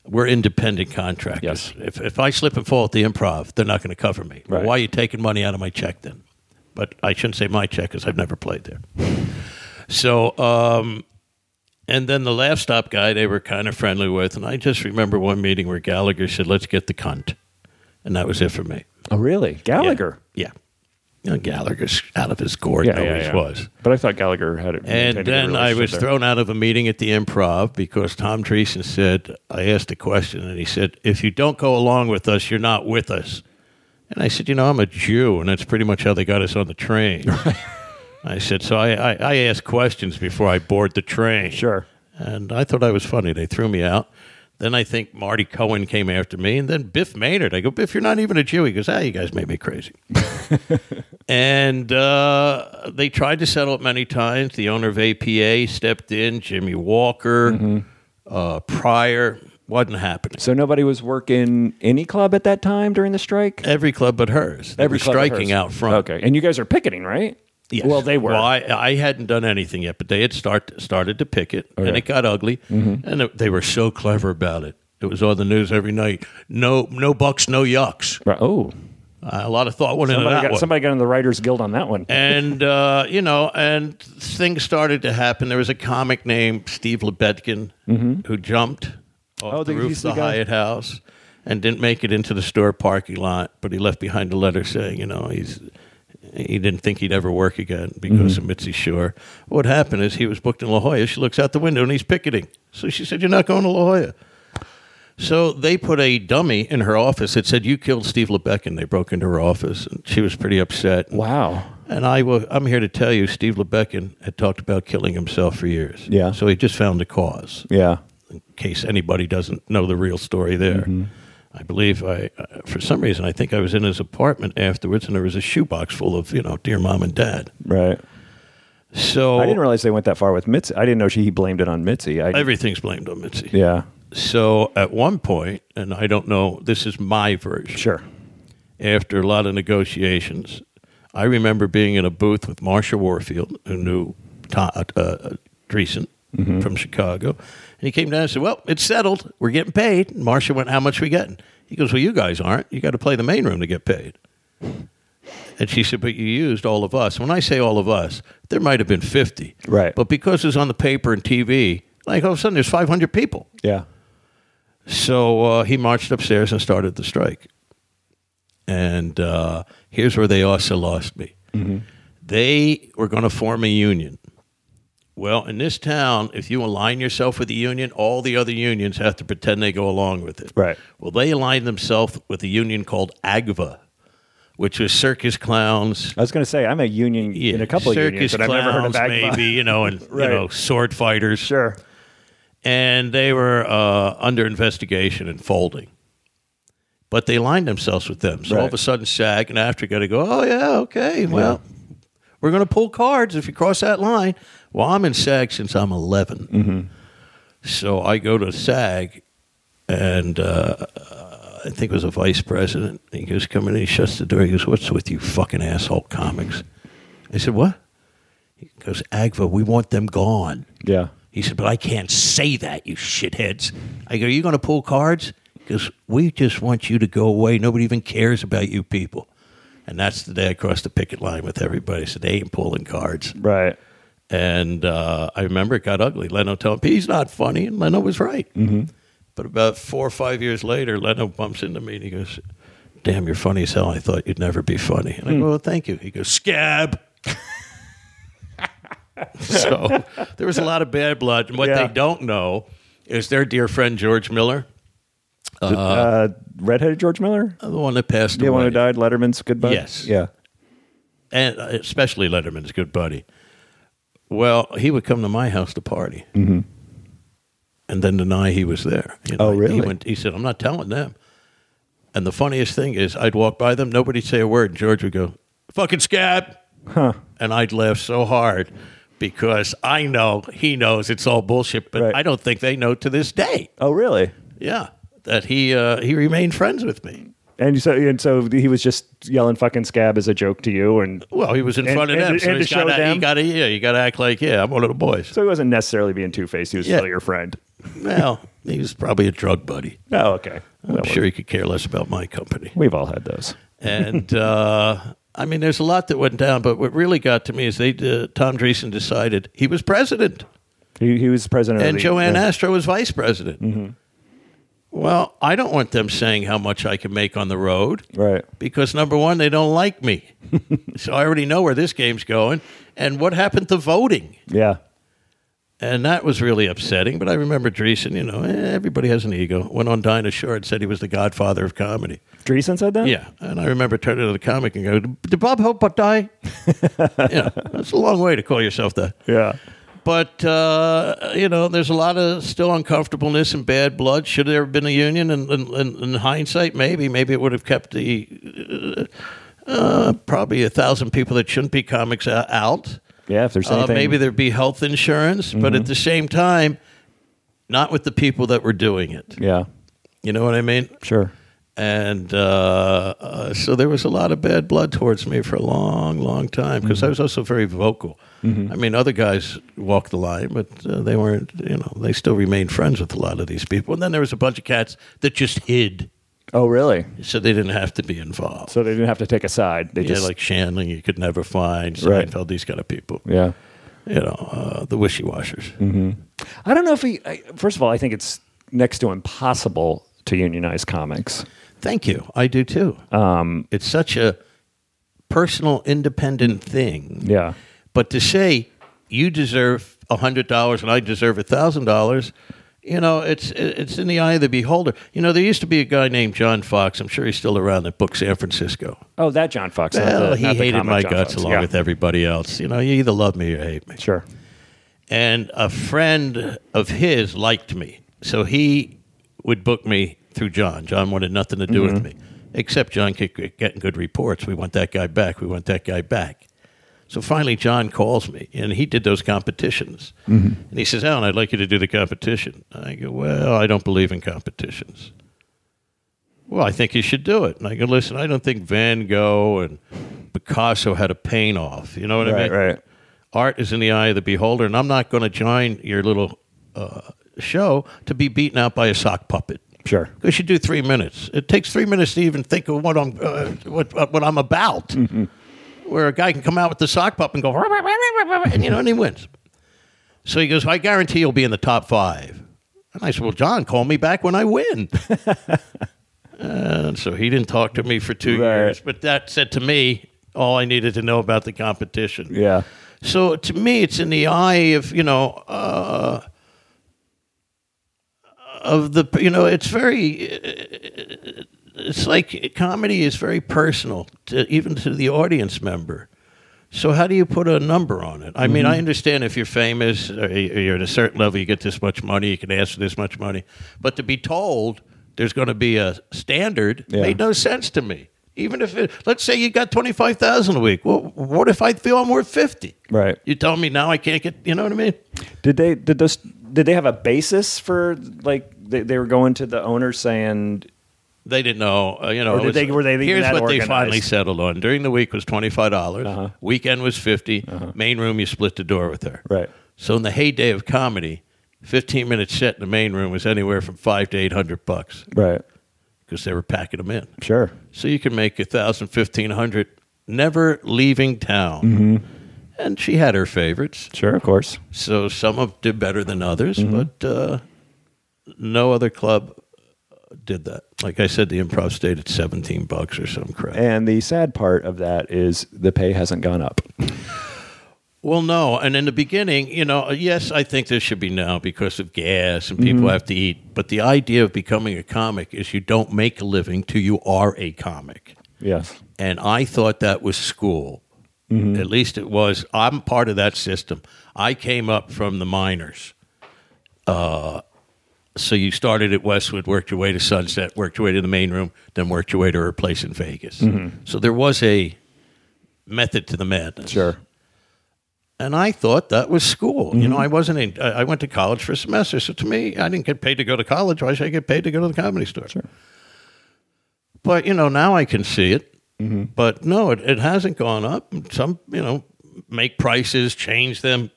Speaker 4: we're independent contractors.
Speaker 5: Yes.
Speaker 4: If, if I slip and fall at the improv, they're not going to cover me.
Speaker 5: Right.
Speaker 4: Why are you taking money out of my check then? But I shouldn't say my check because I've never played there. So, um, and then the laugh stop guy they were kind of friendly with. And I just remember one meeting where Gallagher said, let's get the cunt. And that was it for me.
Speaker 5: Oh, really? Gallagher.
Speaker 4: Yeah. You know, Gallagher's out of his gourd, always was.
Speaker 5: But I thought Gallagher had it.
Speaker 4: And then I was thrown out of a meeting at the improv because Tom Treason said, I asked a question, and he said, If you don't go along with us, you're not with us. And I said, You know, I'm a Jew, and that's pretty much how they got us on the train. I said, So I, I, I ask questions before I board the train.
Speaker 5: Sure.
Speaker 4: And I thought I was funny. They threw me out. Then I think Marty Cohen came after me, and then Biff Maynard. I go, Biff, you're not even a Jew. He goes, Ah, you guys made me
Speaker 5: [LAUGHS]
Speaker 4: crazy. and uh, they tried to settle it many times. The owner of APA stepped in, Jimmy Walker,
Speaker 5: Mm-hmm.
Speaker 4: uh, Pryor. Wasn't happening.
Speaker 5: So nobody was working any club at that time during the strike.
Speaker 4: Every club but hers. They were
Speaker 5: club at
Speaker 4: striking
Speaker 5: hers.
Speaker 4: out front.
Speaker 5: Okay, and you guys are picketing, right?
Speaker 4: Yes.
Speaker 5: Well, they were.
Speaker 4: Well, I, I hadn't done anything yet, but they had start started to pick it, and
Speaker 5: Okay. Mm-hmm.
Speaker 4: it got ugly. And it- they were so clever about it. It was on the news every night. No, no bucks, no yucks.
Speaker 5: Right. Oh,
Speaker 4: Uh, a lot of thought went into
Speaker 5: somebody
Speaker 4: that
Speaker 5: got,
Speaker 4: one.
Speaker 5: somebody got in the Writers Guild on that one.
Speaker 4: [LAUGHS] and uh, you know, and things started to happen. There was a comic named Steve Lebedkin who jumped off
Speaker 5: Mm-hmm. Oh,
Speaker 4: the
Speaker 5: the-
Speaker 4: roof of
Speaker 5: he's
Speaker 4: the,
Speaker 5: the guy.
Speaker 4: Hyatt House and didn't make it into the store parking lot, but he left behind a letter saying, you know, he's he didn't think he'd ever work again because
Speaker 5: Mm-hmm.
Speaker 4: of Mitzi Shore. What happened is he was booked in La Jolla. She looks out the window and he's picketing. So she said, "You're not going to La Jolla." So they put a dummy in her office that said, "You killed Steve Lebedkin." They broke into her office, and she was pretty upset.
Speaker 5: Wow.
Speaker 4: And I will, I'm here to tell you, Steve Lebeckin had talked about killing himself for years.
Speaker 5: Yeah.
Speaker 4: So he just found a cause,
Speaker 5: Yeah.
Speaker 4: in case anybody doesn't know the real story there.
Speaker 5: Mm-hmm.
Speaker 4: I believe I, uh, for some reason, I think I was in his apartment afterwards, and there was a shoebox full of, you know, dear mom and dad.
Speaker 5: Right.
Speaker 4: So
Speaker 5: I didn't realize they went that far with Mitzi. I didn't know she he blamed it on Mitzi. I,
Speaker 4: everything's blamed on Mitzi.
Speaker 5: yeah.
Speaker 4: So at one point, and I don't know, this is my version.
Speaker 5: Sure.
Speaker 4: after a lot of negotiations. I remember being in a booth with Marsha Warfield, who knew Tom, uh, uh, Dreesen from Chicago, and he came down and said, "Well, it's settled. We're getting paid." And Marsha went, "How much we getting?" He goes, "Well, you guys aren't. You got to play the main room to get paid." And she said, "But you used all of us." When I say all of us, there might have been fifty,
Speaker 5: Right.
Speaker 4: But because it's on the paper and TV, like all of a sudden there's five hundred people.
Speaker 5: Yeah.
Speaker 4: So uh, he marched upstairs and started the strike. And uh, here's where they also lost me. They were going to form a union. Well, in this town, if you align yourself with the union, all the other unions have to pretend they go along with it.
Speaker 5: Right.
Speaker 4: Well, they aligned themselves with a union called AGVA, which was circus clowns
Speaker 5: I was going to say I'm a union in a couple of
Speaker 4: circus
Speaker 5: unions, but
Speaker 4: clowns,
Speaker 5: I've never heard of Agfa.
Speaker 4: maybe you know, and
Speaker 5: Right.
Speaker 4: you know, sword fighters.
Speaker 5: Sure.
Speaker 4: and they were uh, under investigation and folding. But they aligned themselves with them. So all of
Speaker 5: Right.
Speaker 4: a sudden, SAG and after got to go, oh, yeah, okay, well, we're going to pull cards if you cross that line. Well, I'm in SAG since I'm 11. So I go to SAG, and uh, I think it was a vice president. He goes, come in, he shuts the door. He goes, what's with you fucking asshole comics? I said, what? He goes, Agva, we want them gone.
Speaker 5: [LAUGHS] Yeah.
Speaker 4: He said, "But I can't say that, you shitheads." I go, "Are you going to pull cards? Because we just want you to go away. Nobody even cares about you people." And that's the day I crossed the picket line with everybody. So they ain't pulling cards.
Speaker 5: Right.
Speaker 4: And uh, I remember it got ugly. Leno telling me he's not funny, and Leno was right. Mm-hmm. But about four or five years later, Leno bumps into me and he goes, "Damn, you're funny as hell. I thought you'd never be funny." And I
Speaker 5: Hmm.
Speaker 4: go, "Well, thank you." He goes, "Scab." [LAUGHS] so there was a lot of bad blood. And what
Speaker 5: Yeah.
Speaker 4: they don't know is their dear friend George Miller,
Speaker 5: Uh, redheaded George Miller,
Speaker 4: the one that passed
Speaker 5: the
Speaker 4: away,
Speaker 5: one who died. Letterman's good buddy.
Speaker 4: Yes.
Speaker 5: Yeah.
Speaker 4: and uh, especially Letterman's good buddy. Well, he would come to my house to party, and then deny he was there. You
Speaker 5: Mm-hmm. Oh,
Speaker 4: He,
Speaker 5: really?
Speaker 4: went, he said, "I'm not telling them." And the funniest thing is, I'd walk by them, nobody'd say a word. And George would go, "Fucking scab," and I'd laugh so hard because I know he knows it's all bullshit, but
Speaker 5: Right.
Speaker 4: I don't think they know to this day.
Speaker 5: Oh, really?
Speaker 4: Yeah, that he uh, he remained friends with me.
Speaker 5: And so and so he was just yelling "fucking scab" as a joke to you, and
Speaker 4: Well, he was in
Speaker 5: And-
Speaker 4: front of
Speaker 5: and
Speaker 4: them,
Speaker 5: to-
Speaker 4: so
Speaker 5: and
Speaker 4: he's
Speaker 5: to show
Speaker 4: got to
Speaker 5: them?
Speaker 4: you got to yeah, you got to act like yeah, I'm one of the boys.
Speaker 5: so he wasn't necessarily being two faced. He was
Speaker 4: Yeah. Oh,
Speaker 5: still your friend.
Speaker 4: Well, he was probably a drug buddy.
Speaker 5: Oh, okay.
Speaker 4: I'm
Speaker 5: Well,
Speaker 4: sure he could care less about my company.
Speaker 5: We've all had those.
Speaker 4: and [LAUGHS] uh, I mean, there's a lot that went down, but what really got to me is they uh, Tom Dreesen decided he was president
Speaker 5: He, he was president
Speaker 4: and
Speaker 5: of the,
Speaker 4: Joanne
Speaker 5: yeah. Mm-hmm.
Speaker 4: Astro was vice president. Well, I don't want them saying how much I can make on the road
Speaker 5: Right.
Speaker 4: because number one, they don't like me, so I already know where this game's going. And what happened to voting?
Speaker 5: Yeah.
Speaker 4: And that was really upsetting. But I remember Dreesen. You know, eh, everybody has an ego. Went on Dinah Shore and said he was the godfather of comedy.
Speaker 5: Dreesen said that?
Speaker 4: Yeah, and I remember turning to the comic and go, "Did Bob Hope but die?" yeah, that's a long way to call yourself that.
Speaker 5: Yeah.
Speaker 4: But uh, you know, there's a lot of still uncomfortableness and bad blood. Should there have been a union? And in, in, in hindsight, maybe, maybe it would have kept the uh, uh, probably a thousand people that shouldn't be comics o- out.
Speaker 5: Yeah, if there's
Speaker 4: Uh,
Speaker 5: anything.
Speaker 4: maybe there'd be health insurance, but at the same time, not with the people that were doing it.
Speaker 5: Yeah.
Speaker 4: You know what I mean?
Speaker 5: Sure.
Speaker 4: and uh, uh, so there was a lot of bad blood towards me for a long, long time because I was also very vocal.
Speaker 5: Mm-hmm.
Speaker 4: I mean, other guys walked the line, but uh, they weren't. You know, they still remained friends with a lot of these people. And then there was a bunch of cats that just hid,
Speaker 5: Oh, really?
Speaker 4: so they didn't have to be involved.
Speaker 5: So they didn't have to take a side. They
Speaker 4: yeah,
Speaker 5: just
Speaker 4: like Shanley, you could never find
Speaker 5: Right.
Speaker 4: Seinfeld. These kind of people,
Speaker 5: yeah. Mm.
Speaker 4: you know, uh, the wishy washers.
Speaker 5: I don't know if he. I, first of all, I think it's next to impossible to unionize comics.
Speaker 4: Thank you, I do too.
Speaker 5: Um,
Speaker 4: it's such a personal, independent thing.
Speaker 5: Yeah.
Speaker 4: But to say you deserve hundred dollars and I deserve thousand dollars, you know, it's it's in the eye of the beholder. You know, there used to be a guy named John Fox. I'm sure he's still around that booked San Francisco.
Speaker 5: Oh, that John Fox. not
Speaker 4: Well,
Speaker 5: the-
Speaker 4: he
Speaker 5: not the
Speaker 4: hated
Speaker 5: comic
Speaker 4: my
Speaker 5: John
Speaker 4: guts
Speaker 5: Fox.
Speaker 4: along
Speaker 5: Yeah.
Speaker 4: with everybody else. You know, you either love me or hate me.
Speaker 5: Sure.
Speaker 4: And a friend of his liked me, so he would book me through John. John wanted nothing to do
Speaker 5: Mm-hmm.
Speaker 4: with me, except John kept getting good reports. We want that guy back. We want that guy back. So finally, John calls me, and he did those competitions.
Speaker 5: Mm-hmm.
Speaker 4: And he says, Alan, I'd like you to do the competition. I go, Well, I don't believe in competitions. Well, I think you should do it. And I go, Listen, I don't think Van Gogh and Picasso had a paint off. You know what I
Speaker 5: Right.
Speaker 4: mean?
Speaker 5: Right.
Speaker 4: Art is in the eye of the beholder, and I'm not going to join your little uh, show to be beaten out by a sock puppet.
Speaker 5: Sure.
Speaker 4: Because you do three minutes. It takes three minutes to even think of what I'm uh, what what I'm about. Where a guy can come out with the sock pup and go, and you know, and he wins. So he goes, I guarantee you'll be in the top five. And I said, Well, John, call me back when I win. and so he didn't talk to me for two
Speaker 5: Right.
Speaker 4: years, but that said to me all I needed to know about the competition.
Speaker 5: Yeah.
Speaker 4: So to me, it's in the eye of you know uh, of the you know it's very uh, it's like comedy is very personal to, even to the audience member. So how do you put a number on it? I mean, I understand if you're famous or you're at a certain level, you get this much money, you can ask for this much money, but to be told there's going to be a standard
Speaker 5: Yeah.
Speaker 4: made no sense to me. Even if it, let's say you got twenty five thousand a week, well, what if I feel I'm worth fifty?
Speaker 5: Right.
Speaker 4: You tell me now I can't get. You know what I mean?
Speaker 5: Did they did those did they have a basis for like they, they were going to the owner saying
Speaker 4: They didn't know. Uh, you know,
Speaker 5: Or did
Speaker 4: it was-
Speaker 5: they- were they even
Speaker 4: here's
Speaker 5: that
Speaker 4: what they
Speaker 5: organized? Uh-huh.
Speaker 4: finally settled on. During the week was twenty five dollars. Weekend was 50 Main room you split the door with her.
Speaker 5: Right.
Speaker 4: So in the heyday of comedy, fifteen minute set in the main room was anywhere from five to eight hundred bucks
Speaker 5: Right.
Speaker 4: because they were packing them in.
Speaker 5: Sure.
Speaker 4: So you can make a thousand, fifteen hundred, never leaving town.
Speaker 5: Mm-hmm.
Speaker 4: And she had her favorites.
Speaker 5: Sure, of course.
Speaker 4: So some of did better than others, but uh, no other club uh, did that. Like I said, the improv stayed at 17 bucks or some crap.
Speaker 2: Eh.
Speaker 5: And the sad part of that is the pay hasn't gone up.
Speaker 4: well, no. And in the beginning, you know, uh, yes, I think there should be now because of gas and people have to eat. But the idea of becoming a comic is you don't make a living till you are a comic.
Speaker 5: Yes.
Speaker 4: and I thought that was school. At least it was. I'm part of that system. I came up from the minors. Uh, so you started at Westwood, worked your way to Sunset, worked your way to the main room, then worked your way to her place in Vegas. So there was a method to the madness.
Speaker 5: Sure.
Speaker 4: And I thought that was school. You
Speaker 5: Mm-hmm.
Speaker 4: know, I wasn't in, I I went to college for a semester. So to me, I didn't get paid to go to college. Why should I get paid to go to the comedy store? Sure. But, you know, now I can see it.
Speaker 5: Mm-hmm.
Speaker 4: But no, it, it hasn't gone up. Some, you know, make prices, change them.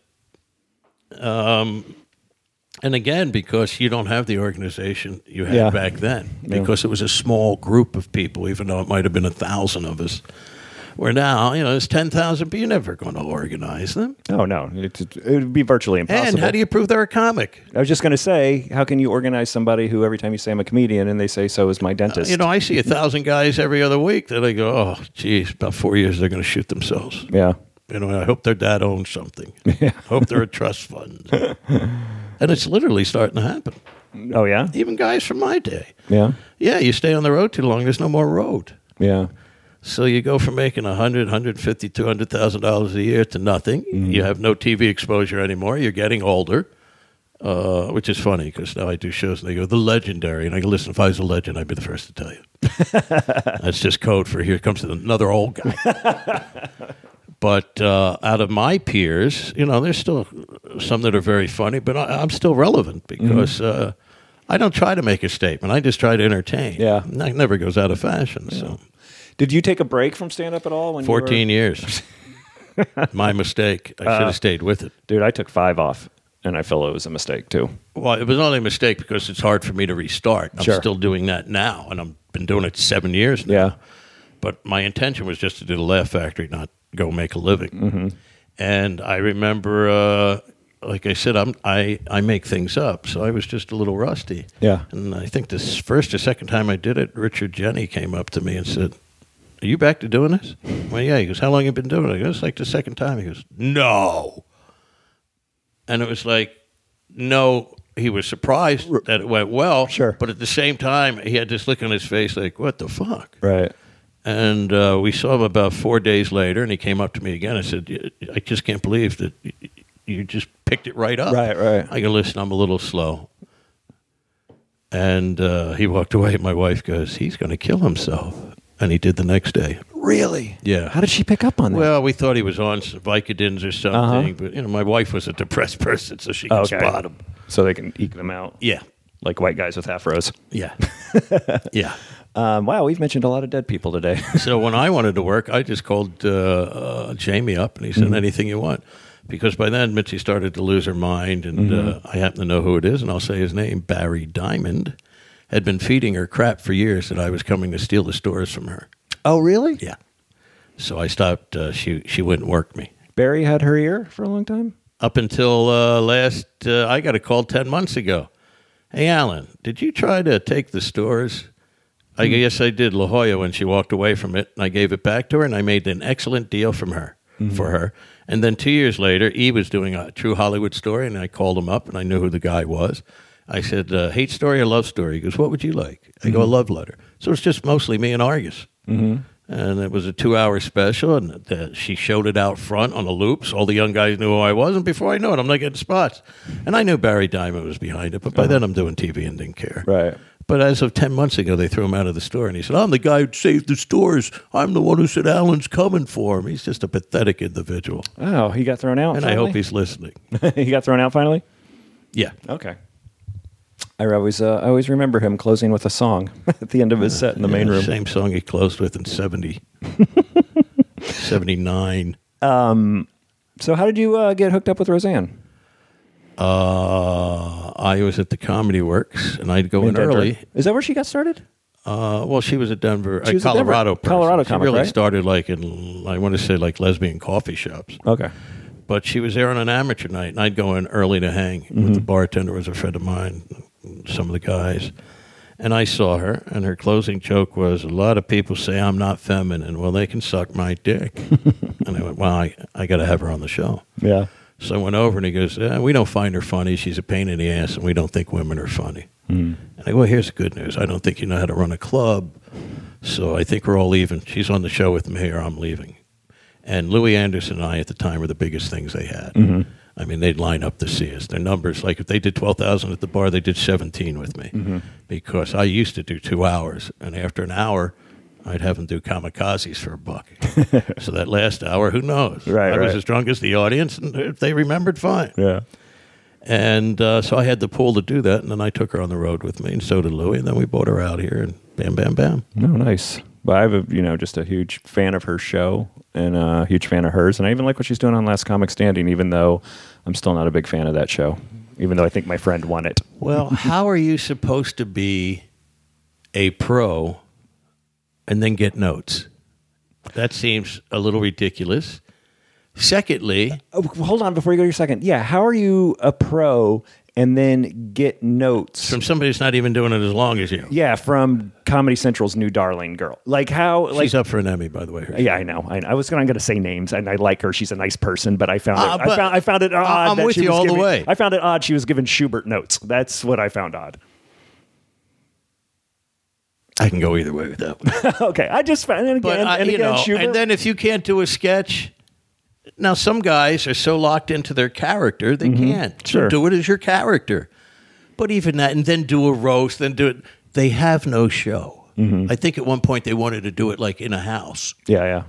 Speaker 4: Um, And again, because you don't have the organization you had
Speaker 5: Yeah.
Speaker 4: back then, because it was a small group of people, even though it might have been a thousand of us. Where now, you know, there's 10,000, but you're never going to organize them.
Speaker 5: Oh no, it, it would be virtually impossible.
Speaker 4: And how do you prove they're a comic?
Speaker 5: I was just going to say, how can you organize somebody who every time you say I'm a comedian and they say so is my dentist?
Speaker 4: You know, I see a thousand guys every other week that I go, oh, geez, about four years they're going to shoot themselves.
Speaker 5: yeah,
Speaker 4: You know, I hope their dad owns
Speaker 5: [LAUGHS]
Speaker 4: something. hope they're a trust fund. and it's literally starting to happen.
Speaker 5: oh yeah,
Speaker 4: Even guys from my day.
Speaker 5: yeah,
Speaker 4: Yeah, you stay on the road too long, there's no more road.
Speaker 5: yeah,
Speaker 4: So you go from making 100, 150, 200,000 dollars a year to nothing. You have no TV exposure anymore. You're getting older, uh, which is funny because now I do shows and they go the legendary, and I go, listen, if I was a legend, I'd be the first to tell you. That's just code for here comes another old guy. but uh, out of my peers, you know, there's still some that are very funny, but I, I'm still relevant because. Uh, I don't try to make a statement. I just try to entertain.
Speaker 5: Yeah.
Speaker 4: And that never goes out of fashion. So
Speaker 5: Did you take a break from stand up at all? When you were-
Speaker 4: 14 [LAUGHS] years. My mistake. I should have stayed with it.
Speaker 5: dude, I took five off, and I feel it was a mistake too.
Speaker 4: Well, it was only a mistake because it's hard for me to restart. I'm
Speaker 5: Sure.
Speaker 4: still doing that now, and I've been doing it seven years now.
Speaker 5: Yeah,
Speaker 4: But my intention was just to do the Laugh Factory, not go make a living.
Speaker 5: Mm-hmm.
Speaker 4: And I remember, uh, like I said, I'm, I, I make things up, so I was just a little rusty.
Speaker 5: Yeah.
Speaker 4: And I think this first or second time I did it, Richard Jenny came up to me and said, Are you back to doing this? Well, yeah. He goes, How long you been doing it? I go, It's like the second time. He goes, No. And it was like, No. He was surprised that it went well.
Speaker 5: Sure.
Speaker 4: But at the same time, he had this look on his face like, What the fuck?
Speaker 5: right.
Speaker 4: And uh, we saw him about four days later, and he came up to me again. I said, "Y- "I just can't believe that y- y- you just picked it right up."
Speaker 5: Right, right.
Speaker 4: I go, "Listen, I'm a little slow." And uh, he walked away. My wife goes, "He's going to kill himself," and he did the next day.
Speaker 5: Really?
Speaker 4: Yeah.
Speaker 5: How did she pick up on that?
Speaker 4: Well, we thought he was on some Vicodins or something, but you know, my wife was a depressed person, so she could
Speaker 5: Uh-huh. Okay.
Speaker 4: spot him.
Speaker 5: so they can eke them out.
Speaker 4: Yeah,
Speaker 5: like white guys with afros. [LAUGHS]
Speaker 4: yeah, yeah.
Speaker 5: Um, wow, we've mentioned a lot of dead people today.
Speaker 4: So when I wanted to work, I just called uh, uh, Jamie up and he said, anything you want. Because by then, Mitzi started to lose her mind, and uh, I happen to know who it is, and I'll say his name Barry Diamond had been feeding her crap for years that I was coming to steal the stores from her.
Speaker 5: oh, really?
Speaker 4: Yeah. So I stopped. Uh, she, she wouldn't work me.
Speaker 5: Barry had her ear for a long time.
Speaker 4: Up until uh, last, uh, I got a call 10 months ago. Hey, Alan, did you try to take the stores? I go, yes, I did. La Jolla, when she walked away from it, and I gave it back to her, and I made an excellent deal from her for her. And then two years later, E was doing a true Hollywood story, and I called him up, and I knew who the guy was. I said, uh, "Hate story or love story?" He goes, "What would you like?" I go, "A love letter." So it's just mostly me and Argus, mm-hmm. and it was a two-hour special, and uh, she showed it out front on the loops. All the young guys knew who I was, and before I know it, I'm not getting spots. And I knew Barry Diamond was behind it, but by then I'm doing TV and didn't care.
Speaker 5: [LAUGHS] Right.
Speaker 4: But as of 10 months ago, they threw him out of the store, and he said, I'm the guy who saved the stores. I'm the one who said Alan's coming for him. He's just a pathetic individual.
Speaker 5: Oh, he got thrown out.
Speaker 4: And I
Speaker 5: finally?
Speaker 4: hope he's listening.
Speaker 5: [LAUGHS] he got thrown out finally. Oh,
Speaker 4: Yeah.
Speaker 5: Okay. I always uh, I always remember him closing with a song at the end of his set in the main
Speaker 4: Yeah,
Speaker 5: room.
Speaker 4: Same song he closed with in
Speaker 5: [LAUGHS]
Speaker 4: 70, 79.
Speaker 5: So how did you uh, get hooked up with Roseanne?
Speaker 4: Uh, I was at the Comedy Works, and I'd go in,
Speaker 5: Denver.
Speaker 4: early.
Speaker 5: Is that where she got started?
Speaker 4: Uh, well, she was a Denver,
Speaker 5: She
Speaker 4: a
Speaker 5: was a Denver-
Speaker 4: Colorado person.
Speaker 5: Colorado
Speaker 4: She
Speaker 5: comic,
Speaker 4: really
Speaker 5: right?
Speaker 4: started like in, I want to say like lesbian coffee shops.
Speaker 5: Okay.
Speaker 4: but she was there on an amateur night, and I'd go in early to hang with the bartender, was a friend of mine, some of the guys, and I saw her, and her closing joke was, "A lot of people say I'm not feminine. Well, they can suck my dick." and I went, "Wow, I, I got to have her on the show."
Speaker 5: Yeah.
Speaker 4: So I went over and he goes, eh, We don't find her funny. She's a pain in the ass, and we don't think women are funny. And I go, Well, here's the good news. I don't think you know how to run a club. So I think we're all leaving. She's on the show with me, or I'm leaving. And Louis Anderson and I, at the time, were the biggest things they had.
Speaker 5: Mm-hmm.
Speaker 4: I mean, they'd line up to see us. Their numbers, like if they did 12,000 at the bar, they did 17 with me
Speaker 5: Mm-hmm.
Speaker 4: because I used to do two hours. And after an hour, I'd have them do kamikazes for a
Speaker 5: [LAUGHS]
Speaker 4: buck. so that last hour, who knows?
Speaker 5: Right,
Speaker 4: I was
Speaker 5: right.
Speaker 4: as drunk as the audience, and if they remembered, fine.
Speaker 5: Yeah.
Speaker 4: And uh, so I had the pull to do that, and then I took her on the road with me, and so did Louie, and then we brought her out here, and bam, bam, bam.
Speaker 5: No, Oh, nice. But I'm a you know just a huge fan of her show and a huge fan of hers, and I even like what she's doing on Last Comic Standing, even though I'm still not a big fan of that show. even though I think my friend won it.
Speaker 4: Well, how are you supposed to be a pro and then get notes? That seems a little ridiculous. Secondly,
Speaker 5: Oh, hold on before you go to your second. Yeah, how are you a pro and then get notes?
Speaker 4: from somebody who's not even doing it as long as you.
Speaker 5: yeah, from Comedy Central's new darling girl. Like how? Like
Speaker 4: She's up for an Emmy, by the way.
Speaker 5: yeah, I know. I, know. I was going to say names, and I like her. She's a nice person, but I found it.
Speaker 4: Ah,
Speaker 5: I
Speaker 4: but
Speaker 5: found I found it
Speaker 4: I-
Speaker 5: odd.
Speaker 4: I'm
Speaker 5: that
Speaker 4: with
Speaker 5: she
Speaker 4: you
Speaker 5: was
Speaker 4: all the
Speaker 5: giving-
Speaker 4: way.
Speaker 5: I found it odd. She was giving Schubert notes. That's what I found odd. [LAUGHS]
Speaker 4: I can go either way with that one.
Speaker 5: okay, I just found and again,
Speaker 4: But I,
Speaker 5: and
Speaker 4: you
Speaker 5: again,
Speaker 4: know,
Speaker 5: Schubert.
Speaker 4: and then if you can't do a sketch, now some guys are so locked into their character they can't.
Speaker 5: Mm-hmm. Sure.
Speaker 4: So do it as your character. But even that, and then do a roast, then do it. They have no show.
Speaker 5: Mm-hmm.
Speaker 4: I think at one point they wanted to do it like in a house.
Speaker 5: yeah, yeah.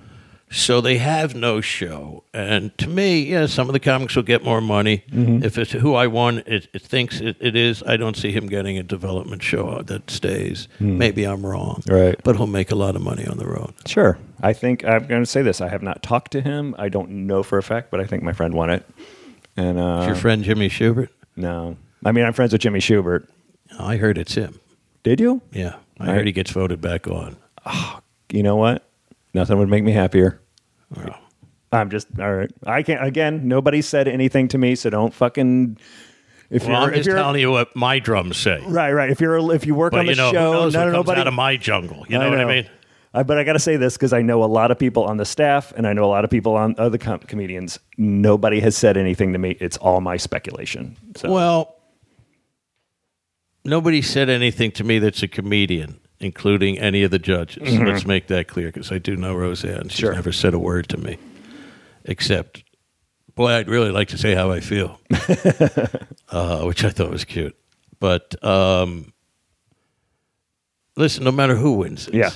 Speaker 4: So they have no show. And to me, yeah, some of the comics will get more money.
Speaker 5: Mm-hmm.
Speaker 4: If it's who I want, it, it thinks it, it is. I don't see him getting a development show that stays. Maybe I'm wrong.
Speaker 5: Hmm. Right.
Speaker 4: But he'll make a lot of money on the road.
Speaker 5: Sure. I think I'm going to say this. I have not talked to him. I don't know for a fact, but I think my friend won it. And uh,
Speaker 4: Your friend Jimmy Schubert?
Speaker 5: no, I mean I'm friends with Jimmy Schubert.
Speaker 4: I heard it's him.
Speaker 5: Did you?
Speaker 4: Yeah. I
Speaker 5: Right.
Speaker 4: heard he gets voted back on.
Speaker 5: You know what? Nothing would make me happier.
Speaker 4: Wow.
Speaker 5: I'm just all right. I can't. Again, nobody said anything to me, so don't fucking. If
Speaker 4: Well, I'm
Speaker 5: if
Speaker 4: just telling you what my drums say.
Speaker 5: Right, right. If you're if you work
Speaker 4: But
Speaker 5: on the
Speaker 4: you know,
Speaker 5: show,
Speaker 4: who knows
Speaker 5: no,
Speaker 4: what
Speaker 5: no,
Speaker 4: comes
Speaker 5: nobody.
Speaker 4: out of my jungle. You know, what I mean?
Speaker 5: I- but I got to say this because I know a lot of people on the staff, and I know a lot of people on other com- comedians. Nobody has said anything to me. It's all my speculation. So
Speaker 4: Well, nobody said anything to me that's a comedian, including any of the judges. Let's make that clear because I do know Roseanne. She's
Speaker 5: Mm-hmm. Sure.
Speaker 4: never said a word to me, except, boy, I'd really like to say how I
Speaker 5: [LAUGHS]
Speaker 4: feel, uh, which I thought was cute. But um, listen, no matter who wins this,
Speaker 5: yeah,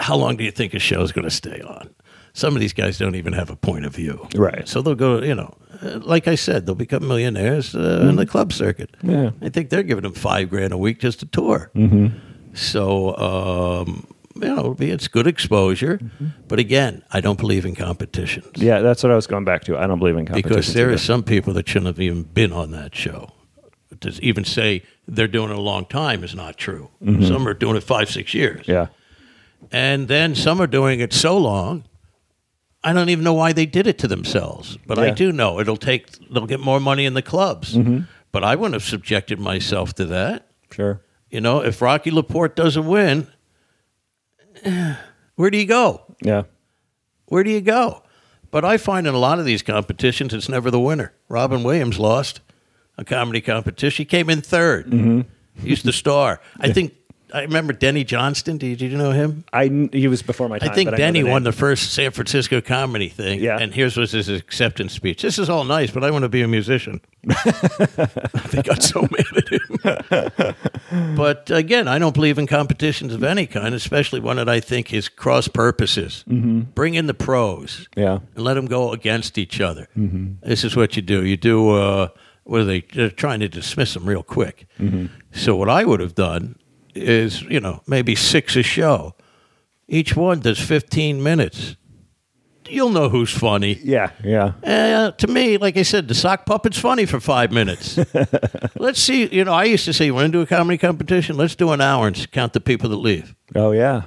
Speaker 4: how long do you think a show's going to stay on? Some of these guys don't even have a point of view.
Speaker 5: Right.
Speaker 4: So they'll go, you know, uh, like I said, they'll become millionaires uh, in the club circuit.
Speaker 5: Yeah.
Speaker 4: I think they're giving them five grand a week just to tour. Mm-hmm. So, um, you know, it'll be- it's good exposure. But again, I don't believe in competitions
Speaker 5: yeah. That's what I was going back to. I don't believe in competition.
Speaker 4: because there are some people that shouldn't have even been on that show. To even say they're doing it a long time is not true. Some are doing it five, six years.
Speaker 5: Mm-hmm. Yeah,
Speaker 4: And then some are doing it so long, I don't even know why they did it to themselves. But I
Speaker 5: Yeah. Mm-hmm.
Speaker 4: do know it'll take, they'll get more money in the clubs. But I wouldn't have subjected myself to that.
Speaker 5: sure.
Speaker 4: You know, if Rocky Laporte doesn't win, [SIGHS] eh, where do you go?
Speaker 5: Yeah,
Speaker 4: Where do you go? But I find in a lot of these competitions, it's never the winner. Robin Williams lost a comedy competition. He came in 3rd He's the star. I think, I remember Denny Johnston. Did you know him?
Speaker 5: I kn- he was before my time.
Speaker 4: I think
Speaker 5: but know
Speaker 4: Denny
Speaker 5: the
Speaker 4: won
Speaker 5: name.
Speaker 4: the first San Francisco comedy thing.
Speaker 5: Yeah.
Speaker 4: And here's was his acceptance speech. This is all nice, but I want to be a musician. they got so mad at him. but again, I don't believe in competitions of any kind, especially one that I think is cross purposes. Bring in the pros
Speaker 5: Yeah,
Speaker 4: and let them go against each other. This is what you do. You do uh, what are they? They're trying to dismiss them real quick. So what I would have done is, you know, maybe six a show. Each one does fifteen minutes. You'll know who's funny.
Speaker 5: yeah, yeah.
Speaker 4: Uh, to me, like I said, the sock puppet's funny for five
Speaker 5: [LAUGHS]
Speaker 4: minutes. let's see. You know, I used to say, you want to do a comedy competition? Let's do an hour and count the people that leave.
Speaker 5: Oh yeah.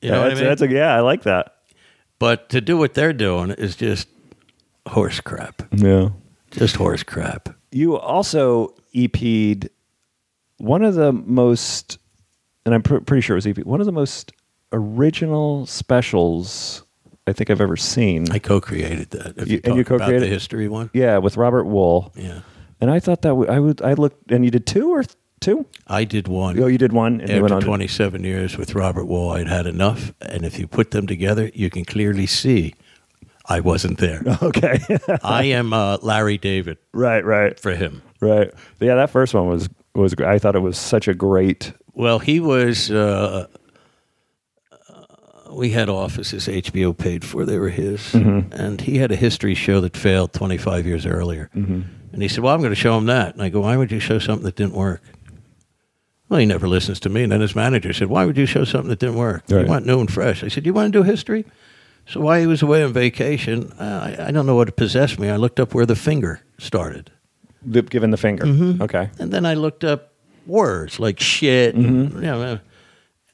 Speaker 4: You know what I
Speaker 5: that's,
Speaker 4: mean?
Speaker 5: that's a, yeah. I like that.
Speaker 4: but to do what they're doing is just horse crap.
Speaker 5: Yeah.
Speaker 4: Just horse crap.
Speaker 5: You also EP'd one of the most, and I'm pr- pretty sure it was EP, one of the most original specials I think I've ever seen.
Speaker 4: I co-created that. If you,
Speaker 5: You- and you
Speaker 4: talk about
Speaker 5: co-created-
Speaker 4: the history one.
Speaker 5: yeah, with Robert Wool.
Speaker 4: Yeah.
Speaker 5: And I thought that w- I would, I looked, and you did two or th- two?
Speaker 4: I did one
Speaker 5: Oh, you did one. And you went
Speaker 4: after
Speaker 5: on to-
Speaker 4: 27 years with Robert Wall. I'd had enough, and if you put them together, you can clearly see I wasn't there.
Speaker 5: [LAUGHS] Okay.
Speaker 4: I am uh, Larry David
Speaker 5: right, right,
Speaker 4: for him.
Speaker 5: right. Yeah, that first one was, was great. I thought it was such a great,
Speaker 4: Well, he was. Uh, we had offices HBO paid for; they were his, and he had a history show that failed 25 years earlier. And he said, "Well, I'm going to show him that." And I go, "Why would you show something that didn't work?" Well, he never listens to me. And then his manager said, "Why would you show something that didn't work?
Speaker 5: Right.
Speaker 4: You want new and fresh." I said, "You want to do history?" So while he was away on vacation, uh, I, I don't know what possessed me. I looked up where the finger started.
Speaker 5: The, given the finger. Okay.
Speaker 4: And then I looked up words like shit. And, you know,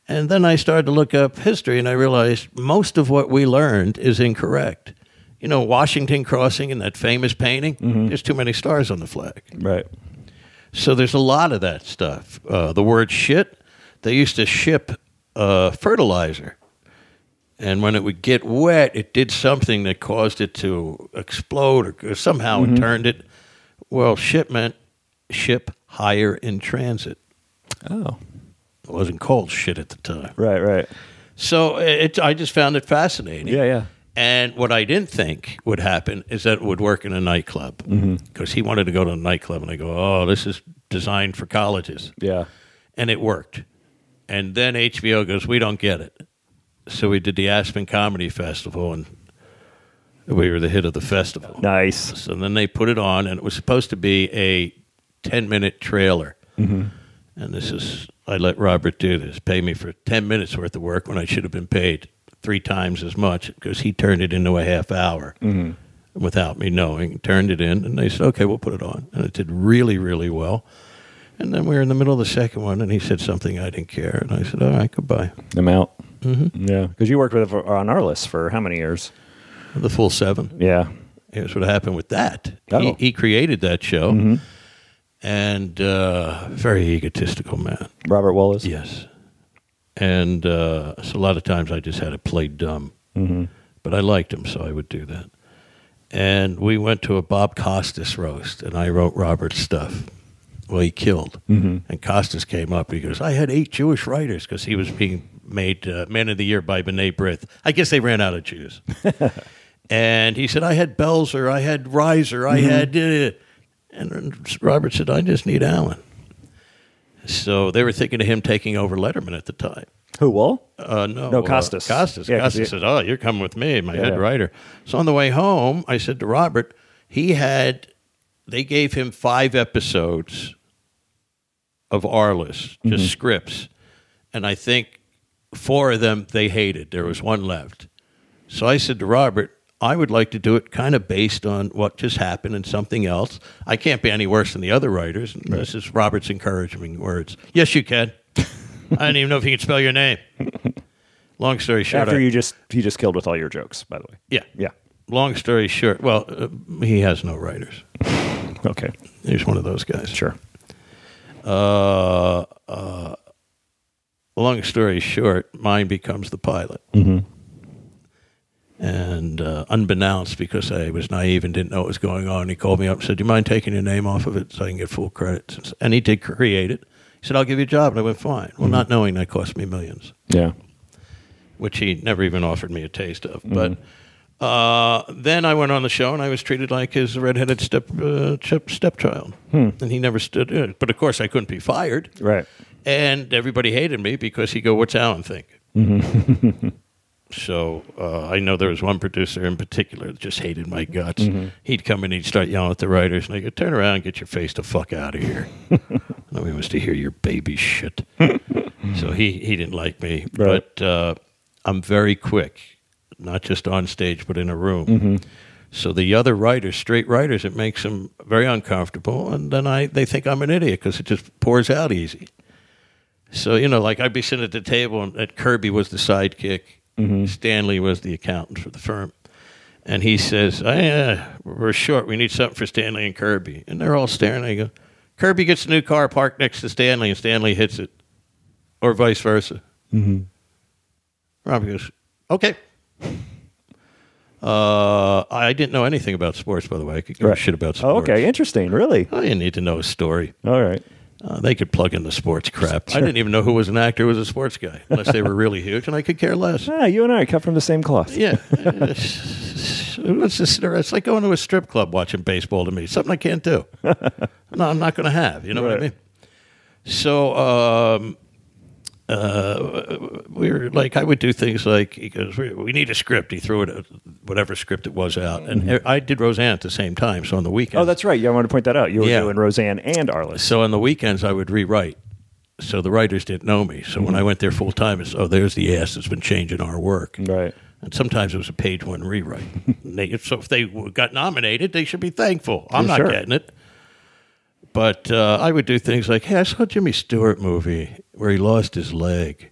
Speaker 4: and then I started to look up history and I realized most of what we learned is incorrect. You know, Washington Crossing and that famous painting, there's too many stars on the flag.
Speaker 5: Right.
Speaker 4: So there's a lot of that stuff. Uh, the word shit, they used to ship uh, fertilizer. And when it would get wet, it did something that caused it to explode or, or somehow
Speaker 5: Mm-hmm.
Speaker 4: it turned it. Well, shit meant ship higher in transit.
Speaker 5: Oh.
Speaker 4: It wasn't called shit at the time.
Speaker 5: Right, right.
Speaker 4: So it, I just found it fascinating.
Speaker 5: Yeah, yeah.
Speaker 4: And what I didn't think would happen is that it would work in a nightclub because
Speaker 5: Mm-hmm.
Speaker 4: he wanted to go to a nightclub, and I go, "Oh, this is designed for colleges,"
Speaker 5: Yeah.
Speaker 4: and it worked. And then HBO goes, "We don't get it," so we did the Aspen Comedy Festival, and we were the hit of the festival.
Speaker 5: Nice.
Speaker 4: So then they put it on, and it was supposed to be a ten-minute trailer. And this is I let Robert do this, pay me for ten minutes worth of work when I should have been paid three times as much because he turned it into a half hour without me knowing. Turned it in, and they said, "Okay, we'll put it on," and it did really, really well. And then we were in the middle of the second one, and he said something I didn't care, and I said, "All right, goodbye."
Speaker 5: I'm out. Mm-hmm. Yeah. Because you worked with on our list for how many years?
Speaker 4: The full seven.
Speaker 5: Yeah.
Speaker 4: Here's what happened with that.
Speaker 5: Oh.
Speaker 4: He, he created that show, and uh, very egotistical man.
Speaker 5: Robert Wallace.
Speaker 4: Yes, and uh, so a lot of times I just had to play dumb, but I liked him, so I would do that. And we went to a Bob Costas roast, and I wrote Robert's stuff. Well, he killed, and Costas came up. He goes, "I had eight Jewish writers because he was being made uh, Man of the Year by B'nai B'rith. I guess they ran out of Jews." And he said, I had Belzer, I had Riser,
Speaker 5: Mm-hmm.
Speaker 4: I had. uh, and Robert said, I just need Allen. So they were thinking of him taking over Letterman at the time.
Speaker 5: Who, Wall?
Speaker 4: Uh, no,
Speaker 5: No,
Speaker 4: uh,
Speaker 5: Costas.
Speaker 4: Costas.
Speaker 5: Yeah, 'cause
Speaker 4: Costas
Speaker 5: he-
Speaker 4: said, Oh, you're coming with me, my
Speaker 5: Yeah.
Speaker 4: head writer. So on the way home, I said to Robert, he had, they gave him five episodes of our list, just
Speaker 5: Mm-hmm.
Speaker 4: scripts. And I think four of them they hated. There was one left. So I said to Robert, I would like to do it kind of based on what just happened and something else. I can't be any worse than the other writers. And This is Robert's encouraging words. Yes, you can. [LAUGHS] I don't even know if you can spell your name. [LAUGHS] Long story short,
Speaker 5: After
Speaker 4: I-
Speaker 5: you just you just killed with all your jokes, by the way.
Speaker 4: yeah,
Speaker 5: Yeah.
Speaker 4: Long story short, well, uh, he has no writers.
Speaker 5: Okay.
Speaker 4: He's one of those guys.
Speaker 5: Sure.
Speaker 4: Uh, uh, long story short, mine becomes the pilot.
Speaker 5: Mm-hmm.
Speaker 4: And uh, unbeknownst, because I was naive and didn't know what was going on, he called me up and said, Do you mind taking your name off of it so I can get full credit? And he did create it. He said, I'll give you a job. And I went, Fine.
Speaker 5: Mm-hmm.
Speaker 4: Well, not knowing that cost me millions
Speaker 5: Yeah.
Speaker 4: which he never even offered me a taste of. But uh, then I went on the show and I was treated like his redheaded step uh, chip- stepchild, and he never stood. It. But of course, I couldn't be fired,
Speaker 5: Right.
Speaker 4: and everybody hated me because he go, "What's Alan think?" so uh, I know there was one producer in particular that just hated my guts. He'd come in, he'd start yelling at the writers, and I go, "Turn around, and get your face the fuck out of here." Nobody wants to hear your baby shit. so he, he didn't like me.
Speaker 5: Right.
Speaker 4: But uh, I'm very quick, not just on stage, but in a room. So the other writers, straight writers, it makes them very uncomfortable. And then I they think I'm an idiot because it just pours out easy. So, you know, like I'd be sitting at the table and, and Kirby was the sidekick,
Speaker 5: Mm-hmm.
Speaker 4: Stanley was the accountant for the firm. And he says, I, uh, We're short. We need something for Stanley and Kirby. And they're all staring. I go, Kirby gets a new car parked next to Stanley, and Stanley hits it, or vice versa. Mm-hmm. Robbie goes, Okay. Uh, I didn't know anything about sports, by the way. I could give a
Speaker 5: Right.
Speaker 4: shit about
Speaker 5: Oh,
Speaker 4: sports.
Speaker 5: okay. Interesting. Really.
Speaker 4: I didn't need to know a story.
Speaker 5: All right.
Speaker 4: Uh, they could plug in the sports crap. I didn't even know who was an actor, who was a sports guy, unless they were really huge, and I could care less.
Speaker 5: Ah, you and I cut from the same cloth.
Speaker 4: Yeah, it's just it's like going to a strip club watching baseball to me. Something I can't do. no, I'm not going to have. You know what I
Speaker 5: Right.
Speaker 4: mean? So um, uh, we were like, I would do things like he goes, we, we need a script. He threw it, uh, whatever script it was out, and I did Roseanne at the same time. So on the weekend,
Speaker 5: Oh, that's right. Yeah, I wanted to point that out. You were
Speaker 4: Yeah.
Speaker 5: doing Roseanne and Arliss.
Speaker 4: so on the weekends I would rewrite. So the writers didn't know me. So when I went there full time, it's oh, there's the ass that's been changing our work.
Speaker 5: Right.
Speaker 4: And sometimes it was a page one rewrite.
Speaker 5: [LAUGHS]
Speaker 4: And they, so if they w- got nominated, they should be thankful. I'm
Speaker 5: Yeah,
Speaker 4: not
Speaker 5: sure.
Speaker 4: getting it. But uh, I would do things like, hey, I saw a Jimmy Stewart movie where he lost his leg.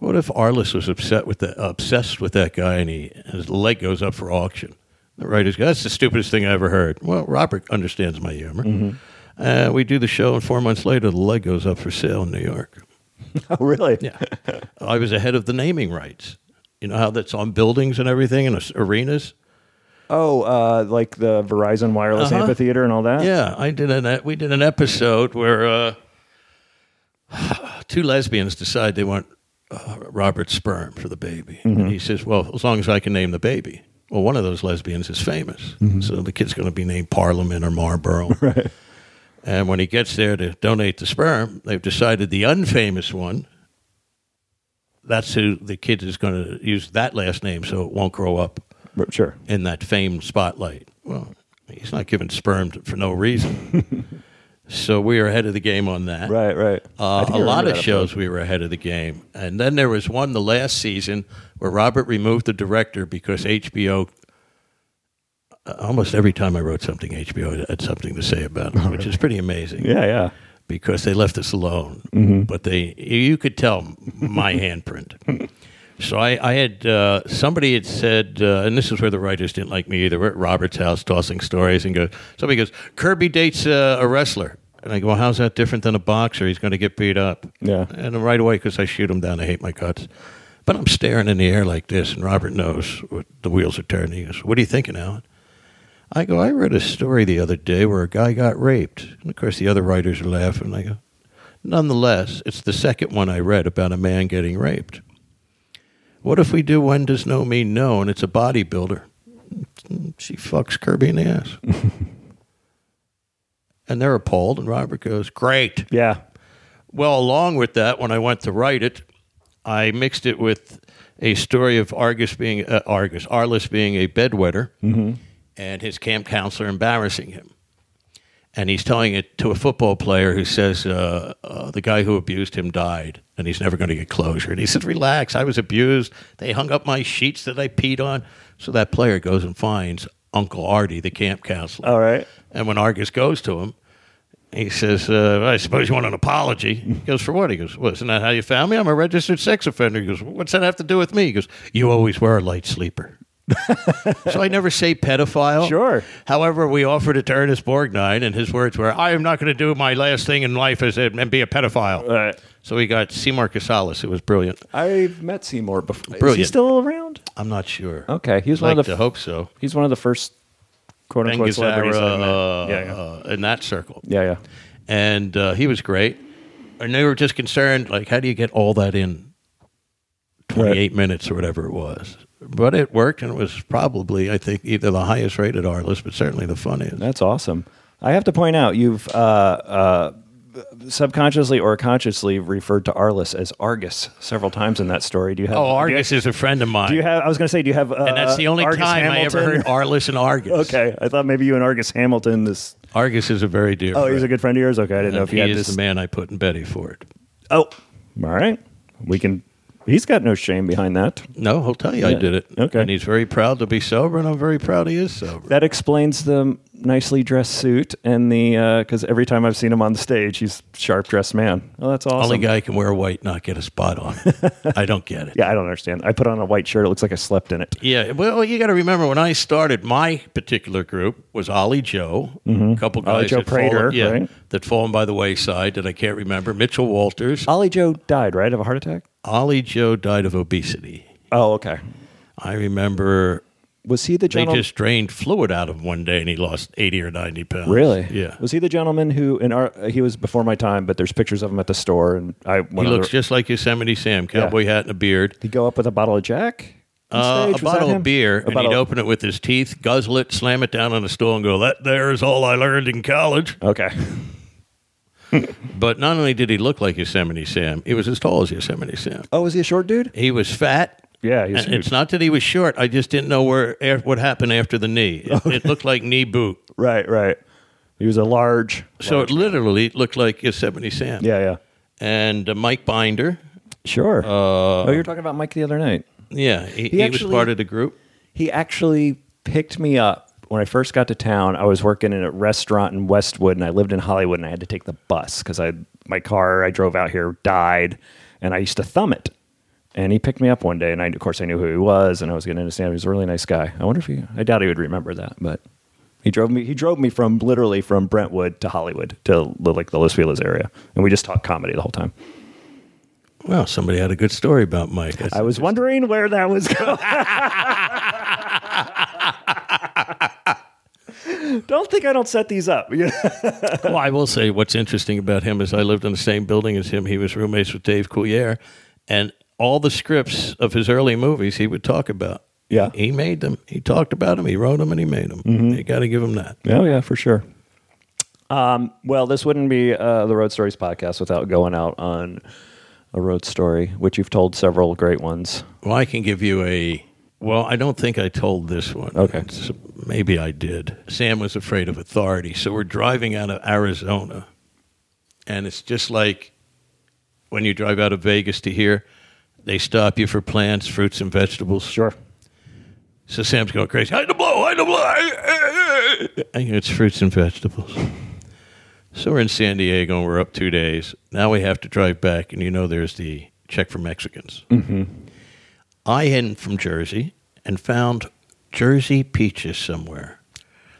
Speaker 4: What if Arliss was upset with the, obsessed with that guy and he, his leg goes up for auction? The writers go, that's the stupidest thing I ever heard. Well, Robert understands my humor.
Speaker 5: Mm-hmm.
Speaker 4: Uh, we do the show, and four months later, the leg goes up for sale in New York.
Speaker 5: Oh, really?
Speaker 4: Yeah. I was ahead of the naming rights. You know how that's on buildings and everything and as- arenas?
Speaker 5: Oh, uh, like the Verizon Wireless
Speaker 4: Uh-huh.
Speaker 5: Amphitheater and all that?
Speaker 4: Yeah, I did an e- we did an episode where uh, [SIGHS] two lesbians decide they want uh, Robert's sperm for the baby, and he says, "Well, as long as I can name the baby." Well, one of those lesbians is famous, so the kid's going to be named Parliament or Marlborough. Right. And when he gets there to donate the sperm, they've decided the unfamous one. That's who the kid is going to use that last name, so it won't grow up
Speaker 5: R- Sure.
Speaker 4: in that famed spotlight. Well, he's not giving sperm t- for no reason.
Speaker 5: [LAUGHS]
Speaker 4: so we are ahead of the game on that.
Speaker 5: Right, right. I
Speaker 4: Uh,
Speaker 5: think
Speaker 4: a
Speaker 5: I
Speaker 4: lot
Speaker 5: remember
Speaker 4: of
Speaker 5: that
Speaker 4: shows we were ahead of the game. And then there was one the last season where Robert removed the director because HBO. uh, Almost every time I wrote something, HBO had something to say about it, which is pretty amazing
Speaker 5: Oh, Yeah, yeah.
Speaker 4: because they left us alone. But they, you could tell my handprint. So I, I had uh, somebody had said, uh, and this is where the writers didn't like me either. We're at Robert's house tossing stories, and goes somebody goes, Kirby dates uh, a wrestler, and I go, well, how's that different than a boxer? He's going to get beat up.
Speaker 5: Yeah.
Speaker 4: and right away because I shoot him down, I hate my guts. But I'm staring in the air like this, and Robert knows what the wheels are turning. He goes, "What are you thinking, Alan?" I go, I read a story the other day where a guy got raped. And of course, the other writers are laughing. I go, nonetheless, it's the second one I read about a man getting raped. What if we do When Does No Mean No and it's a bodybuilder? She fucks Kirby in the ass. and they're appalled, and Robert goes, Great.
Speaker 5: Yeah.
Speaker 4: Well, along with that, when I went to write it, I mixed it with a story of Argus being uh, Argus Arliss being a bedwetter, and his camp counselor embarrassing him, and he's telling it to a football player who says uh, uh, the guy who abused him died, and he's never going to get closure. And he says, "Relax, I was abused. They hung up my sheets that I peed on." So that player goes and finds Uncle Artie, the camp counselor.
Speaker 5: All right.
Speaker 4: And when Argus goes to him, he says, uh, I suppose you want an apology. He goes, For what? He goes, Well, isn't that how you found me? I'm a registered sex offender. He goes, What's that have to do with me? He goes, You always were a light
Speaker 5: [LAUGHS]
Speaker 4: sleeper. so I never say pedophile.
Speaker 5: Sure.
Speaker 4: However, we offered it to Ernest Borgnine, and his words were, I am not going to do my last thing in life as a, and be a pedophile.
Speaker 5: right.
Speaker 4: So we got Seymour Casales, who was brilliant.
Speaker 5: I've met Seymour before. Is he
Speaker 4: Brilliant.
Speaker 5: still Oh, around?
Speaker 4: I'm not sure.
Speaker 5: Okay, he was
Speaker 4: I'd
Speaker 5: one of
Speaker 4: like
Speaker 5: the
Speaker 4: to
Speaker 5: f-
Speaker 4: hope so.
Speaker 5: He's one of the first quote
Speaker 4: Ben
Speaker 5: unquote celebrities. I met.
Speaker 4: Gazzara,
Speaker 5: yeah, yeah.
Speaker 4: uh, in that circle.
Speaker 5: yeah, yeah.
Speaker 4: and uh, he was great. And they were just concerned, like, how do you get all that in 28 minutes or whatever it was? But it worked, and it was probably, I think, either the highest rated R list, but certainly the funniest.
Speaker 5: That's awesome. I have to point out, you've uh, uh, subconsciously or consciously referred to Arliss as Argus several times in that story. Do you have?
Speaker 4: oh, Argus is a friend of mine.
Speaker 5: Do you have? I was going to say, do you have? Uh,
Speaker 4: and that's the only
Speaker 5: Argus
Speaker 4: time I
Speaker 5: Hamilton?
Speaker 4: ever heard Arliss and Argus.
Speaker 5: [LAUGHS] Okay, I thought maybe you and Argus Hamilton. This.
Speaker 4: Argus is a very dear
Speaker 5: Oh,
Speaker 4: friend.
Speaker 5: he's a good friend of yours. Okay, I didn't know
Speaker 4: and
Speaker 5: if you
Speaker 4: he
Speaker 5: had
Speaker 4: is
Speaker 5: this.
Speaker 4: the man I put in Betty for it.
Speaker 5: Oh, all right. We can. He's got no shame behind that.
Speaker 4: No, he'll tell you I
Speaker 5: Yeah.
Speaker 4: did it.
Speaker 5: Okay.
Speaker 4: And he's very proud to be sober, and I'm very proud he is sober.
Speaker 5: That explains the nicely dressed suit and the because every time I've seen him on the stage, he's sharp dressed man. Oh, that's awesome.
Speaker 4: Only guy can wear white, not get a spot
Speaker 5: [LAUGHS]
Speaker 4: on. it. I don't get it.
Speaker 5: Yeah, I don't understand. I put on a white shirt. It looks like I slept in it.
Speaker 4: Yeah, well, you got to remember when I started, my particular group was Ollie Joe, a couple guys,
Speaker 5: Mm-hmm. Ollie Joe
Speaker 4: that fallen-
Speaker 5: Prater,
Speaker 4: yeah,
Speaker 5: right?
Speaker 4: that fallen by the wayside that I can't remember. Mitchell Walters,
Speaker 5: Ollie Joe died right of a heart attack.
Speaker 4: Ollie Joe died of obesity.
Speaker 5: Oh, okay.
Speaker 4: I remember
Speaker 5: Was he
Speaker 4: they
Speaker 5: the gentleman?
Speaker 4: just drained fluid out of him one day, and he lost eighty or ninety pounds.
Speaker 5: Really?
Speaker 4: Yeah,
Speaker 5: Was he the gentleman who in our he was before my time, but there's pictures of him at the store, and I
Speaker 4: he
Speaker 5: went
Speaker 4: looks just like Yosemite Sam, cowboy hat and a beard.
Speaker 5: He'd go up with a bottle of Jack. on
Speaker 4: Uh,
Speaker 5: stage?
Speaker 4: a
Speaker 5: Was that
Speaker 4: bottle
Speaker 5: him?
Speaker 4: of beer,
Speaker 5: A
Speaker 4: and
Speaker 5: bottle-
Speaker 4: he'd open it with his teeth, guzzle it, slam it down on the stool, and go, "That there is all I learned in college."
Speaker 5: Okay.
Speaker 4: But not only did he look like Yosemite Sam, he was as tall as Yosemite Sam.
Speaker 5: Oh, was he a short dude?
Speaker 4: He was fat.
Speaker 5: Yeah, he was
Speaker 4: And
Speaker 5: huge.
Speaker 4: it's not that he was short. I just didn't know where af- what happened after the knee. It, it looked like knee boot.
Speaker 5: Right, right. He was a large.
Speaker 4: So it literally looked like Yosemite Sam.
Speaker 5: Yeah, yeah.
Speaker 4: And uh, Mike Binder.
Speaker 5: Uh, Sure. oh, you were talking about Mike the other night.
Speaker 4: Yeah, he,
Speaker 5: He
Speaker 4: he
Speaker 5: actually-
Speaker 4: was part of the group.
Speaker 5: He actually picked me up when I first got to town. I was working in a restaurant in Westwood, and I lived in Hollywood, and I had to take the bus because I my car I drove out here died, and I used to thumb it. And he picked me up one day, and I of course I knew who he was, and I was going to understand he was a really nice guy. I wonder if he I doubt he would remember that, but. He drove me. He drove me from literally from Brentwood to Hollywood to the, like the Los Feliz area, and we just talked comedy the whole time.
Speaker 4: Well, somebody had a good story about Mike.
Speaker 5: I was wondering where that was [LAUGHS] going. don't think I don't set these up. You know?
Speaker 4: well, I will say what's interesting about him is I lived in the same building as him. He was roommates with Dave Coulier, and all the scripts of his early movies he would talk about.
Speaker 5: Yeah.
Speaker 4: He made them. He talked about them. He wrote them and he made them. You got to give him that.
Speaker 5: Oh yeah, for sure. Um, well, this wouldn't be uh, the Road Stories podcast without going out on a road story, which you've told several great ones.
Speaker 4: Well, I can give you a. Well, I don't think I told this one.
Speaker 5: Okay.
Speaker 4: It's- maybe I did. Sam was afraid of authority. So we're driving out of Arizona. And it's just like when you drive out of Vegas to here, they stop you for plants, fruits, and vegetables.
Speaker 5: Sure.
Speaker 4: So Sam's going crazy. Hide the blow, hide the blow. And it's fruits and vegetables. So we're in San Diego and we're up two days. Now we have to drive back, and you know there's the check for Mexicans. I am from Jersey and found Jersey peaches somewhere,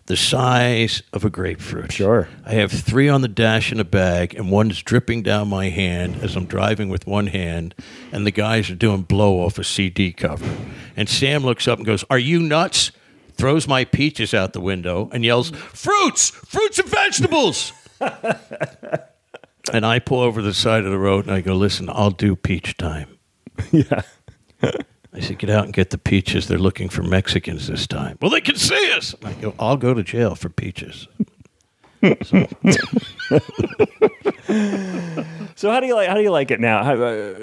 Speaker 4: the size of a grapefruit.
Speaker 5: Sure.
Speaker 4: I have three on the dash in a bag, and one's dripping down my hand as I'm driving with one hand, and the guys are doing blow off a CD cover. And Sam looks up and goes, Are you nuts? Throws my peaches out the window and yells, Fruits, fruits and vegetables. and I pull over the side of the road and I go, Listen, I'll do peach time.
Speaker 5: [LAUGHS] Yeah.
Speaker 4: I said, get out and get the peaches. They're looking for Mexicans this time. Well, they can see us. And I go, I'll go to jail for peaches. So,
Speaker 5: So how do you like? How do you like it now? How, uh,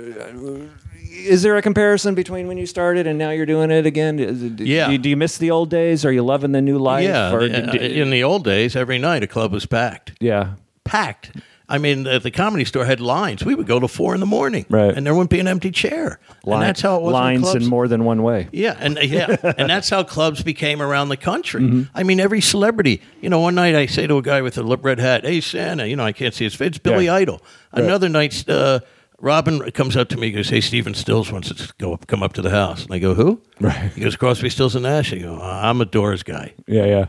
Speaker 5: is there a comparison between when you started and now you're doing it again? Is it- do
Speaker 4: Yeah.
Speaker 5: you- Do, you miss the old days? Are you loving the new life?
Speaker 4: yeah.
Speaker 5: Or
Speaker 4: the-
Speaker 5: d- d-
Speaker 4: in the old days, every night a club was packed.
Speaker 5: yeah.
Speaker 4: Packed. I mean, the, the comedy store had lines. We would go to four in the morning,
Speaker 5: Right.
Speaker 4: and there wouldn't be an empty chair. and that's how it was. in
Speaker 5: Lines
Speaker 4: clubs.
Speaker 5: in more than one way.
Speaker 4: Yeah, and uh,
Speaker 5: [LAUGHS]
Speaker 4: yeah, and that's how clubs became around the country.
Speaker 5: Mm-hmm.
Speaker 4: I mean, every celebrity. You know, one night I say to a guy with a li- red hat, "Hey, Santa," you know, I can't see his face. It's Billy
Speaker 5: Yeah.
Speaker 4: Idol. Another night, uh, Robin comes up to me, goes, "Hey, Stephen Stills wants to go up, come up to the house," and I go, "Who?"
Speaker 5: Right.
Speaker 4: He goes, "Crosby, Stills, and Nash." I go, "Uh, "I'm a Doors guy,"
Speaker 5: Yeah, yeah.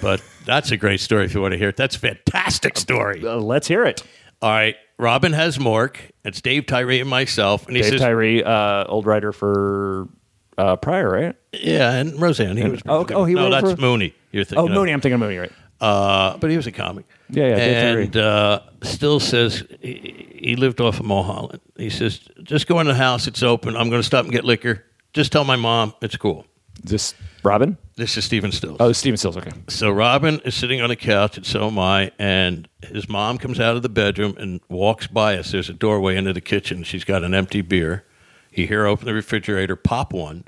Speaker 4: but that's a great story if you want to hear it. That's a fantastic story.
Speaker 5: Uh, let's hear it.
Speaker 4: All right, Robin has Mork. It's Dave Tyree and myself, and he
Speaker 5: Dave
Speaker 4: says,
Speaker 5: Tyree, uh, old writer for uh, Pryor, right?
Speaker 4: "Yeah," and Roseanne. He was
Speaker 5: oh, oh, he
Speaker 4: no,
Speaker 5: wrote
Speaker 4: that's
Speaker 5: for-
Speaker 4: Mooney. You're thinking
Speaker 5: Oh,
Speaker 4: of.
Speaker 5: Mooney. I'm thinking of Mooney, right?
Speaker 4: Uh, but he was a comic.
Speaker 5: Yeah, yeah, Dave
Speaker 4: And uh, still says he, he lived off of Mulholland. He says, just go in the house. It's open. I'm going to stop and get liquor. Just tell my mom it's cool.
Speaker 5: This Robin?
Speaker 4: This is Steven Stills.
Speaker 5: Oh, Steven Stills. Okay.
Speaker 4: So Robin is sitting on the couch, and so am I. And his mom comes out of the bedroom and walks by us. There's a doorway into the kitchen. She's got an empty beer. You hear her open the refrigerator, pop one,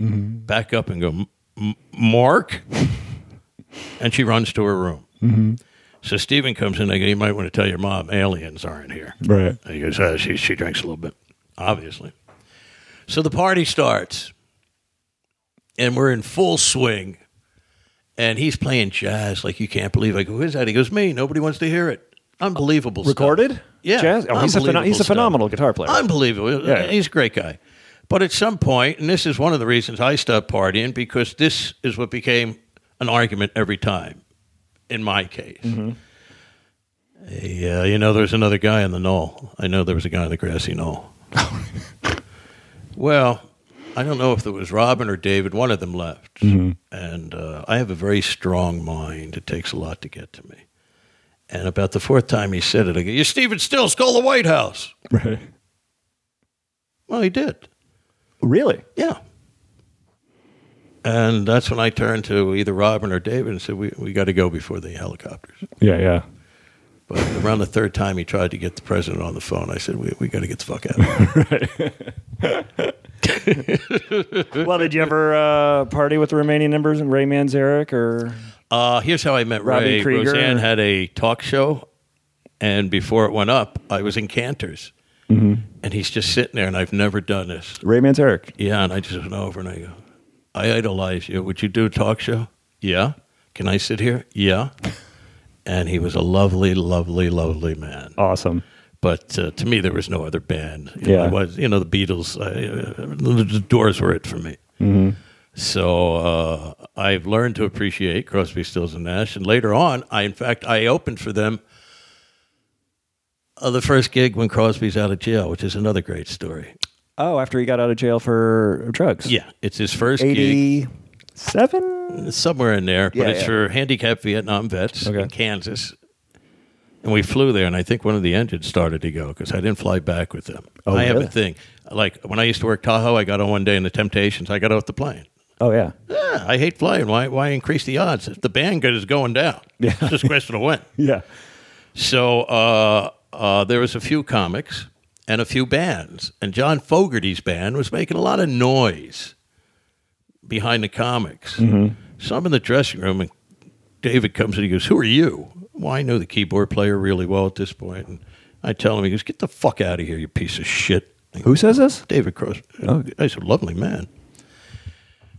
Speaker 4: back up, and go, "M- M- Mark? and she runs to her room. So Stephen comes in. I go, you might want to tell your mom aliens aren't here.
Speaker 5: Right.
Speaker 4: And he goes, oh, she, she drinks a little bit, obviously. So the party starts, and we're in full swing. And he's playing jazz like you can't believe. I go, who is that? He goes, me. Nobody wants to hear it. Unbelievable. stuff.
Speaker 5: Recorded?
Speaker 4: Yeah. Uh,
Speaker 5: Jazz? Oh, he's, a pheno-
Speaker 4: Unbelievable
Speaker 5: he's a
Speaker 4: stuff.
Speaker 5: phenomenal guitar player.
Speaker 4: Unbelievable.
Speaker 5: Yeah.
Speaker 4: He's a great guy. But at some point, and this is one of the reasons I stopped partying because this is what became an argument every time in my case.
Speaker 5: Mm-hmm.
Speaker 4: Yeah, you know, there was another guy on the knoll. I know there was a guy on the grassy
Speaker 5: [LAUGHS]
Speaker 4: knoll. well, I don't know if it was Robin or David. One of them left.
Speaker 5: Mm-hmm.
Speaker 4: And uh, I have a very strong mind. It takes a lot to get to me. And about the fourth time he said it, I go, You're Stephen Stills, call the White House.
Speaker 5: Right.
Speaker 4: Well, he did.
Speaker 5: Really?
Speaker 4: Yeah. And that's when I turned to either Robin or David and said, We, we got to go before the helicopters.
Speaker 5: Yeah, yeah.
Speaker 4: But around the third time he tried to get the president on the phone, I said, We, we got to get the fuck out of
Speaker 5: [LAUGHS]
Speaker 4: here.
Speaker 5: well, did you ever uh, party with the remaining members and Ray Manzarek or?
Speaker 4: Uh, here's how I met
Speaker 5: Robbie
Speaker 4: Ray.
Speaker 5: Krieger.
Speaker 4: Roseanne
Speaker 5: Mm-hmm.
Speaker 4: had a talk show, and before it went up, I was in Cantors. and he's just sitting there, and I've never done this.
Speaker 5: Ray Manzarek.
Speaker 4: Yeah, and I just went over and I go, I idolize you. Would you do a talk show? Yeah. Can I sit here? Yeah. And he was a lovely, lovely, lovely man.
Speaker 5: Awesome.
Speaker 4: But uh, to me, there was no other band. You
Speaker 5: Yeah.
Speaker 4: Know, it was, you know, the Beatles, I, uh, the, the Doors were it for me. So uh, I've learned to appreciate Crosby, Stills, and Nash. And later on, I, in fact, I opened for them uh, the first gig when Crosby's out of jail, which is another great story.
Speaker 5: Oh, after he got out of jail for drugs.
Speaker 4: Yeah, it's his first gig.
Speaker 5: 87?
Speaker 4: It's somewhere in there,
Speaker 5: Yeah,
Speaker 4: but it's
Speaker 5: yeah.
Speaker 4: for handicapped Vietnam vets
Speaker 5: Okay.
Speaker 4: in Kansas. And we flew there, and I think one of the engines started to go because I didn't fly back with them.
Speaker 5: Oh,
Speaker 4: I have
Speaker 5: really?
Speaker 4: a thing. Like when I used to work Tahoe, I got on one day in the Temptations. I got off the plane.
Speaker 5: Oh, yeah.
Speaker 4: Yeah, I hate flying. Why? Why increase the odds? If the band good is going down,
Speaker 5: Yeah.
Speaker 4: it's just a question of when.
Speaker 5: [LAUGHS] Yeah.
Speaker 4: So uh, uh, there was a few comics and a few bands, and John Fogerty's band was making a lot of noise behind the comics.
Speaker 5: Mm-hmm.
Speaker 4: So I'm in the dressing room, and David comes in. He goes, "Who are you?" Well, I know the keyboard player really well at this point, and I tell him, "He goes, get the fuck out of here, you piece of shit."
Speaker 5: Who says this?
Speaker 4: David Crosby. I said, lovely man.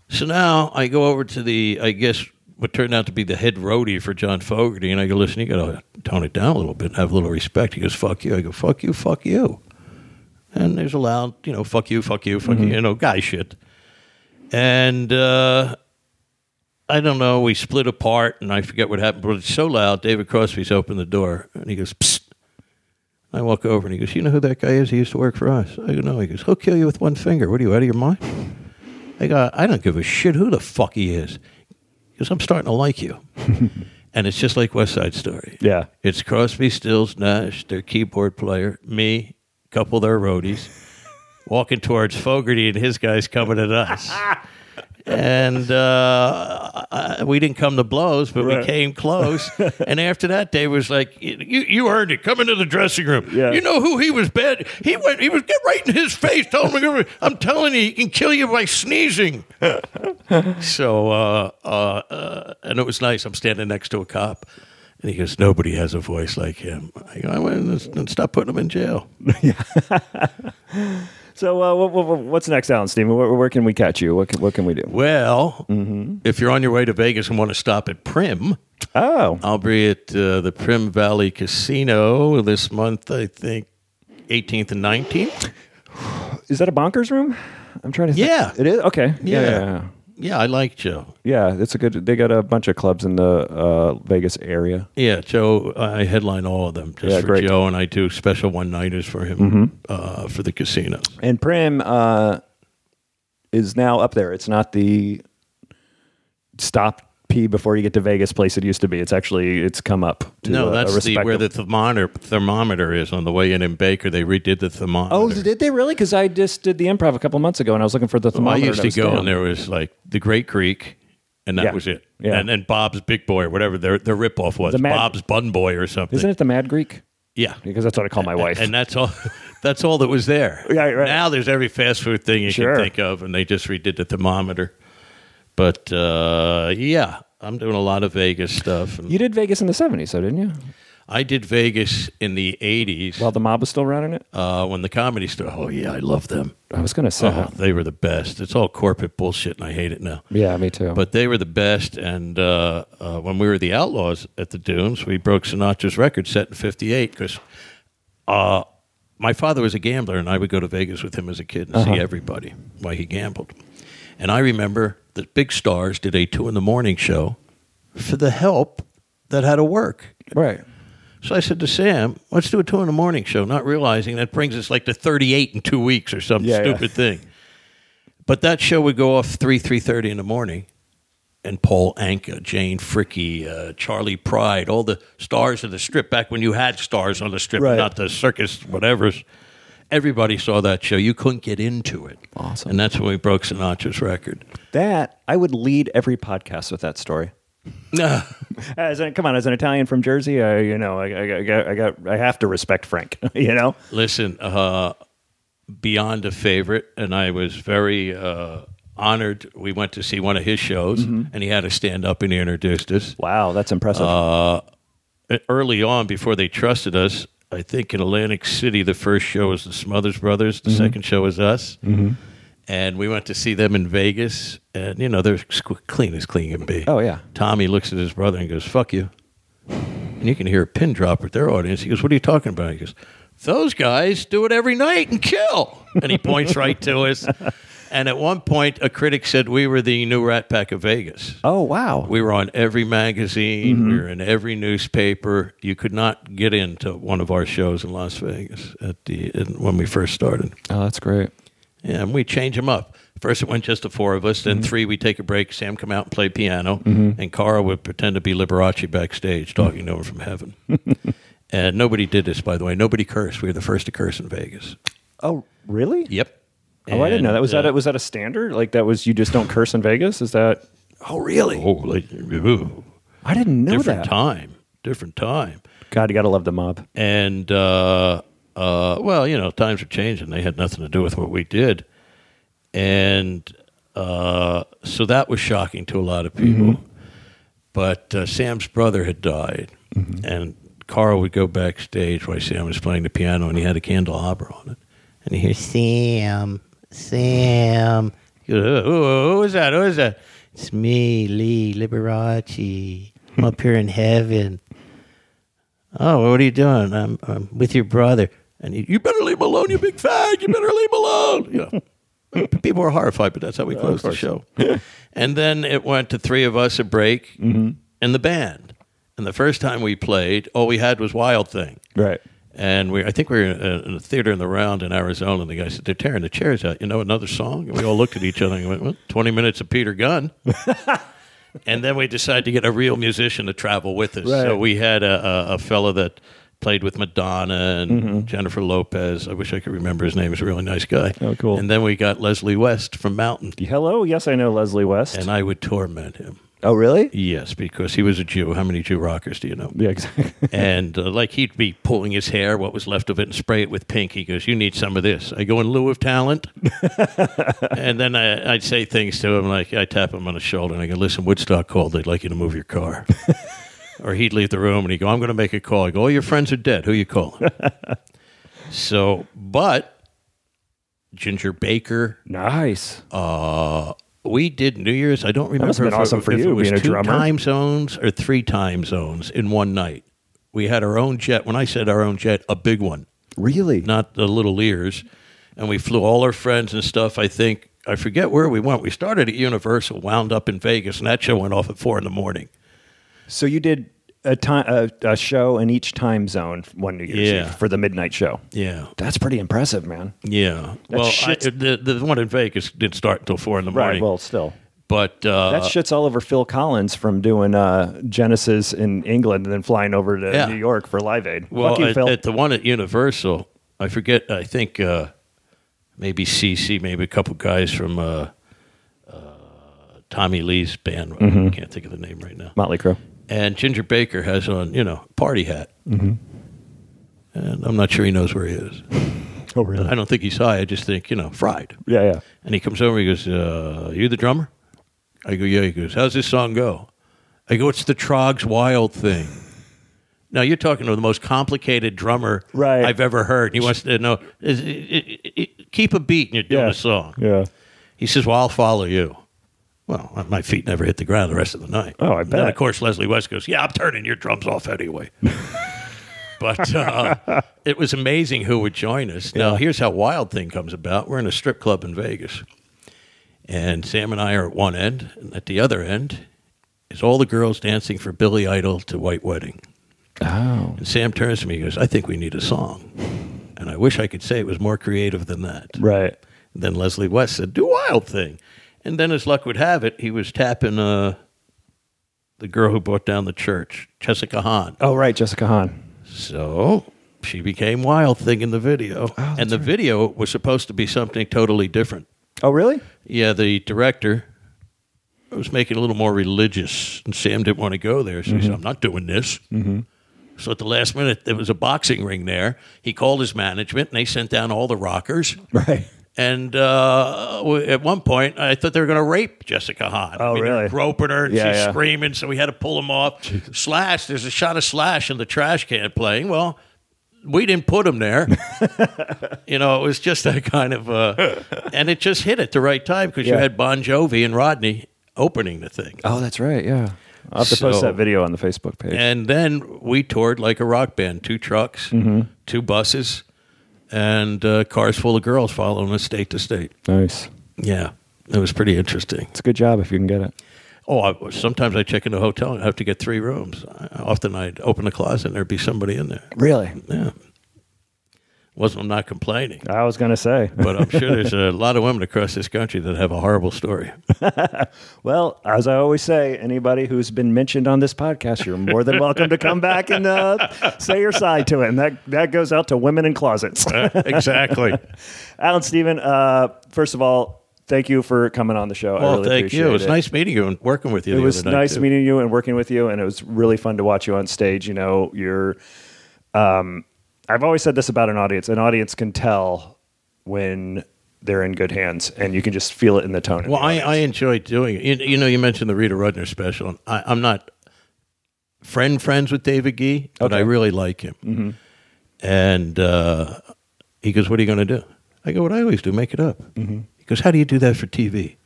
Speaker 4: So now I go over to the, I guess, what turned out to be the head roadie for John Fogerty, and I go, listen, you got to tone it down a little bit and have a little respect. He goes, fuck you. I go, fuck you, fuck you. And there's a loud, you know, fuck you, fuck you, fuck you, you know, guy shit. And uh, I don't know, we split apart, and I forget what happened, but it's so loud, David Crosby's opened the door, and he goes, psst. I walk over and he goes, You know who that guy is? He used to work for us. I go, No. He goes, He'll kill you with one finger. What are you, out of your mind? I go, I don't give a shit who the fuck he is. He goes, I'm starting to like you. and it's just like West Side Story.
Speaker 5: Yeah.
Speaker 4: It's Crosby, Stills, Nash, their keyboard player, me, couple their roadies, walking towards Fogerty and his guys coming at us. And uh, I- we didn't come to blows, but
Speaker 5: Right.
Speaker 4: we came close.
Speaker 5: [LAUGHS]
Speaker 4: and after that, Dave was like, "You you earned it. Come into the dressing room.
Speaker 5: Yeah.
Speaker 4: You know who he was bad. He went. He was get right in his face. Told him, I'm telling you, he can kill you by sneezing." [LAUGHS] so, uh, uh, uh, and it was nice. I'm standing next to a cop, and he goes, "Nobody has a voice like him." I go, "I went and stop putting him in jail."
Speaker 5: So, uh, what, what, what's next, Alan Steven? Where, where can we catch you? What can, what can we do?
Speaker 4: Well,
Speaker 5: Mm-hmm.
Speaker 4: if you're on your way to Vegas and want to stop at Prim,
Speaker 5: Oh,
Speaker 4: I'll be at uh, the Prim Valley Casino this month. I think 18th and 19th.
Speaker 5: is that a bonkers room? I'm trying to. Think.
Speaker 4: [LAUGHS] Yeah.
Speaker 5: it is. Okay. Yeah.
Speaker 4: Yeah.
Speaker 5: yeah, yeah.
Speaker 4: Yeah, I like Joe.
Speaker 5: Yeah, it's a good. They got a bunch of clubs in the uh, Vegas area.
Speaker 4: Yeah, Joe. I headline all of them just
Speaker 5: Yeah,
Speaker 4: for
Speaker 5: great. Mm-hmm.
Speaker 4: Joe, and I do special one nighters for him uh, for the casino.
Speaker 5: And Prim uh, is now up there. It's not the stop pee before you get to Vegas place it used to be. It's actually it's come up. To
Speaker 4: No,
Speaker 5: a- a
Speaker 4: that's the, where
Speaker 5: respectable-
Speaker 4: the thermometer thermometer is on the way in in Baker. They redid the thermometer.
Speaker 5: Oh, did they really? Because I just did the improv a couple months ago, and I was looking for the
Speaker 4: I
Speaker 5: thermometer.
Speaker 4: used to
Speaker 5: was
Speaker 4: go,
Speaker 5: down.
Speaker 4: and there was like the Great Creek, and that
Speaker 5: Yeah.
Speaker 4: was it.
Speaker 5: Yeah.
Speaker 4: And then Bob's Big Boy or whatever their their ripoff was,
Speaker 5: The Mad-
Speaker 4: Bob's Bun Boy or something.
Speaker 5: Isn't it the Mad Greek?
Speaker 4: Yeah,
Speaker 5: Because that's what I call my wife.
Speaker 4: and that's all. [LAUGHS] That's all that was there.
Speaker 5: Yeah, right.
Speaker 4: Now there's every fast food thing you
Speaker 5: Sure.
Speaker 4: can think of, and they just redid the thermometer. But uh, yeah, I'm doing a lot of Vegas stuff. And
Speaker 5: you did Vegas in the '70s, so didn't you?
Speaker 4: I did Vegas in the '80s
Speaker 5: While the mob was still running it.
Speaker 4: uh, when the comedy store. Oh yeah, I love them.
Speaker 5: I was gonna say.
Speaker 4: Oh, they were the best. It's all corporate bullshit, and I hate it now.
Speaker 5: Yeah, me too.
Speaker 4: But they were the best. And uh, uh, when we were the Outlaws at the Dunes, we broke Sinatra's record set in '58 because uh, my father was a gambler, and I would go to Vegas with him as a kid and see everybody while he gambled. And I remember the big stars did a two in the morning show for the help that had to work.
Speaker 5: right.
Speaker 4: So I said to Sam, let's do a two in the morning show, not realizing that brings us like to 38 in two weeks or some
Speaker 5: Yeah, yeah.
Speaker 4: stupid thing. But that show would go off 3, 3.30 in the morning. And Paul Anka, Jane Fricky, uh, Charlie Pride, all the stars of the strip back when you had stars on the strip,
Speaker 5: Right.
Speaker 4: not the circus, whatever's. Everybody saw that show. You couldn't get into it.
Speaker 5: Awesome.
Speaker 4: And that's when we broke Sinatra's record.
Speaker 5: That I would lead every podcast with that story. As an, come on, as an Italian from Jersey, I, uh, you know, I, I, I got, I got, I have to respect Frank. [LAUGHS] You know,
Speaker 4: Listen, uh, beyond a favorite, and I was very uh, honored. We went to see one of his shows, and he had to stand up and he introduced us.
Speaker 5: Uh, wow, that's impressive.
Speaker 4: Uh, early on, before they trusted us, I think, in Atlantic City, the first show was the Smothers Brothers, the
Speaker 5: Mm-hmm.
Speaker 4: second show was us. And we went to see them in Vegas. And, you know, they're squ- clean as clean can be.
Speaker 5: Oh, yeah.
Speaker 4: Tommy looks at his brother and goes, fuck you. And you can hear a pin drop with their audience. He goes, what are you talking about? He goes, those guys do it every night and kill. And he points right to
Speaker 5: [LAUGHS]
Speaker 4: us. And at one point, a critic said we were the new Rat Pack of Vegas.
Speaker 5: Oh wow.
Speaker 4: We were on every magazine.
Speaker 5: Mm-hmm.
Speaker 4: We were in every newspaper. You could not get into one of our shows in Las Vegas at the in, when we first started.
Speaker 5: oh, that's great.
Speaker 4: Yeah, and we change them up. First, it went just the four of us. Then
Speaker 5: Mm-hmm.
Speaker 4: three, we take a break. Sam come out and play piano, and Cara would pretend to be Liberace backstage, talking to him from
Speaker 5: [LAUGHS]
Speaker 4: heaven. and nobody did this, by the way. Nobody cursed. We were the first to curse in Vegas.
Speaker 5: Oh really?
Speaker 4: Yep.
Speaker 5: Oh, I didn't know that. Was
Speaker 4: And,
Speaker 5: that a,
Speaker 4: uh,
Speaker 5: was that a standard? Like that was you just don't curse in Vegas? Is that?
Speaker 4: Oh, really? Oh, like, ooh,
Speaker 5: I didn't know
Speaker 4: different
Speaker 5: that.
Speaker 4: time. Different time.
Speaker 5: God, you gotta love the mob.
Speaker 4: and uh, uh, well, you know, times are changing. They had nothing to do with what we did, and uh, so that was shocking to a lot of people. But uh, Sam's brother had died, and Carl would go backstage while Sam was playing the piano, and he had a candelabra on it, and he hears Sam, Sam. He goes, "Who- who- who is that? Who is that? It's me, Lee Liberace. I'm up here in heaven. Oh, well, what are you doing? I'm, I'm with your brother. And he, you better leave him alone, you big fag. You better leave him alone. You know, people were horrified, but that's how we closed the show. and then it went to three of us a break and the band. And the first time we played, all we had was Wild Thing.
Speaker 5: Right.
Speaker 4: And we, I think we were in a, in a theater in the round in Arizona. And the guy said, They're tearing the chairs out. You know, another song? And we all looked at each other and went, Well, 20 minutes of Peter
Speaker 5: [LAUGHS]
Speaker 4: Gunn. and then we decided to get a real musician to travel with us.
Speaker 5: Right.
Speaker 4: So we had a, a, a fellow that played with Madonna and
Speaker 5: Mm-hmm.
Speaker 4: Jennifer Lopez. I wish I could remember his name. He's a really nice guy.
Speaker 5: Oh, cool.
Speaker 4: And then we got Leslie West from Mountain.
Speaker 5: Hello. Yes, I know Leslie West.
Speaker 4: And I would torment him.
Speaker 5: oh really?
Speaker 4: Yes, because he was a Jew. How many Jew rockers do you know?
Speaker 5: Yeah. Exactly. [LAUGHS]
Speaker 4: and uh, like he'd be pulling his hair, what was left of it, and spray it with pink. He goes, "You need some of this." I go in lieu of talent, and then I, I'd say things to him like I tap him on the shoulder and I go, "Listen, Woodstock called. They'd like you to move your car." or he'd leave the room and he'd go, "I'm going to make a call." I go, "All your friends are dead. Who you calling?" so, but Ginger Baker,
Speaker 5: nice.
Speaker 4: we did New Year's. I don't remember.
Speaker 5: must have been
Speaker 4: if it-
Speaker 5: awesome for
Speaker 4: if
Speaker 5: you,
Speaker 4: It was
Speaker 5: being a
Speaker 4: two
Speaker 5: drummer.
Speaker 4: time zones or three time zones in one night. We had our own jet. When I said our own jet, a big one,
Speaker 5: Really?
Speaker 4: not the little ears. And we flew all our friends and stuff. I think I forget where we went. We started at Universal, wound up in Vegas, and that show went off at four in the morning.
Speaker 5: So you did a time a, a show in each time zone one New Year's
Speaker 4: Yeah.
Speaker 5: Eve for the midnight show.
Speaker 4: Yeah,
Speaker 5: That's pretty impressive, man.
Speaker 4: yeah. well, I,
Speaker 5: shit's-
Speaker 4: the the one in Vegas didn't start until four in the
Speaker 5: Right.
Speaker 4: morning.
Speaker 5: Well, still.
Speaker 4: but uh,
Speaker 5: That shit's all over Phil Collins from doing uh, Genesis in England and then flying over to
Speaker 4: Yeah.
Speaker 5: New York for Live Aid.
Speaker 4: Well,
Speaker 5: Fuck you,
Speaker 4: at,
Speaker 5: Phil.
Speaker 4: at the one at Universal, I forget. I think uh, maybe CC, maybe a couple guys from uh, uh, Tommy Lee's band.
Speaker 5: Mm-hmm.
Speaker 4: I can't think of the name right now.
Speaker 5: Motley Crue.
Speaker 4: And Ginger Baker has on, you know, party hat.
Speaker 5: Mm-hmm.
Speaker 4: And I'm not sure he knows where he is.
Speaker 5: Oh, really?
Speaker 4: I don't think he's high. I just think, you know, fried.
Speaker 5: Yeah, yeah.
Speaker 4: And he comes over. He goes, uh, "You the drummer?" I go, "Yeah." He goes, "How's this song go?" I go, "It's the Trog's Wild Thing." Now you're talking to the most complicated drummer
Speaker 5: Right.
Speaker 4: I've ever heard. He wants to know, is, i i i keep a beat and you're doing
Speaker 5: Yeah.
Speaker 4: a song.
Speaker 5: Yeah.
Speaker 4: He says, "Well, I'll follow you." Well, my feet never hit the ground the rest of the night.
Speaker 5: Oh, I
Speaker 4: And then
Speaker 5: bet.
Speaker 4: of course Leslie West goes, "Yeah, I'm turning your drums off anyway." [LAUGHS] but uh, it was amazing who would join us. Now, here's how Wild Thing comes about. We're in a strip club in Vegas, and Sam and I are at one end, and at the other end is all the girls dancing for Billy Idol to White Wedding.
Speaker 5: Oh.
Speaker 4: And Sam turns to me and goes, "I think we need a song." And I wish I could say it was more creative than that.
Speaker 5: Right.
Speaker 4: And then Leslie West said, "Do wild thing," and then as luck would have it, he was tapping uh, the girl who brought down the church, Jessica Hahn.
Speaker 5: Oh, right. Jessica Hahn.
Speaker 4: So she became wild thing in the video, and the video was supposed to be something totally different.
Speaker 5: Oh, really?
Speaker 4: Yeah, the director was making it a little more religious, and Sam didn't want to go there, so he said, "I'm not doing this." So at the last minute, there was a boxing ring there. He called his management, and they sent down all the rockers.
Speaker 5: Right.
Speaker 4: And uh, w- at one point, I thought they were going to rape Jessica Hahn.
Speaker 5: Oh,
Speaker 4: I mean, they were
Speaker 5: really?
Speaker 4: Groping her, and
Speaker 5: Yeah,
Speaker 4: she's
Speaker 5: yeah.
Speaker 4: screaming, so we had to pull them off. Slash, there's a shot of Slash in the trash can playing. Well, we didn't put him
Speaker 5: [LAUGHS]
Speaker 4: there. you know, it was just that kind of, uh, and it just hit at the right time because you
Speaker 5: Yeah.
Speaker 4: had Bon Jovi and Rodney opening the thing.
Speaker 5: Oh, that's right. Yeah. I'll have to post
Speaker 4: So-
Speaker 5: that video on the Facebook page.
Speaker 4: And then we toured like a rock band two trucks,
Speaker 5: Mm-hmm.
Speaker 4: two buses, and uh, cars full of girls following us state to state.
Speaker 5: nice.
Speaker 4: Yeah, it was pretty interesting.
Speaker 5: It's a good job if you can get it.
Speaker 4: Oh, I, sometimes I check into a hotel and I have to get three rooms. I, often I'd open the closet and there'd be somebody in there.
Speaker 5: Really?
Speaker 4: Yeah. Wasn't, I'm not
Speaker 5: [LAUGHS]
Speaker 4: complaining,
Speaker 5: I was going to say.
Speaker 4: but I'm sure there's a lot of women across this country that have a horrible
Speaker 5: [LAUGHS]
Speaker 4: story.
Speaker 5: Well, as I always say, anybody who's been mentioned on this podcast, you're more than welcome to come back and uh, say your side to it. And that, that goes out to women in closets.
Speaker 4: exactly.
Speaker 5: Alan Steven, uh, first of all, thank you for coming on the show. I
Speaker 4: Well,
Speaker 5: really
Speaker 4: thank you.
Speaker 5: appreciate
Speaker 4: It was nice meeting you and working with you.
Speaker 5: It
Speaker 4: the
Speaker 5: was
Speaker 4: other night,
Speaker 5: nice
Speaker 4: too.
Speaker 5: meeting you and working with you, and it was really fun to watch you on stage. You know, you're. Um, I've always said this about an audience: an audience can tell when they're in good hands, and you can just feel it in the tone. of
Speaker 4: Well,
Speaker 5: the
Speaker 4: I, I
Speaker 5: audience.
Speaker 4: enjoy doing it. You, you know, you mentioned the Rita Rudner special. And I, I'm not friend friends with David Gee, but I
Speaker 5: Okay.
Speaker 4: really like him. And uh, he goes, "What are you going to do?" I go, "What I always do, make it up." He goes, "How do you do that for TV?"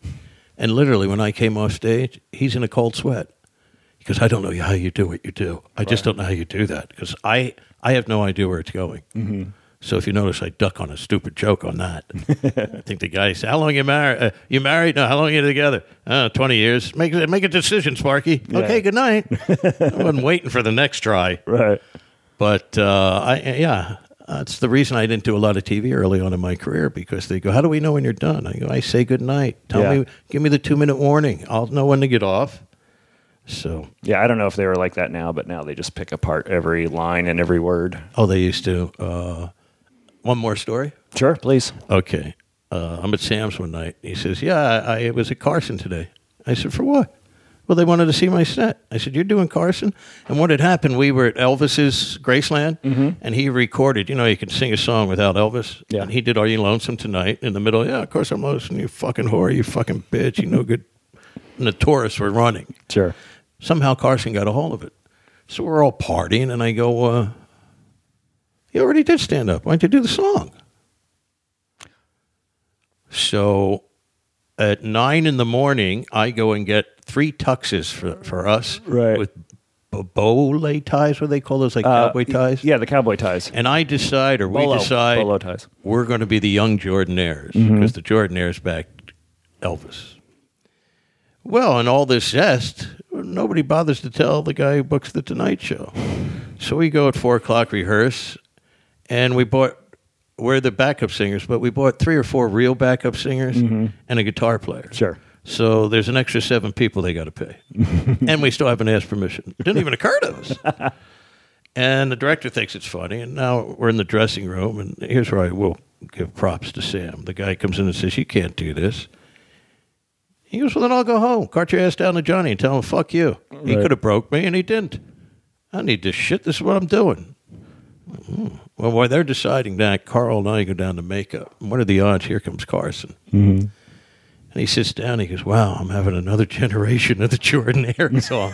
Speaker 4: And literally, when I came off stage, he's in a cold sweat. He goes, "I don't know how you do what you do. I just don't know how you do that because I I have no idea where it's going." So if you notice, I duck on a stupid joke on that. I think the guy said, "How long you married? Uh, you married? No, how long you together? Uh, Twenty years. Make make a decision, Sparky. Okay, good night." I wasn't waiting for the next try,
Speaker 5: right.
Speaker 4: but uh, I yeah, that's the reason I didn't do a lot of TV early on in my career because they go, "How do we know when you're done?" I go, "I say good night. Tell
Speaker 5: Yeah.
Speaker 4: me, give me the two minute warning. I'll know when to get off." So,
Speaker 5: Yeah, I don't know if they were like that now, but now they just pick apart every line and every word.
Speaker 4: oh, they used to. Uh, one more story.
Speaker 5: Sure, please.
Speaker 4: Okay. Uh, I'm at Sam's one night. He says, Yeah, I, I was at Carson today. I said, For what? Well, they wanted to see my set. I said, You're doing Carson? And what had happened, we were at Elvis's Graceland, and he recorded, you know, you can sing a song without Elvis.
Speaker 5: Yeah.
Speaker 4: And he did Are You Lonesome Tonight in the middle. Yeah, of course I'm lonesome. You fucking whore. You fucking bitch. You no good. And the tourists were running
Speaker 5: Sure.
Speaker 4: somehow Carson got a hold of it. So we're all partying, and I go, uh, "You already did stand up. Why don't you do the song?" So at nine in the morning, I go and get three tuxes for for us,
Speaker 5: Right. Uh,
Speaker 4: With b- bowlay ties, what do they call those, like cowboy ties.
Speaker 5: Yeah, the cowboy ties.
Speaker 4: And I decide, or
Speaker 5: Bolo.
Speaker 4: we decide,
Speaker 5: Bolo ties.
Speaker 4: we're going to be the young Jordanaires because the Jordanaires backed Elvis. Well, and all this zest, nobody bothers to tell the guy who books the Tonight Show. So we go at four o'clock rehearse, and we bought. We're the backup singers, but we bought three or four real backup singers and a guitar player.
Speaker 5: Sure.
Speaker 4: So there's an extra seven people they got to pay, and we still haven't asked permission. Didn't even occur to us. And the director thinks it's funny. And now we're in the dressing room. And here's where I will give props to Sam. The guy comes in and says, You can't do this. He goes, Well, then I'll go home. Cart your ass down to Johnny and tell him, Fuck you. He could have broke me, and he didn't. I need this shit. This is what I'm doing. Mm. Well, while they're deciding that, Carl and I go down to makeup. And what are the odds? Here comes Carson. And he sits down. He goes, "Wow, I'm having another [LAUGHS] generation of the Jordan Airs on."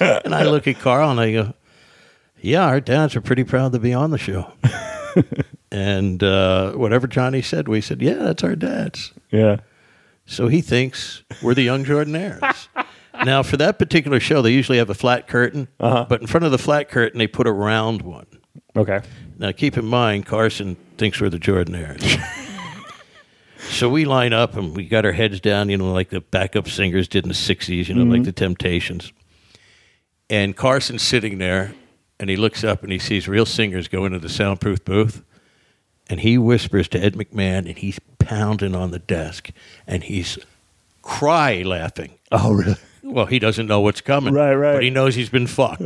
Speaker 4: and I look at Carl and I go, "Yeah, our dads are pretty proud to be on the show." and uh, whatever Johnny said, we said, "Yeah, that's our dads."
Speaker 5: Yeah.
Speaker 4: So he thinks we're the young Jordanaires. now, for that particular show, they usually have a flat curtain, but in front of the flat curtain, they put a round one.
Speaker 5: Okay.
Speaker 4: Now, keep in mind, Carson thinks we're the Jordanaires. so we line up and we got our heads down, you know, like the backup singers did in the 60s, you know, like the Temptations. And Carson's sitting there and he looks up and he sees real singers go into the soundproof booth. And he whispers to Ed McMahon and he's pounding on the desk and he's cry laughing.
Speaker 5: Oh, really?
Speaker 4: Well, he doesn't know what's coming.
Speaker 5: Right, right.
Speaker 4: But he knows he's been
Speaker 5: [LAUGHS]
Speaker 4: fucked.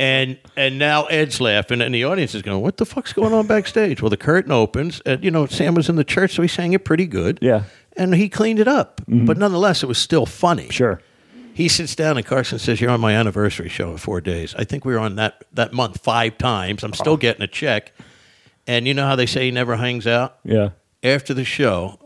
Speaker 4: And and now Ed's laughing, and the audience is going, "What the fuck's going on backstage?" Well, the curtain opens, and you know Sam was in the church, so he sang it pretty good.
Speaker 5: Yeah. Mm-hmm.
Speaker 4: and he cleaned it up, but nonetheless, it was still funny.
Speaker 5: Sure.
Speaker 4: He sits down, and Carson says, "You're on my anniversary show in four days. I think we were on that that month five times. I'm still getting a check." And you know how they say he never hangs out
Speaker 5: Yeah.
Speaker 4: after the show,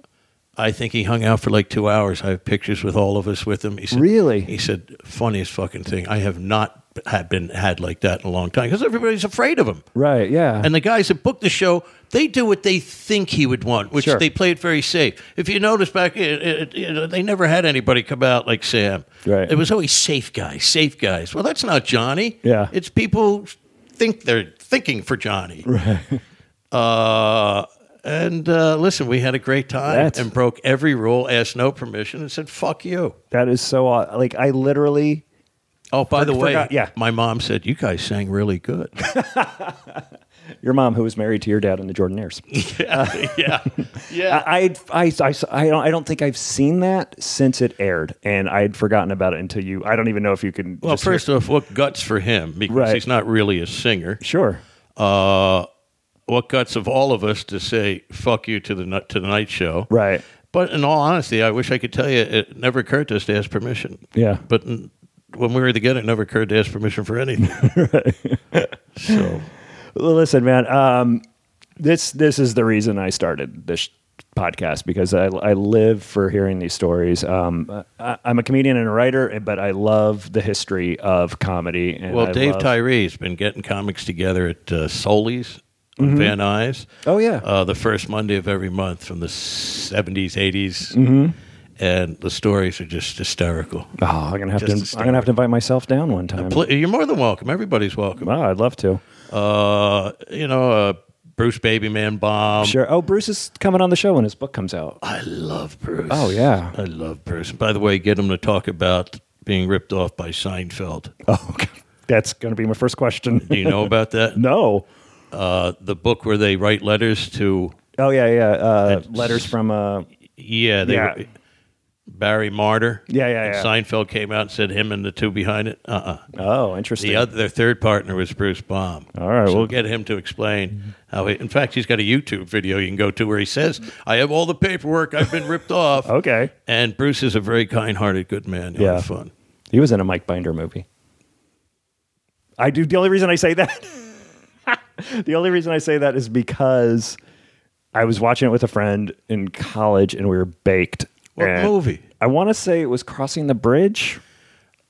Speaker 4: I think he hung out for like two hours. I have pictures with all of us with him. He said,
Speaker 5: Really?
Speaker 4: He said, funniest fucking thing. I have not had been had like that in a long time because everybody's afraid of him.
Speaker 5: Right. Yeah.
Speaker 4: And the guys that book the show, they do what they think he would want, which
Speaker 5: Sure.
Speaker 4: they play it very safe. If you notice back, eh, it, it, it, they never had anybody come out like Sam.
Speaker 5: Right.
Speaker 4: It was always safe guys, safe guys. Well, that's not Johnny.
Speaker 5: Yeah.
Speaker 4: It's people who think they're thinking for Johnny.
Speaker 5: [LAUGHS]
Speaker 4: Right. Uh, and uh, listen, we had a great time
Speaker 5: That's-
Speaker 4: and broke every rule, asked no permission, and said, fuck you.
Speaker 5: that is so odd. Like I literally
Speaker 4: Oh, by the way,
Speaker 5: forgot- yeah.
Speaker 4: my mom said, you guys sang really
Speaker 5: [LAUGHS]
Speaker 4: good. [LAUGHS]
Speaker 5: your mom who was married to your dad in the Jordanaires.
Speaker 4: yeah. Yeah.
Speaker 5: I, I, I, I, don't, I don't think I've seen that since it aired, and I'd forgotten about it until you. I don't even know if you can.
Speaker 4: Well,
Speaker 5: just hear-
Speaker 4: first off, what guts for him because
Speaker 5: Right.
Speaker 4: he's not really a singer.
Speaker 5: sure,
Speaker 4: Uh, what guts of all of us to say "fuck you" to the nu- to the night show,
Speaker 5: right?
Speaker 4: But in all honesty, I wish I could tell you it never occurred to us to ask permission.
Speaker 5: Yeah.
Speaker 4: But n- when we were together, it never occurred to ask permission for
Speaker 5: [LAUGHS]
Speaker 4: anything. [LAUGHS] so
Speaker 5: Well, Listen, man. Um, this this is the reason I started this podcast because I, I live for hearing these stories. Um, I, I'm a comedian and a writer, but I love the history of comedy. And
Speaker 4: Well,
Speaker 5: I
Speaker 4: Dave
Speaker 5: love-
Speaker 4: Tyree's been getting comics together at uh, Soli's on
Speaker 5: Mm-hmm.
Speaker 4: Van Nuys.
Speaker 5: Oh, yeah.
Speaker 4: [LAUGHS] uh, the first Monday of every month from the seventies,
Speaker 5: Mm-hmm.
Speaker 4: and the stories are just hysterical.
Speaker 5: Oh, I'm gonna have
Speaker 4: Just
Speaker 5: to.
Speaker 4: to
Speaker 5: I'm gonna have to invite myself down one time.
Speaker 4: Pl- You're more than welcome. Everybody's welcome.
Speaker 5: Wow, I'd love to.
Speaker 4: Uh, you know, uh, Bruce Babyman Bomb.
Speaker 5: Sure. Oh, Bruce is coming on the show when his book comes out.
Speaker 4: I love Bruce.
Speaker 5: Oh, yeah.
Speaker 4: I love Bruce. By the way, get him to talk about being ripped off by Seinfeld.
Speaker 5: Oh, okay. that's going to be my first question. [LAUGHS]
Speaker 4: Do you know about that?
Speaker 5: no.
Speaker 4: Uh, the book where they write letters to
Speaker 5: Oh yeah, yeah. Uh, letters from. Uh,
Speaker 4: Yeah, they
Speaker 5: Yeah.
Speaker 4: Were, Barry Martyr.
Speaker 5: Yeah, yeah,
Speaker 4: And
Speaker 5: yeah.
Speaker 4: Seinfeld came out and said him and the two behind it. Uh, uh
Speaker 5: oh, interesting.
Speaker 4: The other, their third partner was Bruce Baum.
Speaker 5: All right,
Speaker 4: so
Speaker 5: well-
Speaker 4: get him to explain how. He, in fact, he's got a YouTube video you can go to where he says, "I have all the paperwork. I've been
Speaker 5: [LAUGHS]
Speaker 4: ripped off."
Speaker 5: Okay.
Speaker 4: And Bruce is a very kind-hearted, good man. He'll
Speaker 5: Yeah.
Speaker 4: have fun.
Speaker 5: He was in a Mike Binder movie. I do. The only reason I say that, [LAUGHS] the only reason I say that is because I was watching it with a friend in college, and we were baked.
Speaker 4: What
Speaker 5: And
Speaker 4: movie?
Speaker 5: I want to say it was Crossing the Bridge.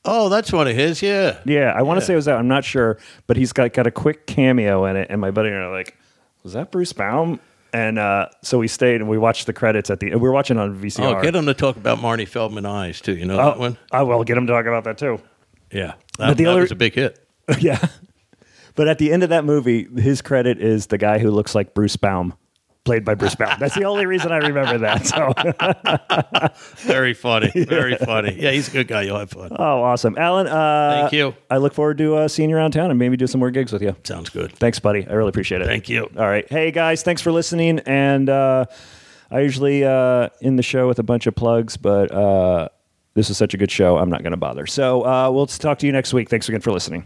Speaker 4: Oh, that's one of his. Yeah.
Speaker 5: Yeah, I want to say it was that. I'm not sure, but he's got got a quick cameo in it, and my buddy and I are like, "Was that Bruce Baum?" And uh, so we stayed and we watched the credits at the. We were watching on
Speaker 4: Oh,
Speaker 5: VCR.
Speaker 4: get him to talk about Marnie Feldman Eyes too. You know
Speaker 5: Oh,
Speaker 4: that one?
Speaker 5: I will get him to talk about that too.
Speaker 4: Yeah. That,
Speaker 5: But the
Speaker 4: that
Speaker 5: other-
Speaker 4: was a big hit.
Speaker 5: [LAUGHS] yeah, but at the end of that movie, his credit is the guy who looks like Bruce Baum, played by Bruce Baum. That's the only reason I remember that. So, [LAUGHS]
Speaker 4: Very funny. Very funny. Yeah, he's a good guy. You'll have fun.
Speaker 5: oh, awesome, Alan. Uh,
Speaker 4: Thank you.
Speaker 5: I look forward to uh, seeing you around town and maybe do some more gigs with you.
Speaker 4: Sounds good.
Speaker 5: Thanks, buddy. I really appreciate it.
Speaker 4: Thank you.
Speaker 5: All right. Hey, guys, thanks for listening. And uh, I usually uh, end the show with a bunch of plugs, but uh, this is such a good show, I'm not going to bother. So uh, we'll talk to you next week. Thanks again for listening.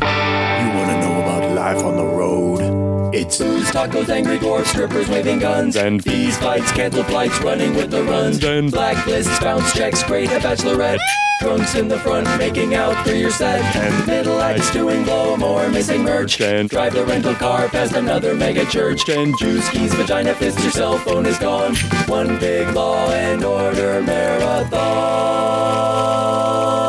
Speaker 1: You want to know about life on the road? It's
Speaker 2: These tacos, angry dwarfs, strippers waving guns.
Speaker 3: And-
Speaker 2: these fights, cancel flights, running with the runs.
Speaker 3: And-
Speaker 2: blacklists, bounce checks, great a bachelorette. Drunks in the front, making out through your set. And middle acts doing blow more, missing merch.
Speaker 3: And-
Speaker 2: drive the rental car past another mega church.
Speaker 3: And-
Speaker 2: juice keys, vagina fists, your cell phone is gone. One big law and order marathon.